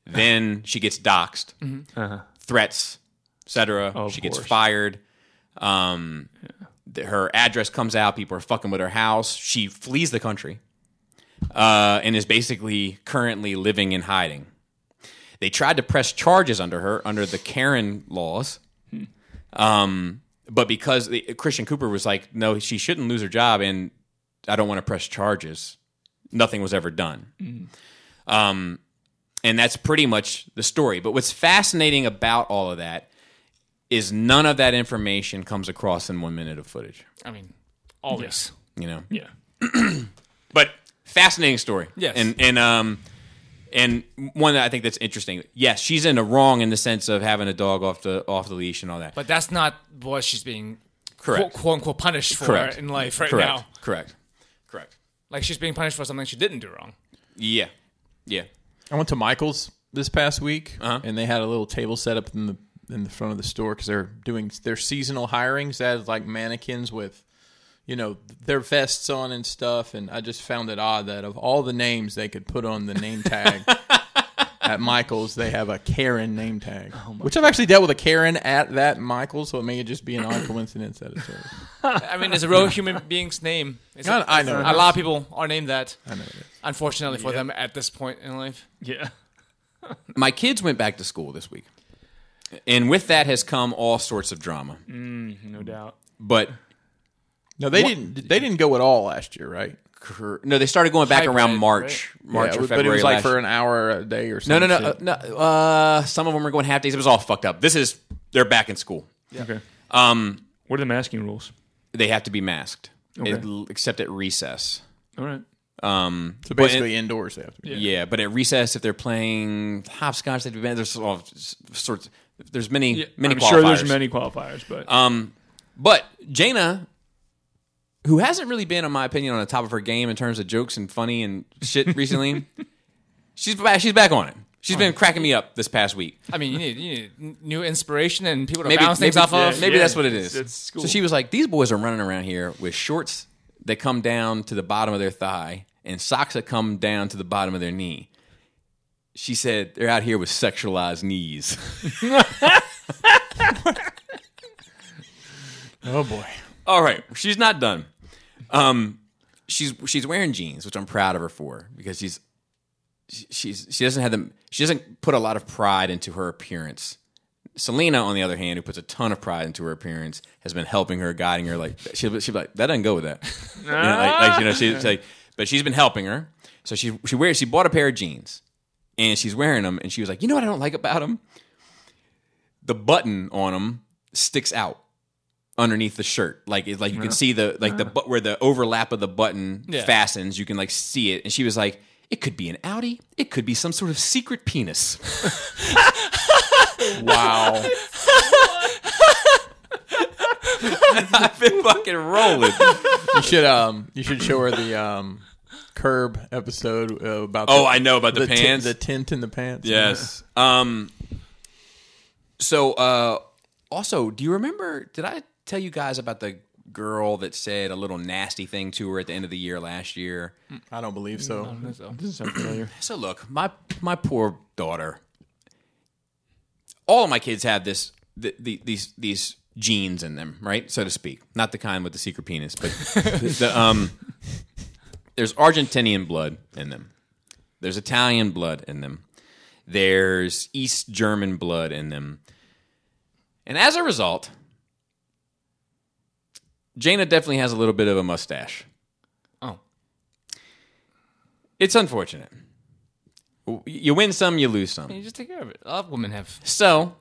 Then she gets doxxed, threats, etc.
Mm-hmm. Uh-huh. Of
She gets
course.
fired. Um, th- her address comes out. People are fucking with her house. She flees the country uh, and is basically currently living in
Hmm.
hiding. They tried to press charges under her under the Karen laws, Um, but because the, Christian Cooper was like, no, she shouldn't lose her job, and I don't want to press charges. Nothing was ever done. Um, and that's pretty much the story. But what's fascinating about all of that is none of that information comes across in one minute of footage.
I mean, always.
You know,
Yeah.
but fascinating story.
Yes.
and and um, and one that I think that's interesting. Yes, she's in the wrong in the sense of having a dog off the off the leash and all that.
But that's not what she's being
Correct.
quote, quote unquote punished for
Correct.
in life right
correct,
now.
correct, correct.
Like she's being punished for something she didn't do wrong.
Yeah, yeah.
I went to Michael's this past week, and they had a little table set up in the in the front of the store because they're doing their seasonal hirings. They had like mannequins with, you know, their vests on and stuff. And I just found it odd that of all the names they could put on the name tag at Michael's, they have a Karen name tag, which I've actually dealt with a Karen at that Michael's, so it may just be an odd coincidence that it's. there.
I mean, it's a real human being's name. It's
God,
a-
I know.
A lot of people are named that.
I know it is.
Unfortunately for them, at this point in life,
Yeah.
my kids went back to school this week, and with that has come all sorts of drama.
No doubt.
But
No, they didn't. They didn't go at all last year, right?
cur- no, they started going back
Hybrid,
around March, March
Yeah,
or February.
but it was like
last
for an hour a day or
No,
something.
no, no, uh, no. Uh, some of them are going half days. It was all fucked up. This is they're back in school.
Okay.
Um,
What are the masking rules?
they have to be masked,
Okay.
it- except at recess.
All right.
Um,
So basically, indoors they have to be.
yeah. but at recess, if they're playing hopscotch, they'd be banned. There's all s- sorts. There's many, many.
I'm sure there's
qualifiers.
many qualifiers, but
Um, but Jaina, who hasn't really been, in my opinion, on the top of her game in terms of jokes and funny and shit recently, she's back. She's back on it. She's been cracking me up this past week.
I mean, you need, you need n- new inspiration and people to
maybe
bounce things
maybe-
off of.
yeah, maybe
Yeah,
that's what it
it's-
is.
it's cool.
So she was like, "These boys are running around here with shorts that come down to the bottom of their thigh and socks that come down to the bottom of their knee." She said, "They're out here with sexualized knees."
Oh boy.
All right, she's not done. Um, she's she's wearing jeans, which I'm proud of her for because she's she- she's she doesn't have them. She doesn't put a lot of pride into her appearance. Selena, on the other hand, who puts a ton of pride into her appearance, has been helping her, guiding her. Like she'll she'll be like that doesn't go with that. you know, like, like, you know, she's like, but she's been helping her. So she she wears she bought a pair of jeans, and she's wearing them, and she was like, you know what I don't like about them? The button on them sticks out underneath the shirt. Like it's like you can see the like the but where the overlap of the button
Yeah.
fastens, you can like see it. And she was like, it could be an Audi, it could be some sort of secret penis.
Wow.
I've been fucking rolling.
you should um you should show her the um curb episode uh, about
Oh,
the,
I know about the,
tin-
pants.
the tint in the pants.
yes. Um so uh also, do you remember did I tell you guys about the girl that said a little nasty thing to her at the end of the year last year?
I don't believe so.
doesn't sound familiar.
So look, my my poor daughter. All of my kids have this the, the, these these genes in them, right, so to speak. Not the kind with the secret penis, but the, the, um. There's Argentinian blood in them. There's Italian blood in them. There's East German blood in them. And as a result, Jaina definitely has a little bit of a mustache.
Oh.
It's unfortunate. W- You win some, you lose some.
You just take care of it. A lot of women have.
So,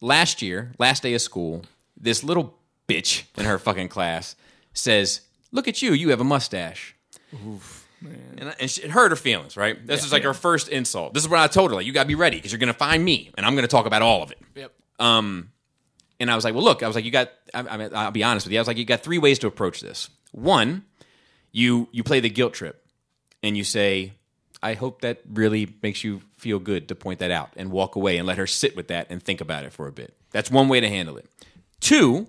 last year, last day of school, this little bitch in her fucking class says, "Look at you, you have a mustache." And, I- and she, it hurt her feelings, right? This is like her first insult. This is what I told her: like, you gotta be ready because you're gonna find me, and I'm gonna talk about all of it.
Yep.
Um, and I was like, well, look, I was like, you got. I, I mean, I'll be honest with you. I was like, you got three ways to approach this. One, you you play the guilt trip, and you say, I hope that really makes you feel good to point that out, and walk away and let her sit with that and think about it for a bit. That's one way to handle it. Two,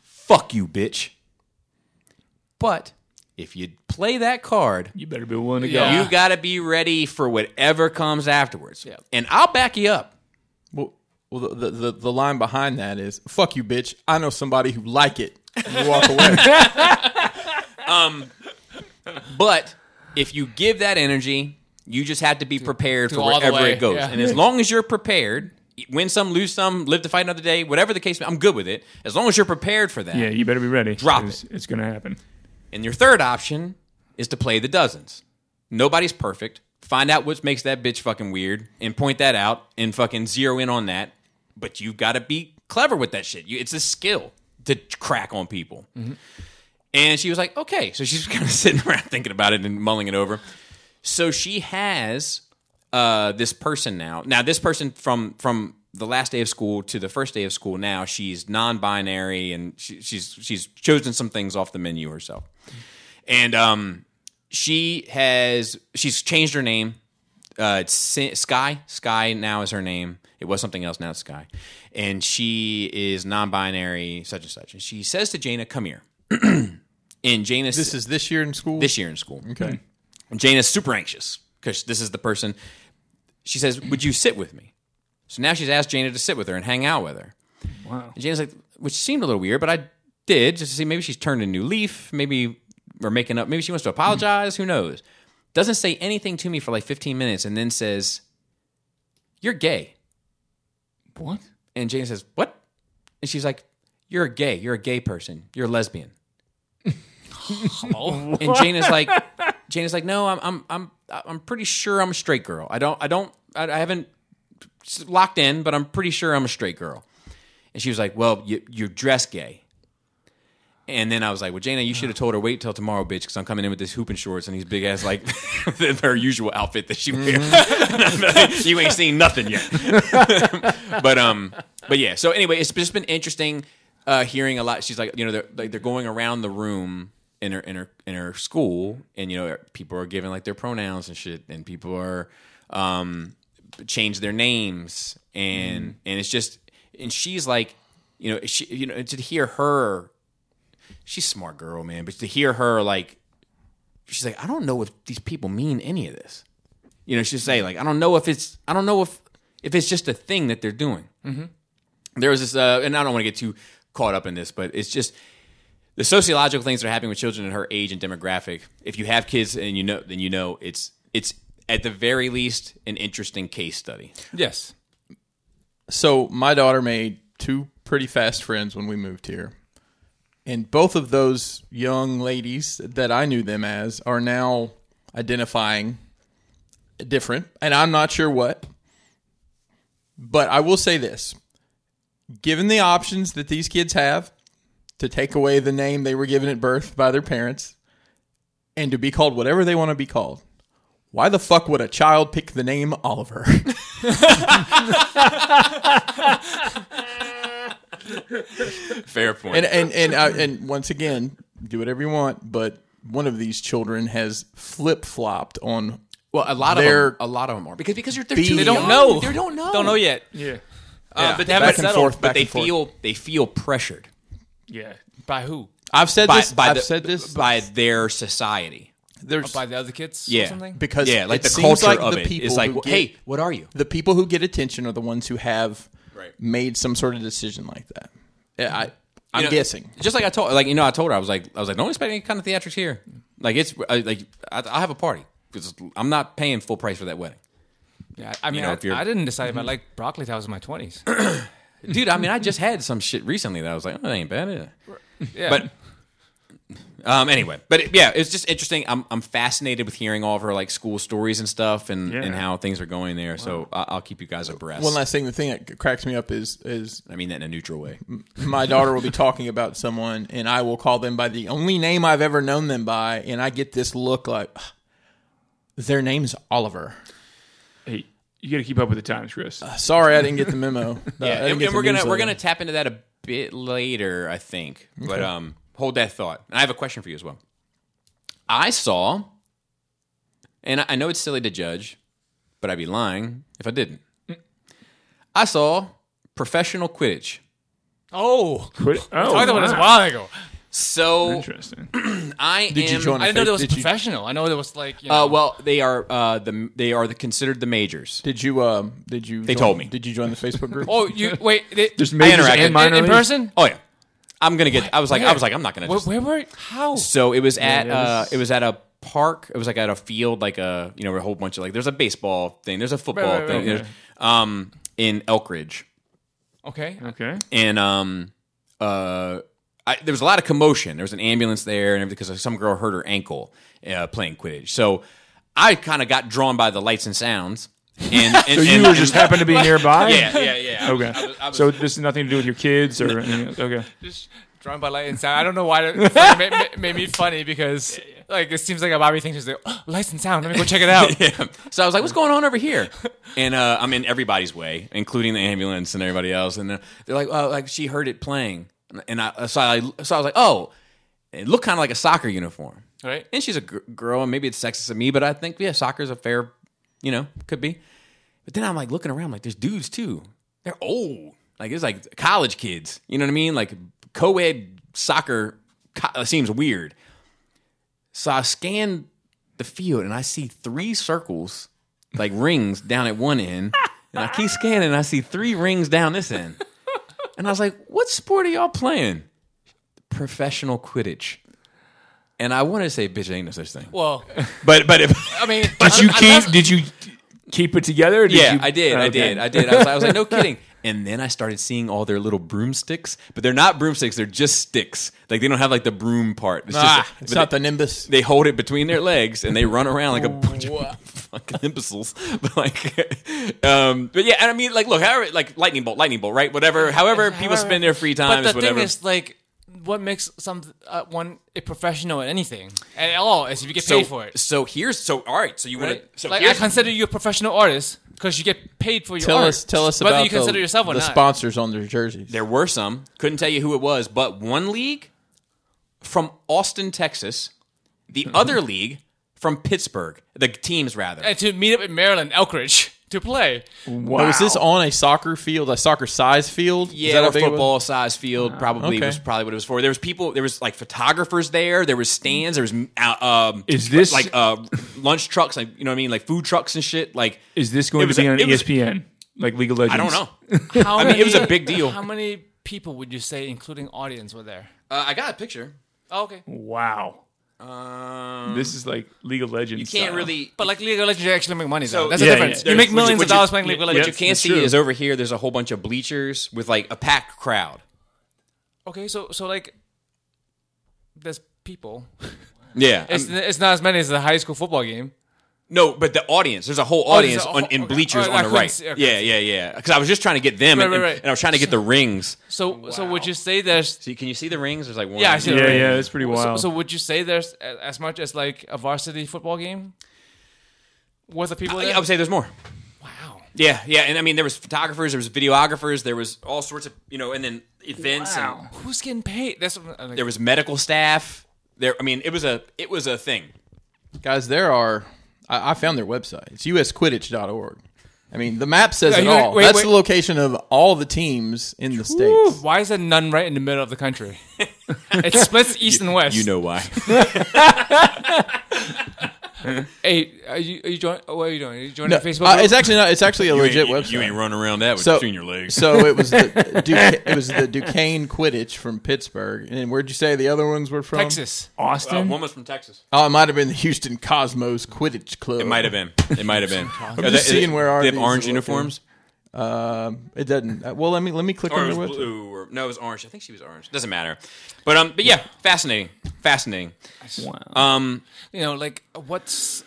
fuck you, bitch. But if you play that card,
You better be willing to
Yeah.
you got to be ready for whatever comes afterwards.
Yeah.
And I'll back you up.
Well, well the, the the line behind that is fuck you bitch. I know somebody who like it. You walk away.
But if you give that energy, you just have to be prepared for
all the
wherever
way,
it goes.
yeah.
And as long as you're prepared, win some, lose some, live to fight another day, whatever the case. may- I'm good with it as long as you're prepared for that.
Yeah, you better be ready.
Drop
'cause It's going to happen.
And your third option is to play the dozens. Nobody's perfect. Find out what makes that bitch fucking weird and point that out and fucking zero in on that. But you've got to be clever with that shit. You, it's a skill to crack on people.
Mm-hmm.
And she was like, okay. So she's kind of sitting around thinking about it and mulling it over. So she has uh, this person now. Now this person from from the last day of school to the first day of school. Now she's non-binary and she, she's she's chosen some things off the menu herself. And um, she has she's changed her name. Uh, it's Sin- Sky. Sky now is her name. It was something else. Now it's Sky, and she is non-binary, such and such. And she says to Jaina, "Come here." and Jaina,
This is this year in school.
this year in school. Okay. Jane is super anxious because this is the person. She says, "Would you sit with me?" So now she's asked Jana to sit with her and hang out with her. Wow. And Jana's like, which seemed a little weird, but I did just to see maybe she's turned a new leaf. Maybe we're making up. Maybe she wants to apologize. Who knows? Doesn't say anything to me for like 15 minutes and then says, "You're gay."
What?
And Jane says, "What?" And she's like, "You're a gay. You're a gay person. You're a lesbian."
Hello?
And Jane is like, Jane is like, no, I'm, I'm, I'm, I'm pretty sure I'm a straight girl. I don't, I don't, I, I haven't s- locked in, but I'm pretty sure I'm a straight girl. And she was like, well, you, you dress gay. And then I was like, well, Jana, you should have told her wait till tomorrow, bitch, because I'm coming in with this hooping shorts and these big ass like her usual outfit that she wears. you ain't seen nothing yet. but um, but yeah. So anyway, it's just been interesting uh, hearing a lot. She's like, you know, they're like they're going around the room in her in her in her school, and you know, people are giving like their pronouns and shit, and people are um change their names, and and it's just, and she's like, you know, she you know to hear her, she's a smart girl, man, but to hear her like. She's like, I don't know if these people mean any of this you know she'll say like i don't know if it's i don't know if if it's just a thing that they're doing
Mm-hmm.
there was this uh, and i don't want to get too caught up in this but it's just the sociological things that are happening with children in her age and demographic if you have kids and you know then you know it's it's at the very least an interesting case study
yes.
So my daughter made two pretty fast friends when we moved here. And both of those young ladies that I knew them as are now identifying different. And I'm not sure what. But I will say this given the options that these kids have to take away the name they were given at birth by their parents and to be called whatever they want to be called, why the fuck would a child pick the name Oliver?
fair point
and and and uh, and once again, do whatever you want, but one of these children has flip flopped on.
well a lot of
they're-
them a lot of them are because because you're, they're
Being-
too
They
Don't
young.
know.
they don't know
Don't know yet.
Yeah.
Uh, but they
Back
haven't
and
settled
forth,
but
back
they
and forth.
feel they feel pressured
Yeah.
By who?
I've said
by,
this.
by
I've
the,
said this.
by their society
There's
By the other kids
Yeah.
or something?
because
yeah, like
it
the
seems
culture
like
of
the
it
people
is like,
who
well,
get-
hey, what are you?
the people who get attention are the ones who have
Right.
made some sort of decision like that. Yeah, I I'm
You know,
guessing.
Just like I told, like you know, I told her I was like, I was like, don't expect any kind of theatrics here. Like it's I, like I, I have a party because I'm not paying full price for that wedding,
Yeah, I mean,
know,
I,
if you're- Mm-hmm.
I didn't decide if I like broccoli till I was in my 20s.
dude. I mean, I just had some shit recently that I was like, oh, that ain't bad. Is it?
Yeah.
But um, anyway, but it, yeah, it's just interesting. I'm I'm fascinated with hearing all of her like school stories and stuff, and
Yeah.
and how things are going there. So I, I'll keep you guys abreast.
One last thing, the thing that cracks me up is is
I mean that in a neutral way.
my daughter will be talking about someone and I will call them by the only name I've ever known them by and I get this look like their name's Oliver.
Hey, you got to keep up with the times, Chris.
Sorry, I didn't get the memo.
Yeah, and, and we're gonna we're gonna tap into that a bit later, I think. But um, hold that thought. And I have a question for you as well. I saw, and I- I know it's silly to judge, but I'd be lying if I didn't. I saw professional Quidditch.
oh,
Quit. Oh,
I thought it was a
wow.
while ago.
So
Interesting.
I am.
Did you join a
I didn't know
fa-
that was
did you-
professional. I know there was like, you know,
Uh, well, they are uh, the they are the, considered the majors.
Did you? Um, did you? They
told me.
Did you join the Facebook group?
oh, you wait, they,
Just majors
interacted.
and
In-
in, in
minor leagues?
person?
Oh yeah, I'm gonna get. I was like, I was like, I'm not gonna.
Where,
just-
where were how?
So it was at
yeah,
uh,
this-
it was at a park. It was like at a field, like a you know a whole bunch of like there's a baseball thing, there's a football
right,
thing.
right,
there's, um, in Elkridge,
Okay.
Okay.
and um, uh, I, there was a lot of commotion. There was an ambulance there, and everything because some girl hurt her ankle uh, playing Quidditch. So I kind of got drawn by the lights and sounds. And, and
So you
and-
were just happened to be nearby.
yeah, yeah, yeah. I was-
Okay.
I was- I was-
so this has nothing to do with your kids or anything. Okay.
Just drawn by light and sound. I don't know why it fucking made, made- made me funny because like it seems like a Bobby thing. She's like, oh, lights and sound. Let me go check it out.
yeah. So I was like, "What's going on over here?" And uh, I'm in everybody's way, including the ambulance and everybody else. And they're they're like, "Oh, like she heard it playing." And I so I so I was like, "Oh, it looked kind of like a soccer uniform."
Right.
And she's a gr- girl, and maybe it's sexist of me, but I think yeah, soccer's a fair, you know, could be. But then I'm like looking around, like there's dudes too. They're old, like it's like college kids. You know what I mean? Like co-ed soccer co- uh, seems weird. So I scan the field and I see three circles, like rings down at one end. And I keep scanning and I see three rings down this end. And I was like, what sport are y'all playing? Professional Quidditch. And I want to say, bitch, ain't no such thing.
Well,
But, but, if,
I mean,
Did you
unless-
keep? Did you keep it together? or Did
yeah,
you-
I did, I
Okay.
did, I did. I was, I was like, no kidding. And then I started seeing all their little broomsticks, but they're not broomsticks; they're just sticks. Like they don't have like the broom part. It's
Ah,
just,
it's
but
not
they-
the Nimbus.
they hold it between their legs and they run around like a bunch of fucking imbeciles. But like, um, but yeah, and I mean, like, look, however, like lightning bolt, lightning bolt, right? Whatever, however, people
However-
spend their free time
But
is
the
whatever.
thing is, like, what makes some uh, one a professional at anything at all is if you get
so,
paid for it.
so here's so all right. So you
Right?
want to so
like, I
here's-
consider you a professional artist because you get paid for your
Tell
art.
us, tell us
whether
about
you consider
the,
yourself or
the
not.
sponsors on their jerseys.
There were some. Couldn't tell you who it was, but one league from Austin, Texas. The other league from Pittsburgh. The teams rather.
and to meet up in Maryland, Elkridge, to play.
Now, was this on a soccer field, a soccer size field? Is
Yeah,
that how
or
big it was?
football size field probably
okay.
was probably what it was for. There was people, there was like photographers there, there was stands, there was uh, um,
Is this-
like uh, lunch trucks, like you know what I mean, like food trucks and shit. Like,
Is this going
It was
to be
a-
on E
it was-
ESPN? Like League of Legends?
I don't know. uh,
How
mean, it was a big deal.
How many people would you say, including audience, were there?
Uh, I got a picture.
Oh, okay.
Wow.
Um,
This is like League of Legends.
you can't
style.
really.
But like League of Legends, you actually make money.
So-
though. That's
Yeah,
the difference.
yeah.
You make
There's-
millions
what
of
you-
dollars playing League of
What you
Legends.
can't
that's
see
true.
is over here. There's a whole bunch of bleachers with like a packed crowd.
Okay, so so like, there's people.
Um, Yeah,
It's, it's not as many as the high school football game.
No, but the audience. There's a whole
Oh,
audience
there's a
on,
whole-
in
okay.
bleachers
Oh, I
on the
couldn't
right.
see- I couldn't
yeah, yeah, yeah. Because I was just trying to get them,
Right,
and,
right,
and-
right.
and I was trying to get the rings.
So so would you say there's
See, can you see the rings? There's like one.
Yeah, I see
Yeah,
the ring.
yeah, it's pretty
So,
wild.
uh,
so would you say there's a- as much as like a varsity football game worth of people?
Oh,
there?
yeah, I would say there's more.
wow.
Yeah, yeah, and I mean there was photographers, there was videographers, there was all sorts of you know, and then events, and
Who's getting paid? That's what, I'm like,
there was medical staff. There, I mean, it was a it was a thing.
Guys, there are. I, I found their website. It's usquidditch.org. I mean, the map says
Yeah,
it
you-
all.
wait,
That's
wait.
the location of all the teams in the states.
why is there none right in the middle of the country? it splits east and west.
You know why?
Hey, are you, are you join, what are you doing? Are you joining
No,
the Facebook?
uh,
group?
it's actually not. It's actually a legit
you,
website.
you ain't running around that with
So-
between your legs.
So it was the Duque, it was the Duquesne Quidditch from Pittsburgh, and where'd you say the other ones were from?
Texas.
Uh,
Austin.
one was from Texas.
Oh, it might have been the Houston Cosmos Quidditch Club.
It might have been. It might have been. I'm
just seeing where are
they have
these
orange
looking.
uniforms.
Um, it doesn't. uh, Well, let me let me click
or
on
it
their
was
website.
blue, or no, it was orange. I think she was orange. Doesn't matter. But um, but yeah, fascinating, fascinating.
wow.
Um,
You know, like what's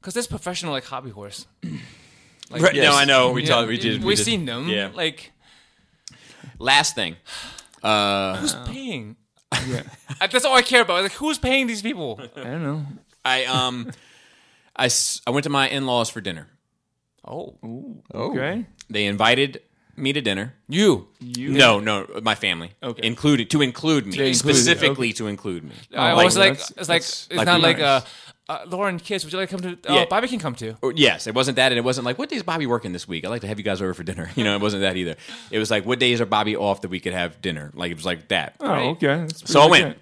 because there's professional like hobby horse. Like,
right,
yes.
no, I know we
yeah,
talked, we did, we
We've
did-
seen them.
Yeah.
Like
Last thing, uh,
who's paying? Yeah. That's all I care about. Like who's paying these people?
I don't know.
I um, I s- I went to my in laws for dinner.
Oh,
Oh,
Okay.
They invited me to dinner.
you.
No, no, my family okay. included to include me
include you,
specifically to include me.
I
like
was like,
that's-
it's like,
that's
it's
Oh, like
not
nice.
like uh, uh, Lauren Kiss. Would you like to come to? Uh,
Yeah.
Bobby can come too.
Or- Yes, it wasn't that, and it wasn't like what days Bobby working this week. I'd like to have you guys over for dinner. You know, it wasn't that either. It was like what days are Bobby off that we could have dinner. Like it was like that.
Oh, okay. That's
So I
pretty
went.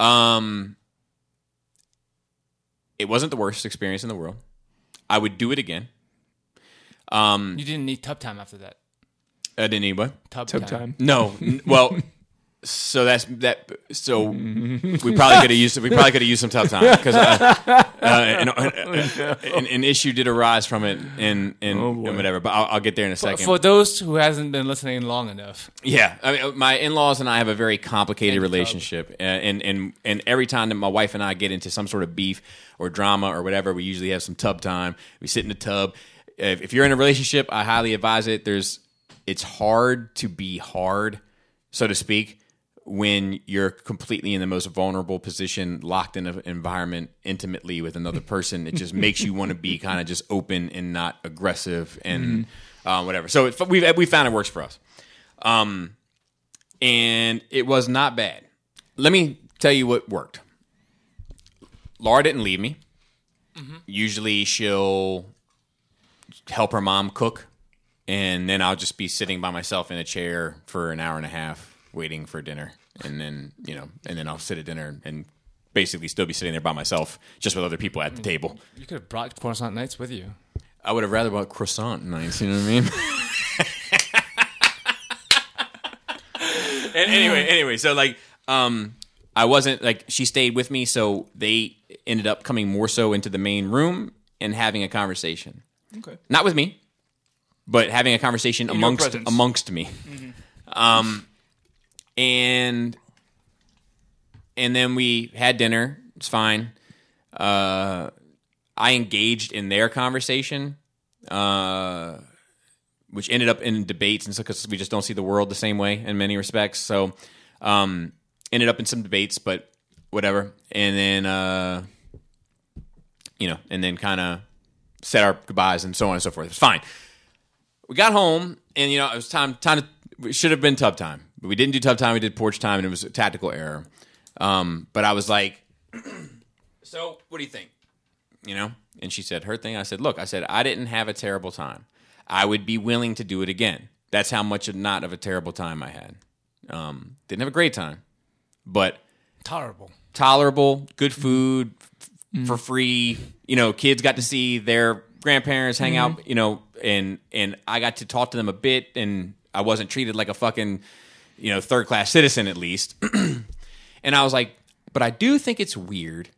good.
Um, it wasn't the worst experience in the world. I would do it again. Um, Mm.
You didn't need tub time after that.
I Uh, didn't need what?
Tub,
Tub time.
No, n- well, So that's that. So we probably could have used we probably could have used some tough time because uh, uh, an, an, an issue did arise from it and and,
boy.
and whatever. But I'll, I'll get there in a second.
For those who hasn't been listening long enough,
Yeah, I mean, my in-laws and I have a very complicated relationship, uh, and and and every time that my wife and I get into some sort of beef or drama or whatever, we usually have some tub time. We sit in the tub. If, if you're in a relationship, I highly advise it. There's, it's hard to be hard, so to speak, when you're completely in the most vulnerable position, locked in an environment intimately with another person. It just makes you want to be kind of just open and not aggressive and uh, whatever. So it, we we found it works for us and it was not bad. Let me tell you what worked. Laura didn't leave me. Usually she'll help her mom cook, and then I'll just be sitting by myself in a chair for an hour and a half waiting for dinner, and then you know, and then I'll sit at dinner and basically still be sitting there by myself, just with other people at the table.
you could have brought croissant nights with you.
I would have rather bought croissant nights. You know what I mean? and anyway, anyway, so like, um, I wasn't like she stayed with me, so they ended up coming more so into the main room and having a conversation. Okay. Not with me, but having a conversation
your
amongst
presence. Mm-hmm.
amongst me. Um, and and then we had dinner. It's fine. Uh, I engaged in their conversation. Uh which ended up in debates and stuff because we just don't see the world the same way in many respects. So, um, ended up in some debates, but whatever. And then, uh, you know, and then kind of said our goodbyes and so on and so forth. It's fine. We got home, and you know, it was time. Time to, it should have been tub time, but we didn't do tub time. We did porch time, and it was a tactical error. Um, but I was like, "So, what do you think?" you know? And she said her thing. I said, look, I said, I didn't have a terrible time. I would be willing to do it again. That's how much of not of a terrible time I had. Um, didn't have a great time, but
Tolerable.
tolerable, good food f- for free. You know, kids got to see their grandparents hang out, you know, and and I got to talk to them a bit and I wasn't treated like a fucking, you know, third class citizen at least. and I was like, but I do think it's weird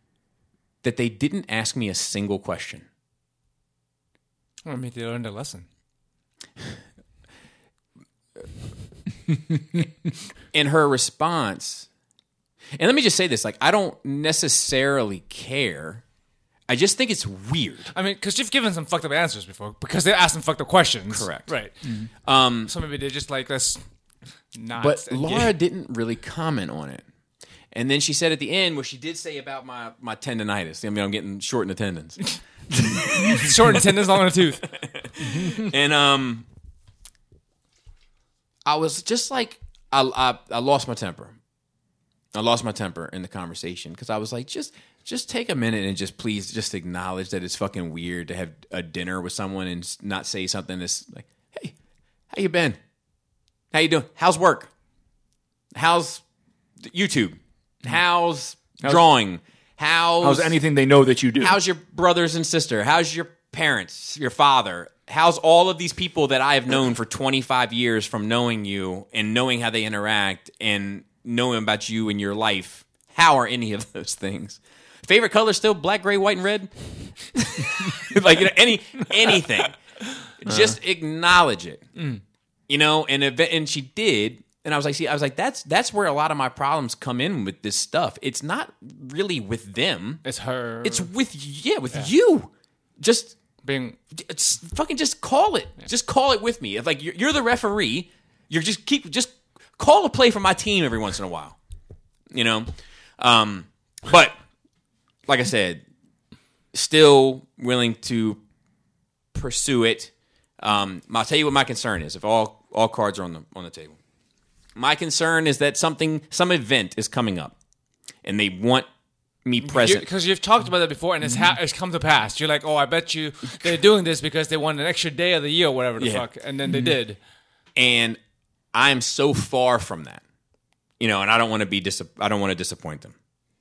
that they didn't ask me a single question.
I mean, they learned a lesson.
and her response and let me just say this like i don't necessarily care i just think it's weird
I mean, because you've given some fucked up answers before because they asked some fucked up questions.
Correct.
Right.
um
So maybe they're just like, let's not.
but laura didn't really comment on it and then she said at the end what she did say about my my tendonitis i mean i'm getting short in attendance
short and tendons, long in the tooth.
and um, I was just like, I, I I lost my temper. I lost my temper in the conversation because I was like, just just take a minute and just please just acknowledge that it's fucking weird to have a dinner with someone and s- not say something that's like, hey, how you been? How you doing? How's work? How's th- YouTube? How's, drawing? How's,
How's anything they know that you do?
How's your brothers and sister? How's your parents? Your father? How's all of these people that I have known for 25 years from knowing you and knowing how they interact and knowing about you and your life? How are any of those things? Favorite color still black, gray, white, and red? like you know, any anything. Just acknowledge it you know and ev- and she did and i was like see i was like that's that's where a lot of my problems come in with this stuff it's not really with them
It's her.
it's with yeah with you just
being.
it's fucking just call it just call it with me if like you're, you're the referee you're just keep just call a play for my team every once in a while you know um but like i said still willing to pursue it um i'll tell you what my concern is if all all cards are on the on the table my concern is that something some event is coming up and they want me present
Because you've talked about that before, and it's ha- it's come to pass. You're like, oh, I bet you they're doing this because they want an extra day of the year, or whatever the
Yeah.
fuck, and then they did.
and I'm so far from that, you know, and I don't want to be dis- I don't want to disappoint them,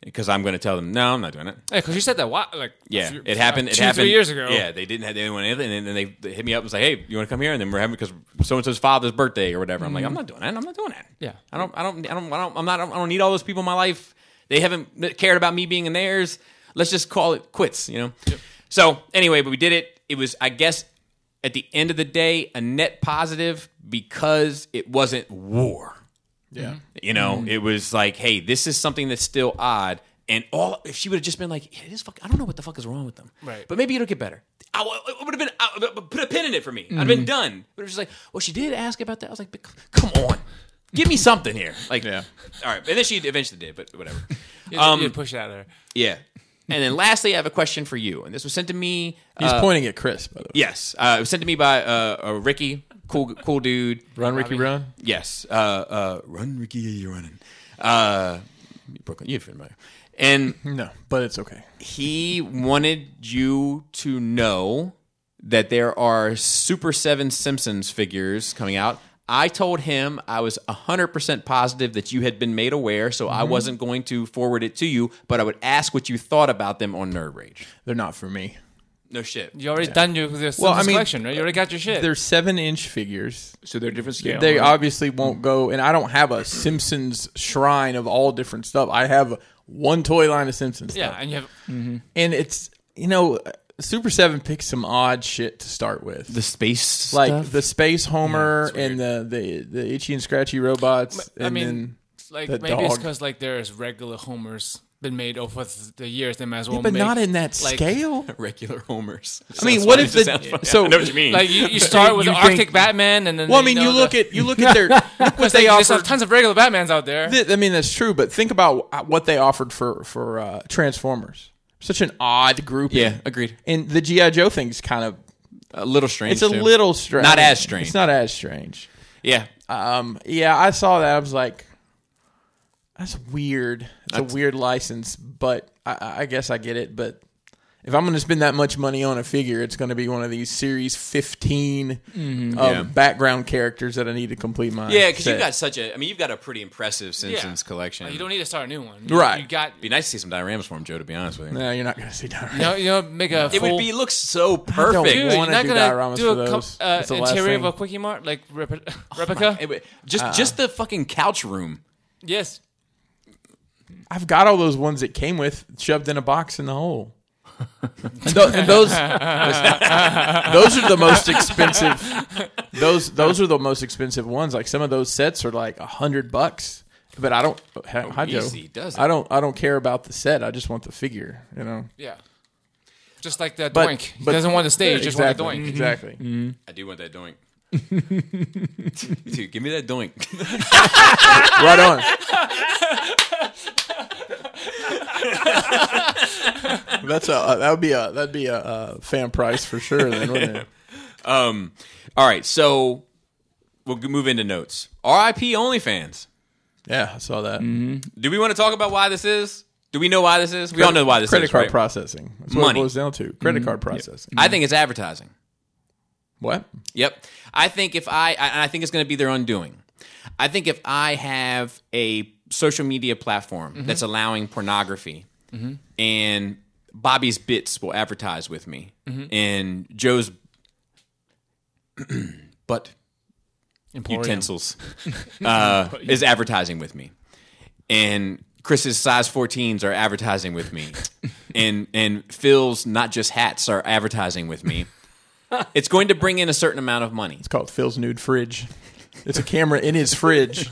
because I'm going to tell them no, I'm not doing it.
Yeah, because you said that. Why? Like,
Yeah,
few-
it happened.
uh,
It
two,
happened
three years ago.
Yeah, they didn't have they didn't want anything, and then they, they hit me up and say, "Hey, you want to come here?" And then we're having because so and so's father's birthday or whatever. I'm like, I'm not doing that. I'm not doing that.
Mm-hmm. Yeah.
I don't. I don't. I don't. I don't. I'm not. I don't need all those people in my life. They haven't cared about me being in theirs. Let's just call it quits. You know. So anyway, but we did it. It was, I guess, at the end of the day, a net positive because it wasn't war.
Yeah.
You know, it was like, hey, this is something that's still odd. And all if she would have just been like, yeah, it is fuck. I don't know what the fuck is wrong with them.
Right.
But maybe it'll get better. I, would have been I, but- but put a pin in it for me. I'd been done. But it was just like, well, she did ask about that. I was like, but c- come on, give me something here. Like,
Yeah.
all right. And then she eventually did, but whatever.
You,
Um,
you push it out of there.
yeah. And then lastly, I have a question for you. And this was sent to me.
He's
uh,
pointing at Chris, by the way.
yes, uh, it was sent to me by uh, uh, Ricky, cool, cool dude.
Run, Ricky, run.
Yes. Uh, uh, run, Ricky, you're running. Uh, Brooklyn, you're familiar. And
No, but it's okay.
he wanted you to know that there are Super 7 Simpsons figures coming out. I told him I was 100% positive that you had been made aware, so I wasn't going to forward it to you, but I would ask what you thought about them on Nerd Rage.
They're not for me.
No shit.
You already done your, your
Well, I mean,
collection, right? You already got your shit.
They're seven inch figures.
So they're different scale.
They
right?
obviously won't go, and I don't have a Simpsons shrine of all different stuff. I have one toy line of Simpsons
yeah,
stuff.
and you have
And it's, you know, Super 7 picks some odd shit to start with.
The space
like
stuff?
the Space Homer and the, the the itchy and scratchy robots.
I
and
mean,
then,
like
the
maybe it's
dog.
because like there's regular homers been made over th- the years. They might as well,
but
make,
not in that
like-
scale.
regular homers.
I mean, what if the so?
I know what you mean.
Like you, you start with
You
the
think-
Arctic Batman, and then
well, I
they,
mean,
know,
you
the-
look at you look at their look what
They
they
there's
offer.
tons of regular Batmans out there.
Th- I mean, that's true, but think about what they offered for for uh, Transformers. Such an odd group.
Yeah, agreed.
And the GI Joe thing's kind of
a little strange.
it's a
too.
little strange.
Not as strange.
It's not as strange.
Yeah,
Um, yeah, I saw that. I was like, that's weird. It's a weird license, but I- I, I guess I get it. But if I'm going to spend that much money on a figure, it's going to be one of these series 15 of
Mm-hmm. Yeah.
background characters that I need to complete my
yeah, because
set.
you've got such a. I mean, you've got a pretty impressive Simpsons
Yeah.
collection.
Like, you don't need to start a new one,
Right.
You got
It'd be nice to see some dioramas for him, Joe. To be honest with you,
No, you're not going to see that.
you know, you know make a
it
full,
would be looks so
don't
perfect.
dude.
I
You're
wanna
not
do
gonna
dioramas
do
for
a com-
those.
uh,
That's the last
interior
thing. Oh
of a quickie mart like replica. replica?
It would- just just the fucking couch room.
yes,
I've got all those ones that came with shoved in a box in the hole. and, tho- and those those are the most expensive. Those those are the most expensive ones. Like some of those sets are like a hundred bucks. But I don't.
Oh,
Hi, Joe.
easy does it.
I don't. I don't care about the set. I just want the figure. You know.
yeah. Just like the
But-
doink. He
but-
doesn't want the stage. Just want the
Exactly.
doink.
Exactly.
I do want that doink. Dude, give me that doink.
Mm-hmm.
Right on. That's a that would be a that'd be a, uh fan price for sure. Then wouldn't it?
Um, all right, so we'll g- move into notes. R.I.P. OnlyFans.
yeah, I saw
Mm-hmm.
that.
Do we want to talk about why this is? Do we know why this is? We all know why this
credit
is.
card
right?
processing. That's what
Money. Mm-hmm.
it boils down to. Credit card processing.
I think it's advertising.
What?
Yep. I think if I, I- and I think it's going to be their undoing. I think if I have a social media platform that's allowing pornography, and Bobby's Bits will advertise with me, and Joe's butt utensils uh, is advertising with me, and Chris's size 14s are advertising with me, and and Phil's not just hats are advertising with me. It's going to bring in a certain amount of money.
It's called Phil's nude fridge. It's a camera in his fridge.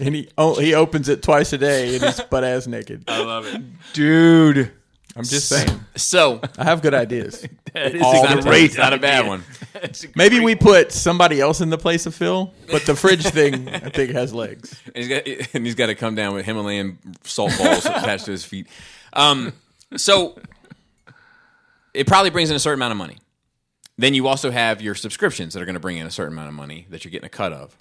and he oh, he opens it twice a day and he's butt ass naked.
I love it.
dude.
I'm just saying.
So
I have good ideas.
It's
All
not,
the
a-
great
it's not a bad one.
Maybe we put somebody else in the place of Phil, but the fridge thing I think has legs.
And he's got, and he's got to come down with Himalayan salt balls attached to his feet. Um, so it probably brings in a certain amount of money. Then you also have your subscriptions that are going to bring in a certain amount of money that you're getting a cut of.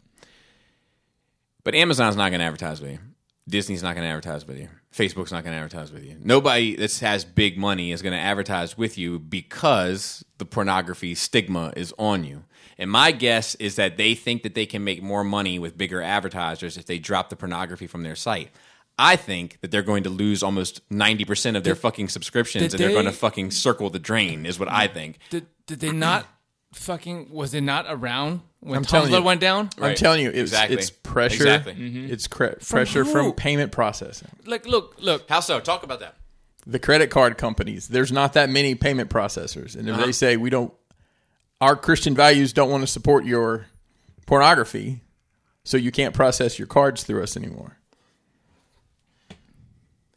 But Amazon's not going to advertise with you. Disney's not going to advertise with you. Facebook's not going to advertise with you. Nobody that has big money is going to advertise with you because the pornography stigma is on you. And my guess is that they think that they can make more money with bigger advertisers if they drop the pornography from their site. I think that they're going to lose almost ninety percent of their fucking subscriptions,
did
and they're going to
they-
fucking circle the drain. Is what I think.
Did, did they not fucking was it not around when
I'm telling you.
Tumblr went down?
I'm
Right.
telling you, it's
Exactly.
it's pressure.
Exactly.
It's cre- pressure
who?
from payment processing.
Like, look, look.
How so? Talk about that.
The credit card companies. There's not that many payment processors, and if
Uh-huh.
they say we don't, our Christian values don't want to support your pornography, so you can't process your cards through us anymore.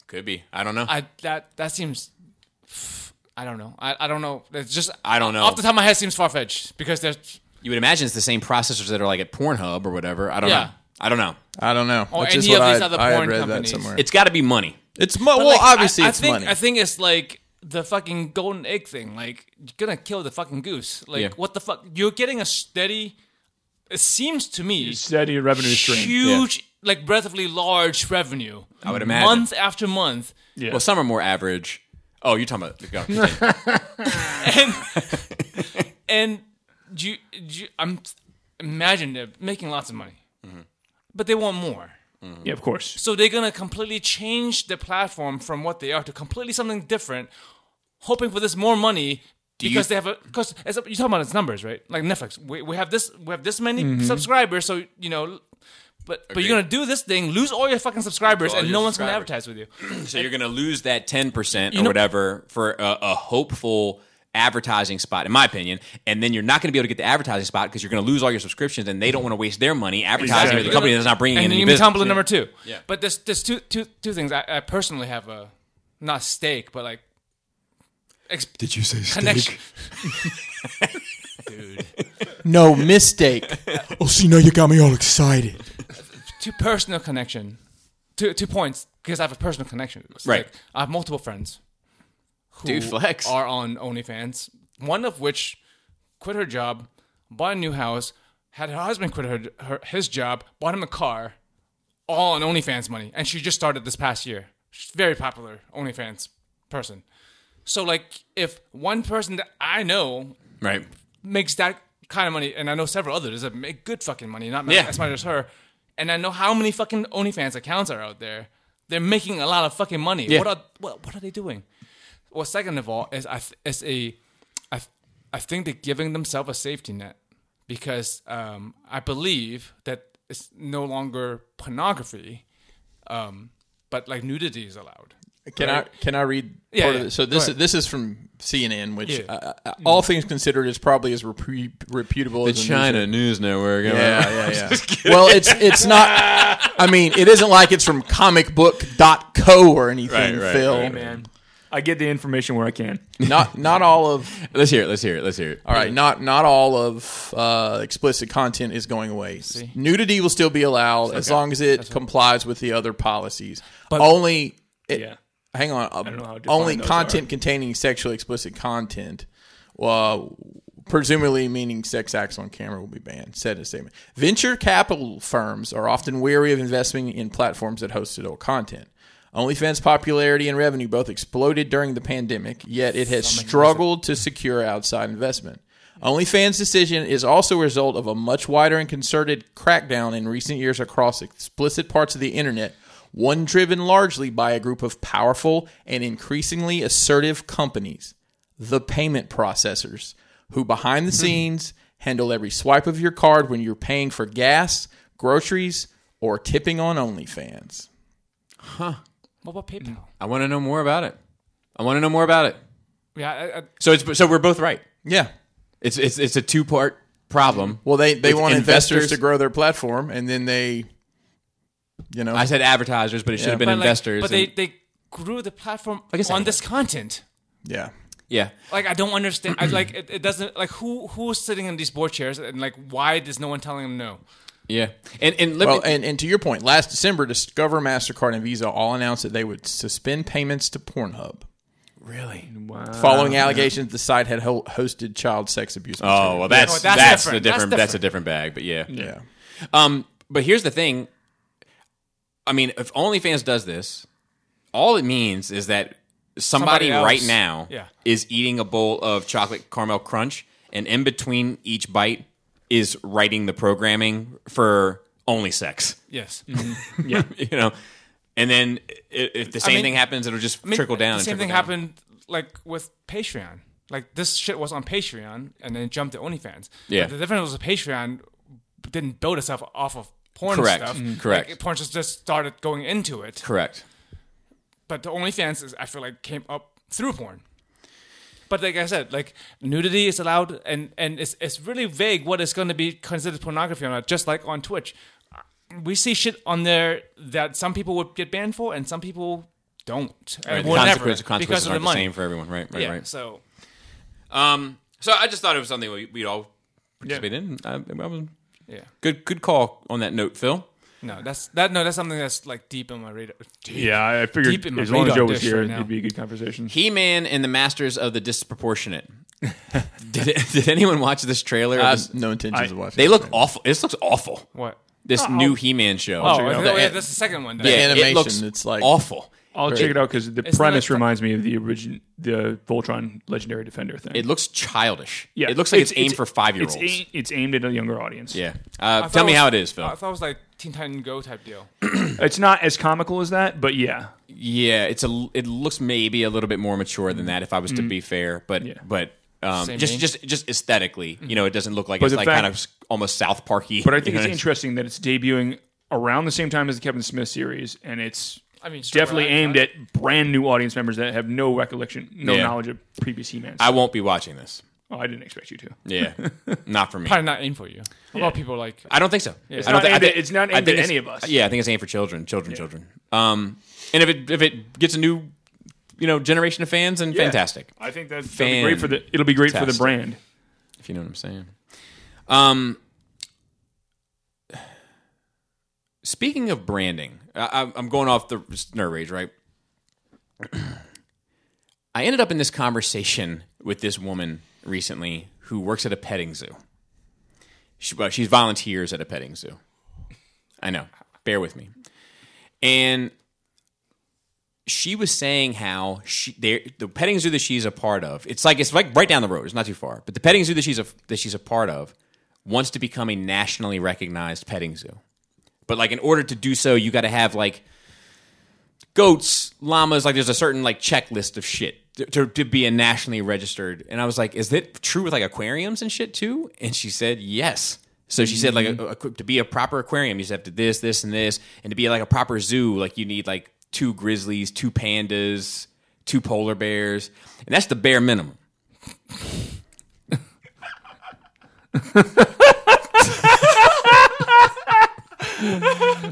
Could be. I don't know.
I that that seems. I don't know. I, I don't know. It's just
I don't know.
Off the top of my head, seems far fetched because there's
you would imagine it's the same processors that are like at Pornhub or whatever. I don't
Yeah.
know. I don't know.
I don't know.
Or
That's just
any of
what
these
I-
other
I had
porn
read that
companies.
somewhere.
It's got to be money.
It's mo- well,
But, like,
obviously
I,
it's
I think,
money.
I think it's like the fucking golden egg thing. Like you're gonna kill the fucking goose. Like
Yeah.
what the fuck? You're getting a steady. It seems to me
Steady revenue stream.
huge, like relatively large revenue. I
would imagine.
month after month,
Yeah.
Well, some are more average. Oh, you're talking about. go, continue.
and and you, you I'm imagine they're making lots of money,
Mm-hmm.
but they want more.
yeah, of course.
So they're gonna completely change the platform from what they are to completely something different, hoping for this more money because they have a because as you're talking about its numbers, right? Like Netflix, we, we have this we have this many subscribers, so you know, but but you're
Mm-hmm. Agreed.
gonna do this thing, lose all your fucking subscribers,
all
and
your
no one's gonna
subscribers.
advertise with you.
so you're going to lose that 10% or
know-
whatever for a, a hopeful advertising spot in my opinion and then you're not going to be able to get the advertising spot because you're going to lose all your subscriptions and they don't want to waste their money advertising with
Exactly.
a company that's not bringing in
and
any
you mean
business
Tumblr number two.
Yeah.
But there's there's two two two things I, I personally have a not stake, but like. Ex- Did you say connection?
no mistake.
Oh, see, now you got me all excited.
Two personal connection, two two points because I have a personal connection. It's
Right.
like, I have multiple friends who
Dude, flex.
are on OnlyFans. One of which quit her job, bought a new house, had her husband quit her, her his job, bought him a car, all on OnlyFans money, and she just started this past year. She's a very popular OnlyFans person. So like, if one person that I know
right
makes that kind of money, and I know several others that make good fucking money, not
Yeah.
as much as her. And I know how many fucking OnlyFans accounts are out there. They're making a lot of fucking money. What are what, what are they doing? Well, second of all, is I th- is a, I, th- I think they're giving themselves a safety net because um, I believe that it's no longer pornography, um, but like nudity is allowed.
Can I can I read
Yeah,
part of
yeah.
this? So
Go
this
ahead.
this is from CNN, which
Yeah.
uh, uh, all things considered is probably as repu- reputable as a news-
news network
Yeah, yeah, yeah. well, it's it's not. I mean, it isn't like it's from comicbook.co or anything,
Right, right,
Phil.
right,
Man, I get the information where I can.
Not not all of
let's hear it let's hear it let's hear it
All right, not not all of uh, explicit content is going away. Nudity will still be allowed as long as it complies with the other policies. But only it,
Yeah.
hang on,
know how defined
only
those
content containing sexually explicit content, uh, presumably meaning sex acts on camera, will be banned. Said in a statement. Venture capital firms are often wary of investing in platforms that host adult content. OnlyFans popularity and revenue both exploded during the pandemic, yet it has struggled to secure outside investment. OnlyFans' decision is also a result of a much wider and concerted crackdown in recent years across explicit parts of the internet, one driven largely by a group of powerful and increasingly assertive companies, the payment processors, who behind the
Hmm.
scenes handle every swipe of your card when you're paying for gas, groceries, or tipping on OnlyFans.
What about PayPal?
i want to know more about it i want to know more about it
Yeah, I, I,
so it's so we're both right
Yeah.
it's it's it's a two part problem
Well, they, they
With
want investors,
investors-
to grow their platform, and then they, you know,
i said advertisers but it should have been
but, like,
investors
but
and-
they they grew the platform
guess I
on
know.
this content.
yeah.
yeah
like I don't understand. I, like it, it doesn't like who who's sitting in these board chairs and like why is no one telling them no?
yeah and and let
Well,
me,
and, and to your point, last December, Discover, Mastercard, and Visa all announced that they would suspend payments to Pornhub
really
Wow.
following allegations the site had ho- hosted child sex abuse.
oh well that's
No,
that's,
that's
a
different. That's
different that's, a different bag but yeah
yeah.
Um, but here's the thing. I mean, if OnlyFans does this, all it means is that somebody,
Somebody else.
right now
Yeah.
is eating a bowl of chocolate caramel crunch, and in between each bite is writing the programming for only sex.
Yes,
Yeah, you know, and then i- if the same
mean-
thing happens, it'll just
I mean,
trickle down.
The
and
same
trickle
thing
down.
happened like with Patreon. Like this shit was on Patreon and then it jumped to OnlyFans.
Yeah.
But the difference was Patreon didn't build itself off of porn
Correct.
stuff.
Mhm. Correct.
Like, porn just just started going into it.
Correct.
But the OnlyFans is I feel like came up through porn. But like I said, like nudity is allowed, and and it's it's really vague what is going to be considered pornography or not. Just like on Twitch, we see shit on there that some people would get banned for, and some people don't.
Right.
And
The
will never
consequences, consequences
because of
aren't
the
the,
money.
same for everyone, right? Right.
yeah.
right.
So
Um, so I just thought it was something we, we'd all participate in. I, I was,
yeah,
good, good call on that note, Phil.
no, that's that. No, that's something that's like deep in my radar. Deep.
Yeah, I
Deep in
figured
my
as long as Joe
radar
was
dish
here,
right now.
it'd be a good conversation.
He Man and the Masters of the Disproportionate. did, it, did anyone watch this trailer?
I
Uh,
of this-
have no intentions of watching.
they look awful. This looks awful.
What?
This new He Man show.
Oh, I
out.
think- oh, yeah, that's the second one. That
Yeah,
I-
it
animation,
looks
it's like-
awful.
I'll check it out because the
It's not
premise
like the-
reminds me of the origin, the Voltron Legendary Defender thing.
It looks childish. it looks like it's, aimed for five year olds.
It's, aim- it's aimed at a younger audience.
Yeah,
I
uh,
thought
tell me
was-
how it is, Phil.
I thought it was like Teen Titan Go type deal.
it's not as comical as that, but yeah,
Yeah, it's a. It looks maybe a little bit more mature than that, if I was to be fair. But
Mm. Yeah. Mm.
but um,
Same
just
age.
just just aesthetically, you know, it doesn't look like
But
it's
the
like
fact-
kind of s- almost South Parky.
But I think it's interesting that it's debuting around the same time as the Kevin Smith series, and it's
I mean, sure,
definitely
I-
aimed
I-
at brand new audience members that have no recollection, no
Yeah.
knowledge of previous He-Man.
I won't be watching this.
oh, I didn't expect you to.
Yeah, not for me.
Probably not aimed for you. How about people like
I don't think so.
It's
I don't
not
thi- I
aimed
thi-
at- it's not
I
aimed
think
at
it's-
any of us.
Yeah, I think it's aimed for children, children, children. Um, and if it if it gets a new, you know, generation of fans, then fantastic.
I think that's that'd be great for the. It'll be great for the
Fantastic.
brand.
if you know what I'm saying. Um, speaking of branding, I, I'm- I'm going off the nerd rage, right? I ended up in this conversation with this woman recently who works at a petting zoo. She, well, she's volunteers at a petting zoo. I know. Bear with me. And she was saying how she they, the petting zoo that she's a part of. It's like it's like right down the road. It's not too far. But the petting zoo that she's a that she's a part of wants to become a nationally recognized petting zoo. But like in order to do so, you got to have like goats, llamas. Like there's a certain like checklist of shit to, to, to be a nationally registered. And I was like, is that true with like aquariums and shit too? And she said yes. So she said like a, a- to be a proper aquarium, you just have to this, this, and this, and to be like a proper zoo, like you need like two grizzlies, two pandas, two polar bears, and that's the bare minimum.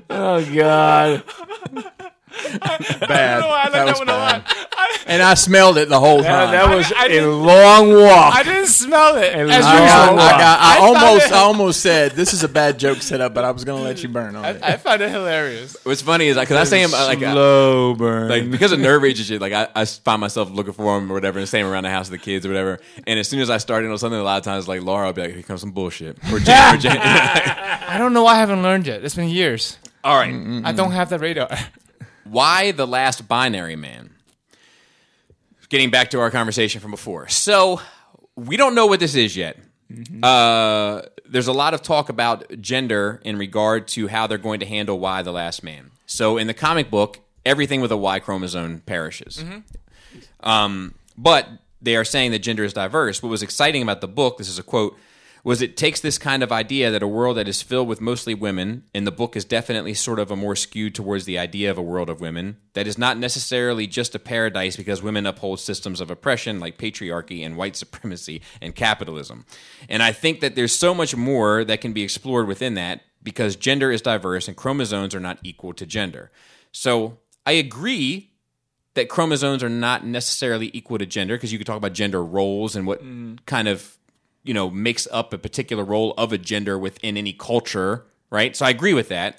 Oh God!
bad.
No, I like that,
was
one a
bad.
lot.
And I smelled it the whole time.
that was
I
a
didn't-
long walk.
I didn't smell it.
And
as
I-
I,
usual.
got,
I
I, got, I,
thought
almost,
it-
I almost said this is a bad joke setup, but I was gonna let you burn on it.
I found it hilarious.
What's funny is because I say him uh, like I-
Slow burn.
like because of nerve rage and shit, like I, I find myself looking for them or whatever, and staying around the house with the kids or whatever. And as soon as I start in on something, a lot of times like Laura will be like, "Here comes some bullshit." Or Jen, or Jen.
I don't know why I haven't learned yet. It's been years.
All right,
I don't have that radar.
why the last binary man? Getting back to our conversation from before, so we don't know what this is yet. Uh, there's a lot of talk about gender in regard to how they're going to handle why the last man. So in the comic book, everything with a Y chromosome perishes. Um, but they are saying that gender is diverse. What was exciting about the book, this is a quote, was it takes this kind of idea that a world that is filled with mostly women, and the book is definitely sort of a more skewed towards the idea of a world of women, that is not necessarily just a paradise because women uphold systems of oppression like patriarchy and white supremacy and capitalism. And I think that there's so much more that can be explored within that because gender is diverse and chromosomes are not equal to gender. So I agree that chromosomes are not necessarily equal to gender because you could talk about gender roles and what kind of you know makes up a particular role of a gender within any culture right so i agree with that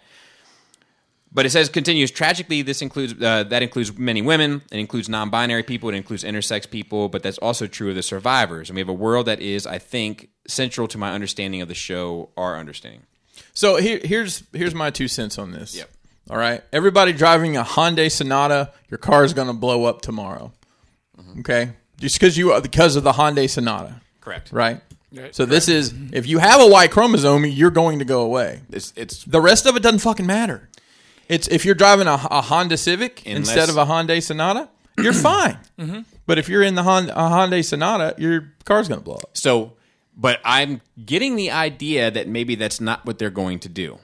but it says continues tragically this includes uh, that includes many women it includes non-binary people it includes intersex people but that's also true of the survivors and we have a world that is i think central to my understanding of the show our understanding
So here, here's here's my two cents on this. Yep. All right, everybody driving a Hyundai Sonata, your car is gonna blow up tomorrow. Okay, just because you because of the Hyundai Sonata,
correct
right? So this is if you have a Y chromosome, you're going to go away.
it's, it's
The rest of it doesn't fucking matter. It's if you're driving a, a Honda Civic
Unless-
instead of a Hyundai Sonata, you're fine. But if you're in the Honda, a Hyundai Sonata, your car's going to blow up.
So, but I'm getting the idea that maybe that's not what they're going to do.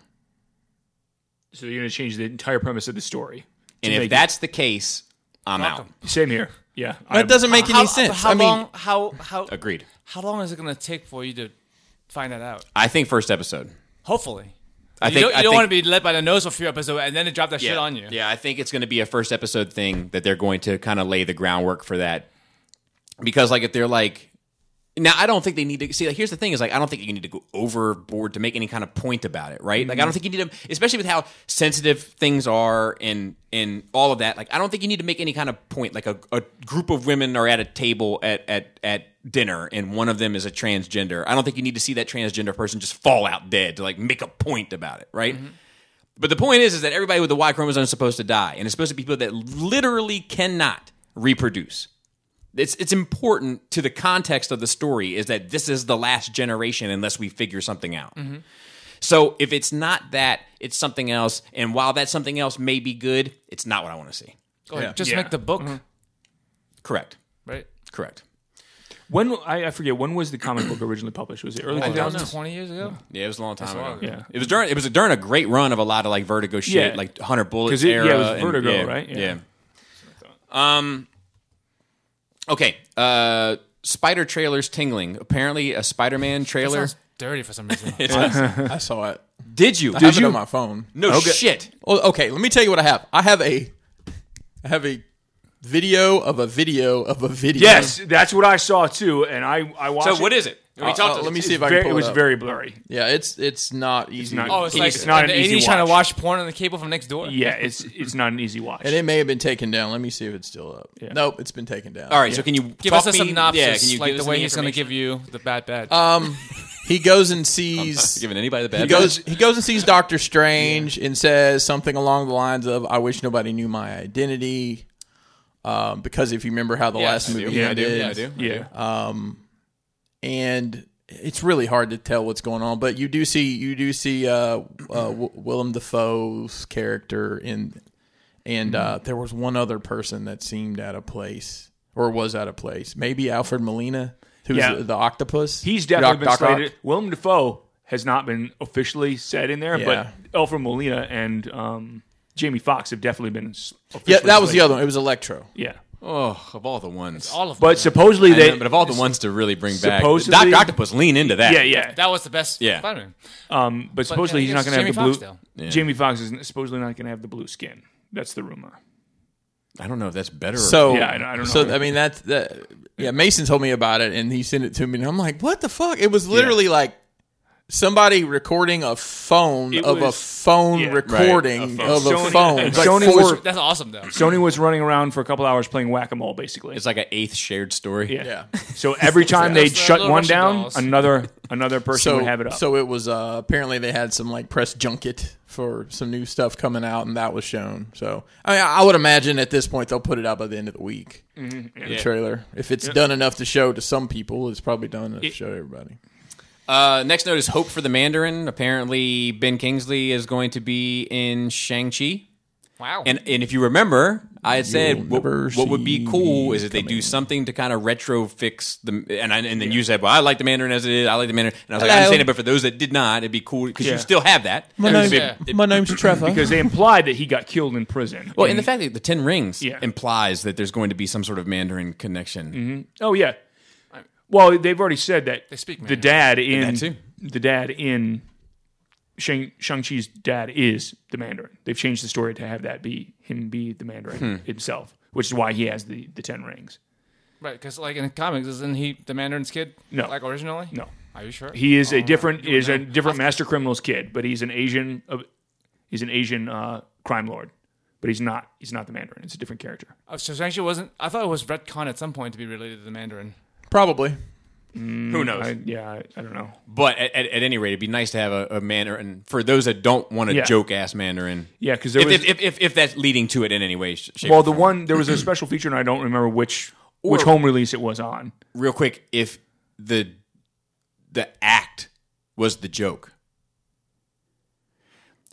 So you're going to change the entire premise of the story.
And
make-
if that's the case, I'm out.
Same here. Yeah. I'm-
That doesn't make
How-
any sense.
How
I mean,
long? How how
Agreed.
How long is it going to take for you to find that out?
I think first episode.
Hopefully,
I
you
think
don't,
I
you don't
think-
want to be led by the nose for few episodes and then they drop that
yeah,
shit on you.
Yeah, I think it's going to be a first episode thing that they're going to kind of lay the groundwork for that. Because like if they're like now I don't think they need to see like here's the thing is like I don't think you need to go overboard to make any kind of point about it, right?
Mm-hmm.
Like I don't think you need to especially with how sensitive things are and and all of that. Like I don't think you need to make any kind of point like a, a group of women are at a table at at at dinner and one of them is a transgender. I don't think you need to see that transgender person just fall out dead to like make a point about it,
Mm-hmm.
right? But the point is, is that everybody with the Y chromosome is supposed to die, and it's supposed to be people that literally cannot reproduce. It's it's important to the context of the story is that this is the last generation unless we figure something out. So if it's not that, it's something else. And while that something else may be good, it's not what I want to see.
Go ahead, Mm-hmm. just
Yeah.
make the book,
Correct.
right?
Correct.
when I, I forget when was the comic book originally published? Was it early?
Like that
2000s?
was twenty years ago.
Yeah, it was a long time
long
ago.
ago. Yeah.
It was during it was during a great run of a lot of like Vertigo shit,
Yeah.
like Hunter Bullets
'Cause it- yeah,
era.
it was
and-
Vertigo,
yeah,
right?
Yeah.
Yeah.
Um. Okay. Uh, spider trailers tingling. Apparently, a Spider-Man
That
trailer.
sounds dirty for some reason.
I saw it.
Did you?
I have it on my phone.
No shit.
Well, okay, let me tell you what I have. I have a, I have a video of a video of a video.
Yes, that's what I saw too, and I I watched.
So what is it? Let me
Uh,
talk
uh,
to
let me
us.
see if I can
Very,
pull
it was
up.
very blurry.
Yeah, it's it's not easy.
not-
Oh, it's
It's
like
not
the
an easy
80s trying to
watch.
watch porn on the cable from next door.
Yeah, it's it's not an easy watch.
and it may have been taken down. Let me see if it's still up. Nope, it's been taken down.
All right. So can you
Give
talk
us a
me-
synopsis,
Yeah. Can you
like
give
the
us
way
any
he's going to
information?
give you the bad bad.
Um, he goes and sees.
Giving anybody the bad.
he
bad?
goes. He goes and sees Doctor Strange and says something along the lines of, "I wish nobody knew my identity," um, because if you remember how the
Yes,
last movie
Yeah, I do.
ended,
Yeah, I do.
yeah,
and it's really hard to tell what's going on. But you do see you do see uh, uh, Wi- Willem Dafoe's character in, and uh, there was one other person that seemed out of place or was out of place. Maybe Alfred Molina, who's
Yeah.
the, the octopus.
he's definitely
Doc-
been
Doc Ock.
slated. Willem Dafoe has not been officially said in there,
Yeah.
but Alfred Molina and um, Jamie Foxx have definitely been. s- Officially
Yeah, that was the
slated.
other one. It was Electro.
Yeah,
Oh, of all the ones.
All of them.
but supposedly
I
they.
know, but of all the ones to really bring back,
supposedly-
Doctor Octopus, lean into that.
yeah, yeah.
that was the best.
Yeah.
Spider-Man.
Um, but supposedly
yeah,
he's not
it's
going to
Jamie
have the blue.
Foxx, though.
Jamie Foxx is supposedly not going to have the blue skin. That's the rumor.
I don't know if that's better. Or
So
Yeah, I don't- I don't
So
know.
I mean that's that. Yeah, Mason told me about it, and he sent it to me, and I'm like, "What the fuck?" It was literally like somebody recording a phone
It
of a
was-
phone
yeah. Right,
recording
phone.
of a
Sony-
phone.
and
It's like
Sony was-
four-
That's awesome though.
Sony was running around for a couple hours playing whack a mole, basically.
it's like an eighth shared story.
yeah.
yeah.
So every time
Yeah.
they'd
Those
shut
little
one
Russian
down,
dolls.
another another person
So
would have it up.
so it was uh, apparently they had some like press junket for some new stuff coming out, and that was shown. So I mean, I would imagine at this point they'll put it out by the end of the week.
Mm-hmm.
The trailer, if it's done enough to show to some people, it's probably done enough to show everybody.
Uh, next note is Hope for the Mandarin. Apparently, Ben Kingsley is going to be in Shang-Chi.
Wow.
And and if you remember, I had said what,
never
what would be
see
cool
me
is if they do something to kind of retro fix the and I, and then you said, well, I like the Mandarin as it is. I like the Mandarin, and I was like, I
Hello.
understand it, but for those that did not, it'd be cool because
Yeah.
you still have that.
My,
It'd
name's,
be-
name-
it-
my name's Trevor.
because they implied that he got killed in prison.
well, and the fact that the Ten Rings
Yeah.
implies that there's going to be some sort of Mandarin connection.
oh yeah. Well, they've already said that they
speak
the
Mandarin.
dad in
that too.
the dad in Shang Shang-Chi's dad is the Mandarin. They've changed the story to have that be him be the Mandarin himself, which is why he has the, the ten rings.
Right, because like in the comics, isn't he the Mandarin's kid?
No.
like originally.
No.
Are you sure?
He
Oh,
is a different is a different master criminal's kid, but he's an Asian of he's an Asian uh, crime lord. But he's not he's not the Mandarin. It's a different character.
Oh, so Shang-Chi wasn't. I thought it was retcon at some point to be related to the Mandarin.
Probably.
Who knows?
Mm-hmm. I, yeah, I, I don't know.
but at, at, at any rate, it'd be nice to have a, a Mandarin for those that don't want a
Yeah.
joke ass Mandarin.
Yeah, because there
If,
was
if, if, if, if that's leading to it in any way, sh- shape,
well
or
the one there was a special feature, and I don't remember which which home release it was on.
real quick if the the act was the joke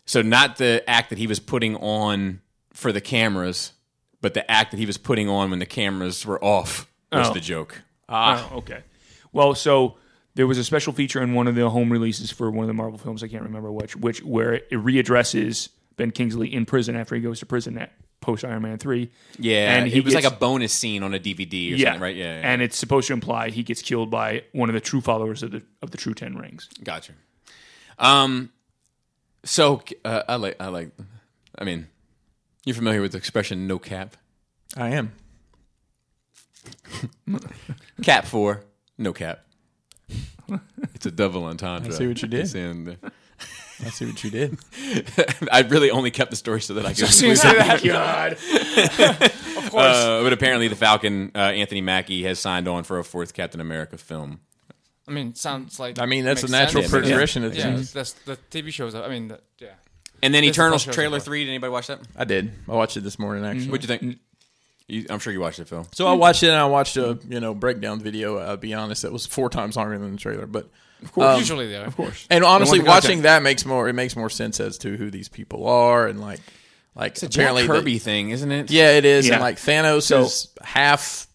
So not the act that he was putting on for the cameras, but the act that he was putting on when the cameras were off was
Oh.
the joke. Ah.
Oh, okay. Well, so there was a special feature in one of the home releases for one of the Marvel films. I can't remember which, which where it readdresses Ben Kingsley in prison after he goes to prison at post Iron Man three.
Yeah,
And
and
he
it was
gets-
like a bonus scene on a DVD or something, right? Yeah, yeah.
And it's supposed to imply he gets killed by one of the true followers of the of the True Ten Rings.
gotcha. Um, so uh, I like, I like, I mean, you're familiar with the expression "no cap."
I am.
Cap four, no cap. It's a double entendre.
I see what you did.
It's in the-
I see what you did.
I really only kept the story so that I could. include it.
God.
Uh, but apparently, the Falcon, uh, Anthony Mackie, has signed on for a fourth Captain America film.
I mean, sounds like.
I mean, that's
makes
a natural
sense.
progression
Yeah,
of
yeah,
things.
that's the TV shows. I mean, the, yeah.
And then
This
Eternals
is what shows
trailer
it for.
three. Did anybody watch that?
I did. I watched it this morning actually.
What'd you think? You, I'm sure you watched it, Phil.
So I watched it and I watched a you know breakdown video. I'll be honest, that was four times longer than the trailer, but
Usually they are. Um, Of course.
And honestly,
They want the
watching that makes more it makes more sense as to who these people are and like like
It's a
apparently
Jack
the-
Kirby thing, isn't it?
yeah, it is.
Yeah.
And like Thanos
So-
is half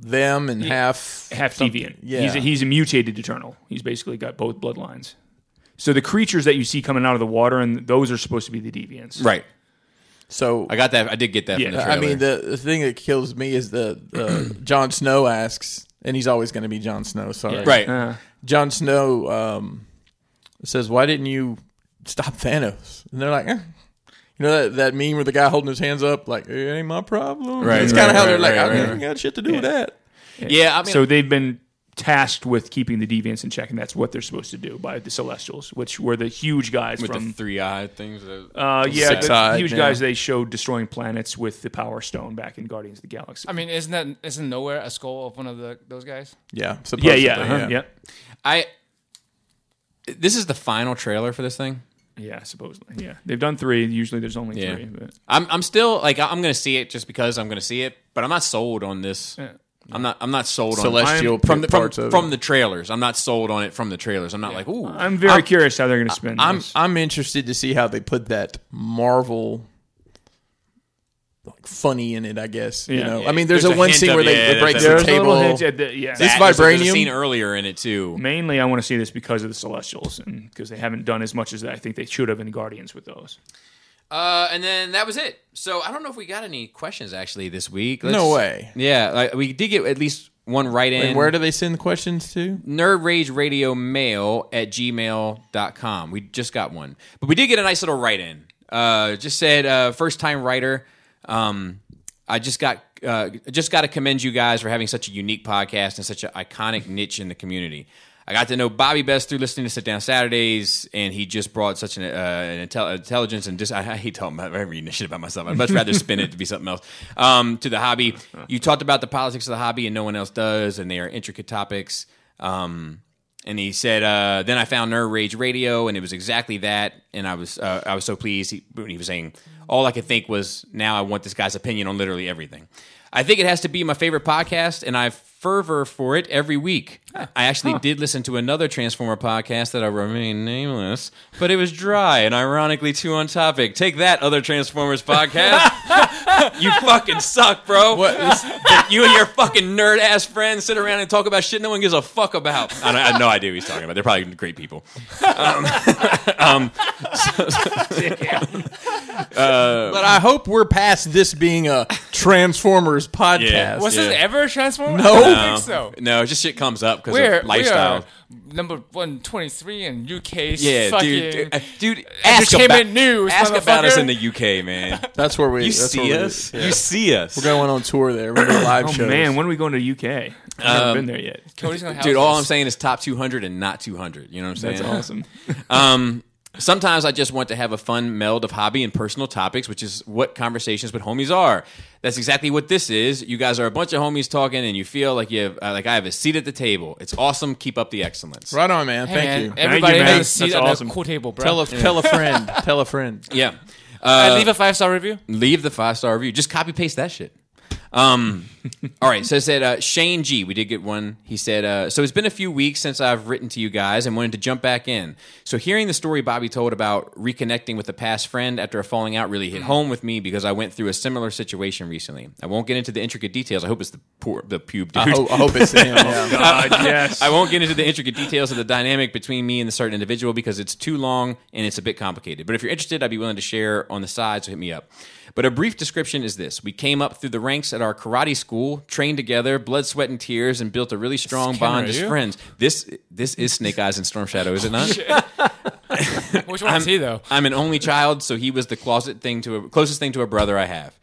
them and half
half deviant.
yeah.
He's a, he's a mutated Eternal. He's basically got both bloodlines. So the creatures that you see coming out of the water and those are supposed to be the deviants.
Right.
so.
I got that. I did get that
Yeah.
from the
I
trailer.
I mean, the, the thing that kills me is the uh, Jon Snow asks, and he's always going to be Jon Snow. Sorry,
Right.
Uh,
Jon Snow um, says, "Why didn't you stop Thanos?" And they're like, eh. "You know that, that meme where the guy holding his hands up, like it ain't my problem."
Right,
It's kind
right,
of how
right,
they're like,
right,
"I
right,
ain't got shit to do with that."
yeah, I mean,
so they've been tasked with keeping the deviants in check, and that's what they're supposed to do by the Celestials, which were the huge guys
with
from.
the three-eyed things.
uh, yeah, the
Six-eyed,
huge
yeah.
guys they showed destroying planets with the Power Stone back in Guardians of the Galaxy.
I mean, isn't that isn't nowhere a skull of one of the those guys?
Yeah,
yeah,
supposedly,
yeah, uh-huh, yeah,
I. This is the final trailer for this thing.
yeah. Supposedly, yeah. They've done three. Usually, there's only
Yeah.
three. But
I'm I'm still like I- I'm gonna see it just because I'm gonna see it, but I'm not sold on this. I'm not I'm not sold
Celestial
on from the from,
parts of
from
it.
the trailers. I'm not sold on it from the trailers. I'm not like ooh.
I'm very curious how they're going to spend.
I'm
this.
I'm interested to see how they put that Marvel like funny in it. I guess you
Yeah.
know.
Yeah,
I mean, there's,
there's
a
a
one
hint
scene
of-
where
yeah,
they, they
that's-
break
that's-
the
there's a little hint
table.
at the, yeah.
This
That- there's a- there's a
vibranium?
scene earlier in it too.
Mainly, I want to see this because of the Celestials, and because they haven't done as much as I think they should have in Guardians with those.
Uh, and then that was it. So I don't know if we got any questions actually this week. Let's-
No way.
Yeah, like, we did get at least one right in.
And where do they send the questions to?
Nerd Rage Radio Mail at gmail.com. We just got one. But we did get a nice little write in. Uh, just said, uh, first time writer. Um, I just got uh, just got to commend you guys for having such a unique podcast and such an iconic niche in the community. I got to know Bobby best through listening to Sit Down Saturdays, and he just brought such an, uh, an intel- intelligence and dis- I, I hate talking about I reading this shit about myself. I'd much rather spin it to be something else. Um, to the hobby, you talked about the politics of the hobby, and no one else does, and they are intricate topics. Um, and he said, uh, then I found Nerd Rage Radio, and it was exactly that. And I was uh, I was so pleased. He, when he was saying, all I could think was, now I want this guy's opinion on literally everything. I think it has to be my favorite podcast, and I fervor for it every week. I actually did listen to another Transformer podcast that I remain nameless, but it was dry and ironically too on topic. Take that, other Transformers podcast. you fucking suck, bro. That you and your fucking nerd ass friends sit around and talk about shit no one gives a fuck about. I, don't- I have no idea what he's talking about. They're probably great people.
But I hope we're past this being a Transformers podcast.
Yeah.
Was this
Yeah.
ever a transformer? No, I don't think so.
No, just shit comes up because
We're
of lifestyle.
We are number one twenty three in UK. 's
Yeah,
fucking
dude, dude, uh, dude. Ask
entertainment
about
news.
Ask about us
motherfucker.
in the UK, man.
That's where we.
You
that's
see
where we-
us. You see us.
We're going on tour there. We're doing live
Oh
shows. Um,
man, when are we going to UK? I've never been there yet.
Cody's gonna
Dude, all I'm
house
saying is top 200 and not 200. You know what I'm saying?
That's awesome.
Um, sometimes I just want to have a fun meld of hobby and personal topics, which is what conversations with homies are. That's exactly what this is. You guys are a bunch of homies talking, and you feel like you have, uh, like I have a seat at the table. It's awesome. Keep up the excellence.
Right on, man.
this.
Thank
Hey,
you.
man, Everybody
you,
has
man.
a seat
That's
at
awesome.
the cool table, bro.
Tell a tell a friend. tell a friend.
Yeah.
I
Uh,
leave a five star review.
leave the five star review. Just copy paste that shit. Um, all right. So I said uh, Shane G. We did get one. He said, uh, "So it's been a few weeks since I've written to you guys, and wanted to jump back in. So hearing the story Bobby told about reconnecting with a past friend after a falling out really hit
Mm.
home with me because I went through a similar situation recently. I won't get into the intricate details. I hope it's the poor the pube dude.
I, ho- I hope it's him. yeah.
God, Uh, yes.
I won't get into the intricate details of the dynamic between me and the certain individual because it's too long and it's a bit complicated. But if you're interested, I'd be willing to share on the side, so hit me up. But a brief description is this We came up through the ranks at our karate school, trained together, blood, sweat, and tears, and built a really strong
Ken
bond
right
as
here?
friends. This this is Snake Eyes and Storm Shadow, is it not?
Which one is he though?
I'm an only child, so he was the closet thing to a, closest thing to a brother I have.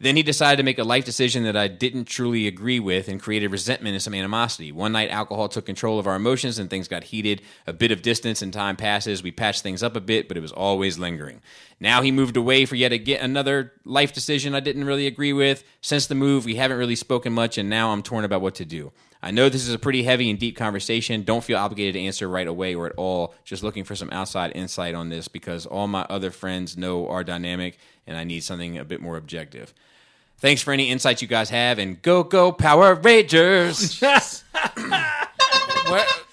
Then he decided to make a life decision that I didn't truly agree with and created resentment and some animosity. One night, alcohol took control of our emotions and things got heated. A bit of distance and time passes. We patched things up a bit, but it was always lingering. Now he moved away for yet again another life decision I didn't really agree with. Since the move, we haven't really spoken much, and now I'm torn about what to do. I know this is a pretty heavy and deep conversation. Don't feel obligated to answer right away or at all. Just looking for some outside insight on this because all my other friends know our dynamic and I need something a bit more objective. Thanks for any insights you guys have and go go Power Rangers.
Where,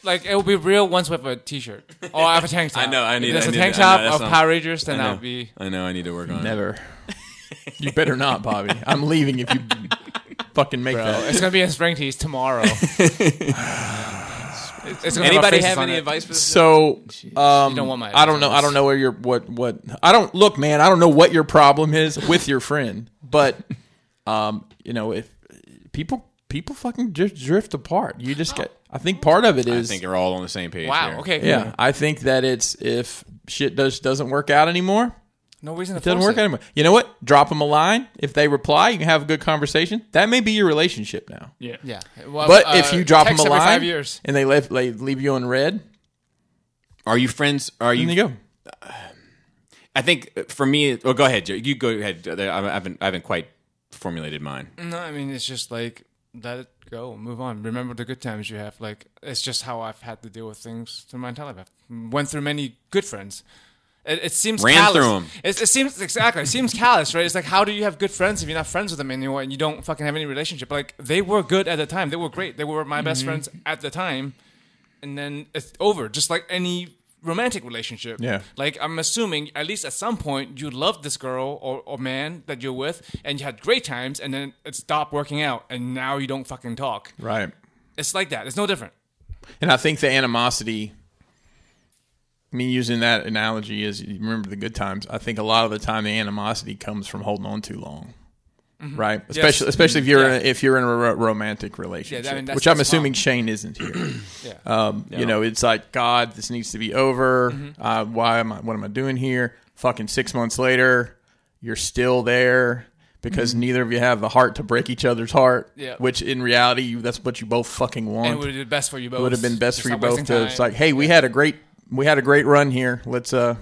like it will be real once we have a T-shirt or I have a tank top.
I know, I need-
If there's
I
a
need-
tank
I know,
top
that's
of
not-
Power Rangers,
I
then
know.
I'll be.
I know I need to work on it.
Never. You better not, Bobby. I'm leaving if you fucking make that.
It's gonna be in spring tees tomorrow. It's- it's gonna
Anybody
faces
have
on
any
it.
advice for this?
So um,
You don't want Oh, my
I don't know. I don't know where your what what. I don't look, man. I don't know what your problem is with your friend, but um, you know, if people people fucking just drift apart, you just get. I think part of it
I
is
think we're all on the same page.
Wow.
here.
Okay. cool.
Yeah, I think that it's if shit does doesn't work out anymore,
No reason to
doesn't
force
work out anymore. You know what? Drop them a line. If they reply, you can have a good conversation. That may be your relationship now.
Yeah.
Yeah. Well,
But
uh,
if you drop them
text
a
every
line
five years.
and they leave, they leave you on red,
Are you friends? Are
then
you?
you go.
I think uh, for me. Oh, go ahead. Joe. You go ahead. I haven't. I haven't quite formulated mine.
No, I mean it's just like let it go, move on. Remember the good times you have. Like it's just how I've had to deal with things through my entire life. I've went through many good friends. It, it seems
Ran
callous.
through 'em.
It, it seems exactly. It seems callous, right? It's like how do you have good friends if you're not friends with them anymore and you don't fucking have any relationship? Like they were good at the time. They were great. They were my
Mm-hmm.
best friends at the time, and then it's over. Just like any romantic relationship.
Yeah.
Like I'm assuming at least at some point you loved this girl or, or man that you're with and you had great times and then it stopped working out and now you don't fucking talk.
Right.
It's like that. It's no different.
And I think the animosity, me using that analogy is you remember the good times. I think a lot of the time the animosity comes from holding on too long.
Mm-hmm.
Right, especially especially if you're in a, if you're in a ro- romantic relationship,
that's-
which I'm
that's
assuming
wild.
Shane isn't here.
Yeah. Mm-hmm.
Um, You know, it's like God, this needs to be over. Uh, why am I? What am I doing here? Fucking six months later, you're still there because neither of you have the heart to break each other's heart.
Mm-hmm. Yeah.
Which in reality, you, that's what you both fucking want.
and it would have been best for you both.
It Um, would have been best for you
Stop
both
wasting
to it's
time.
like, hey, we had a great we had a great run here. Let's uh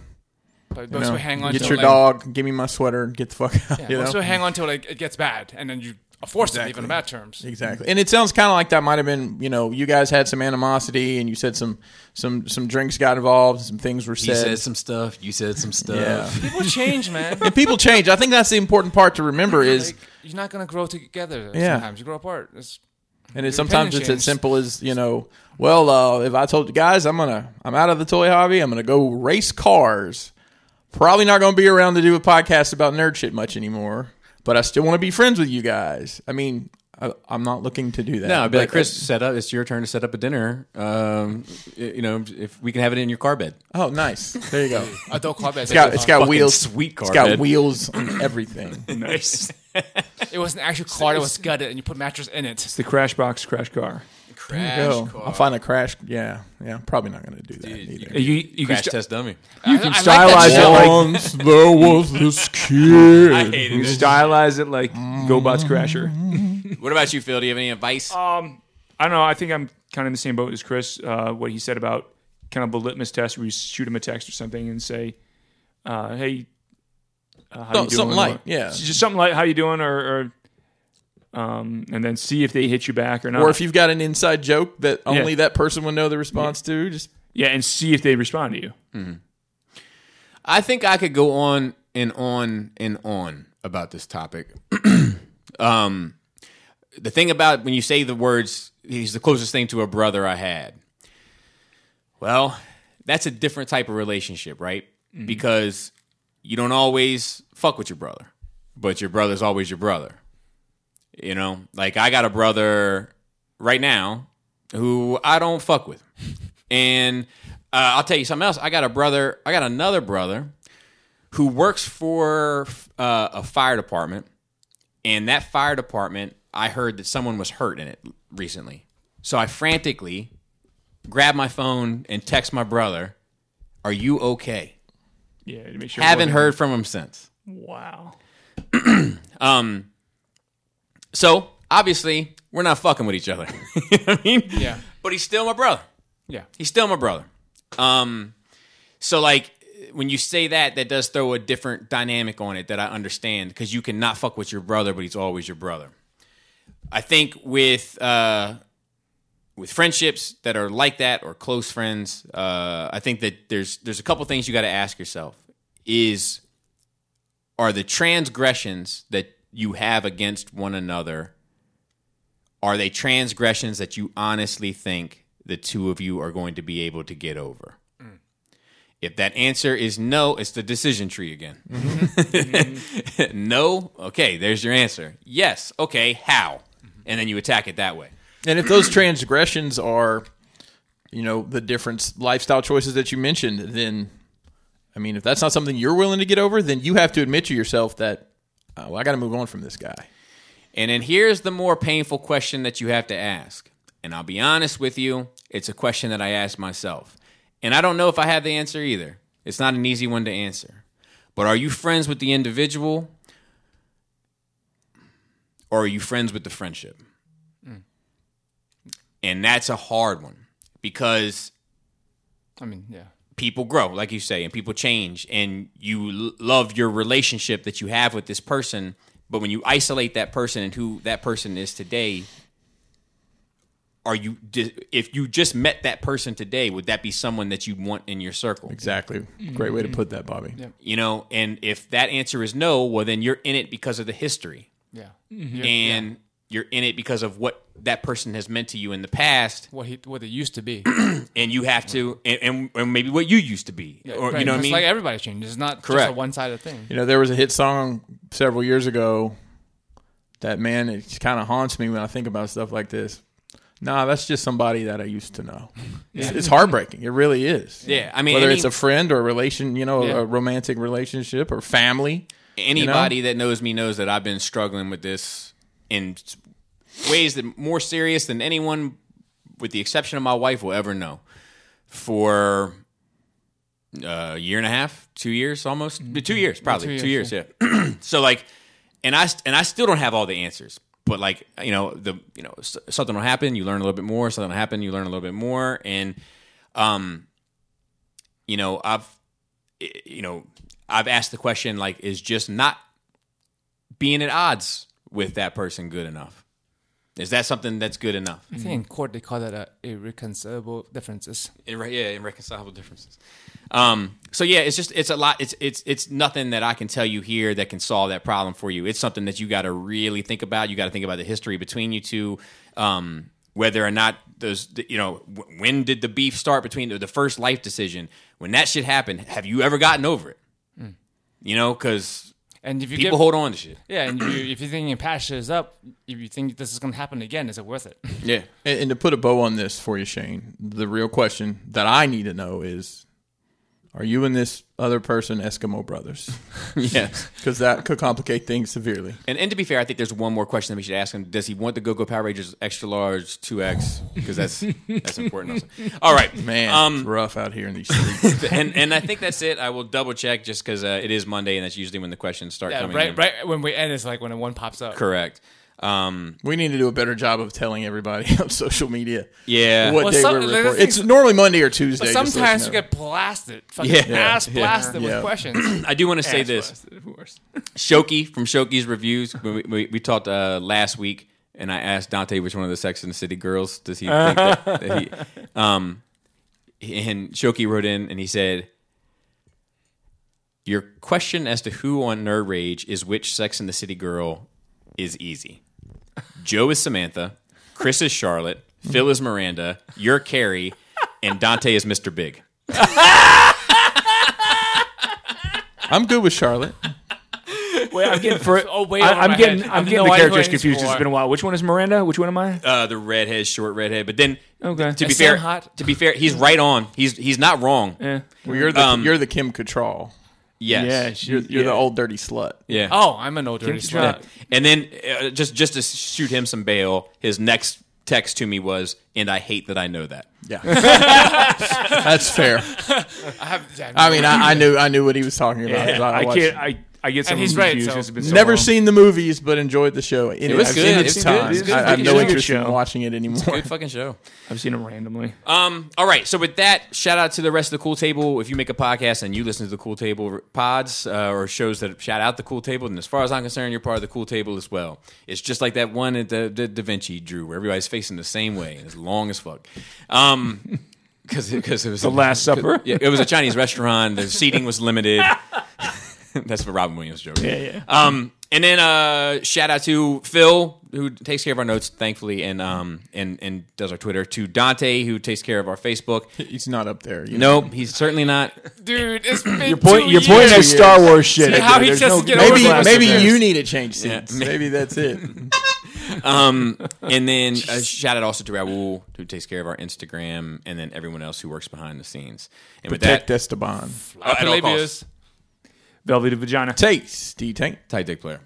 But
you
once
know,
we hang on
get
till,
your
like,
dog, give me my sweater, get the fuck out.
Yeah,
you know?
once we hang on till like it gets bad and then you are forced to leave
Exactly.
on bad terms.
Exactly. And it sounds kind of like that might have been, you know, you guys had some animosity and you said some some some drinks got involved, some things were said.
some stuff. You said some stuff.
yeah.
People change, man.
and people change. I think that's the important part to remember is
like, you're not gonna grow together.
Yeah.
Sometimes you grow apart. It's,
and it's
Your
sometimes
opinion
it's as
changed.
simple as, you know, well, uh, if I told you guys I'm gonna I'm out of the toy hobby, I'm gonna go race cars. Probably not gonna be around to do a podcast about nerd shit much anymore, but I still wanna be friends with you guys. I mean, I, I'm not looking to do that.
No, I'd be
but
like, Chris, set up. It's your turn to set up a dinner. Um, y- you know, if we can have it in your car bed.
Oh, nice. There you go.
adult club
It's got it's got
Fucking
wheels.
sweet car
It's got
bed.
wheels on everything.
Nice.
it was an actual car that was gutted and you put mattress in it.
It's the crash box, crash car.
Go. I'll find a crash. Yeah, yeah. Probably not going to do that either.
You, you
Crash
can, st-
test dummy.
you can
I like that
stylize it
show.
like
Once there was this kid.
you can stylize it like
Mm.
GoBots Crasher.
What about you, Phil? Do you have any advice?
Um, I don't know. I think I'm kind of in the same boat as Chris. Uh, what he said about kind of a litmus test where you shoot him a text or something and say, uh, "Hey, uh, how
No,
you doing?"
Oh, something light,
Or-
yeah.
just something like "How you doing?" or, or um, and then see if they hit you back or not.
Or if you've got an inside joke that only
Yeah.
that person would know the response to, just
yeah, and see if they respond to you.
I think I could go on and on and on about this topic. um, the thing about when you say the words, he's the closest thing to a brother I had. Well, that's a different type of relationship, right? Because you don't always fuck with your brother, but your brother's always your brother. You know, like I got a brother right now who I don't fuck with. And uh, I'll tell you something else. I got a brother, I got another brother who works for uh, a fire department and that fire department, I heard that someone was hurt in it recently. So I frantically grabbed my phone and text my brother, "Are you okay?"
Yeah, to make sure. it
Haven't
wasn't-
heard from him since.
Wow.
So obviously, we're not fucking with each other. you know what I mean?
Yeah.
But he's still my brother.
Yeah.
He's still my brother. Um, so like when you say that, that does throw a different dynamic on it that I understand because you cannot fuck with your brother, but he's always your brother. I think with uh, with friendships that are like that or close friends, uh, I think that there's there's a couple things you got to ask yourself: is are the transgressions that you have against one another are they transgressions that you honestly think the two of you are going to be able to get over? If that answer is no, it's the decision tree again. no, okay, there's your answer. Yes, okay, how? And then you attack it that way.
And if those transgressions are, you know, the different lifestyle choices that you mentioned, then, I mean, if that's not something you're willing to get over, then you have to admit to yourself that, uh, well, I got to move on from this guy.
And then here's the more painful question that you have to ask. And I'll be honest with you, it's a question that I ask myself. And I don't know if I have the answer either. It's not an easy one to answer. But are you friends with the individual or are you friends with the friendship? And that's a hard one because
I mean, yeah.
people grow, like you say, and people change, and you l- love your relationship that you have with this person. But when you isolate that person and who that person is today, are you di- if you just met that person today, would that be someone that you want in your circle?
Exactly. Great way to
Mm-hmm.
put that, Bobby.
You know, and if that answer is no, well then you're in it because of the history,
Yeah.
Mm-hmm. and you're in it because of what that person has meant to you in the past,
What he what it used to be.
and you have to, and, and, and maybe what you used to be, or
Right,
you know what I
it's
mean?
like everybody changes. It's not just
Correct.
a one sided thing.
You know, there was a hit song several years ago that, man, it kind of haunts me when I think about stuff like this. Nah, that's just somebody that I used to know. It's, it's heartbreaking. It really is.
Yeah, I mean,
whether
any-
it's a friend or a relation, you know,
Yeah.
a romantic relationship or family.
anybody that knows me knows that I've been struggling with this in s- ways that more serious than anyone, with the exception of my wife, will ever know. For a year and a half, two years, almost two years, probably Mm-hmm. two years.
years,
yeah. so like, and I st- and I still don't have all the answers. But like you know the you know s- something will happen, you learn a little bit more. Something will happen, you learn a little bit more, and um, you know I've i- you know, I've asked the question like, is just not being at odds with that person good enough? Is that something that's good enough?
I think in court they call that uh, irreconcilable differences.
Irre- yeah, irreconcilable differences. Um, so yeah, it's just it's a lot. It's it's it's nothing that I can tell you here that can solve that problem for you. It's something that you got to really think about. You got to think about the history between you two, um, whether or not those you know w- when did the beef start between the, the first life decision? When that shit happened, have you ever gotten over it? You know, because
And if you
people
give,
hold on to shit.
yeah, and you, if you think your past shit is up, if you think this is gonna happen again, is it worth it?
Yeah.
And, and to put a bow on this for you, Shane, the real question that I need to know is: Are you and this other person Eskimo brothers?
Yes.
Because that could complicate things severely.
And, and to be fair, I think there's one more question that we should ask him. Does he want the Go-Go Power Rangers extra large 2X? Because that's that's important. Also. All right.
Man, it's
Um,
rough out here in these streets.
and, and I think that's it. I will double check just because uh, it is Monday and that's usually when the questions start
Yeah,
coming
right.
in.
Right when we end, it's like when one pops up.
Correct. Um,
we need to do a better job of telling everybody on social media
yeah.
what
Well,
day
some-
we're
the
recording.
thing's-
It's normally Monday or Tuesday. just
But
so
sometimes
you
you
know.
get blasted, fucking
Yeah.
ass
Yeah.
blasted
Yeah.
with questions.
I do want to say this.
Of course.
Shoki from Shoki's Reviews. We, we, we talked uh, last week, and I asked Dante which one of the Sex and the City girls does he think that, that he. Um, and Shoki wrote in and he said, Your question as to who on Nerd Rage is which Sex and the City girl is easy. Joe is Samantha, Chris is Charlotte, Phil is Miranda, you're Carrie, and Dante is Mr. Big.
I'm good with Charlotte.
Wait, I'm getting for
Oh, way over
I, am
my
getting
head. I
I'm
didn't
getting
know
the
I
characters
joined
confused. 'cause It's
before.
been a while. Which one is Miranda? Which one am I?
Uh, the redhead, short redhead. But then
Okay.
to be
Is
fair,
Sam hot?
to be fair, he's right on. He's he's not wrong.
yeah.
Well, you're the you're the Kim Cattrall.
Yes.
Yeah, she-
You're, you're
yeah.
the old dirty slut.
Yeah.
Oh, I'm an old dirty
Kim
slut.
Cattrall.
And then uh, just just to shoot him some bail, his next text to me was, "And I hate that I know that."
Yeah, that's fair.
I have. yeah,
Uh,
I mean, I, I knew I knew what he was talking about. 'cause
I
watched
can't.
it.
I I get some
he's right,
confused.
so-
It's been so
Never
long.
seen the movies, but enjoyed the show. It
was
I've
good.
Seen
It
its
was good. It
time.
was good.
I, I have
It
no
was a good
interest in
show.
watching it anymore.
Good fucking show.
I've seen him randomly.
Um, all right. So with that, shout out to the rest of the Cool Table. If you make a podcast and you listen to the Cool Table pods uh, or shows that shout out the Cool Table, then as far as I'm concerned, you're part of the Cool Table as well. It's just like that one at the, the Da Vinci drew, where everybody's facing the same way and it's long as fuck. Um, because because it was the
Last Supper.
Yeah, it was a Chinese restaurant. The seating was limited. That's what Robin Williams joke.
Yeah, yeah.
Um, and then uh, shout out to Phil who takes care of our notes, thankfully, and um and and does our Twitter. To Dante who takes care of our Facebook.
He's not up there. You
Nope, he's certainly not.
dude, it's been
Your point.
Two
Your
years.
point is Star Wars shit.
See how he
There's
just
no-
get over
Maybe
Overlap
maybe
with
you need to change seats.
Yeah.
Maybe that's it.
Um, and then uh, shout out also to Raul who takes care of our Instagram, and then everyone else who works behind the scenes. And with
Protect
that,
Esteban.
uh, at all
Flavius.
costs,
Velveted vagina.
Tasty tank.
tight dick player.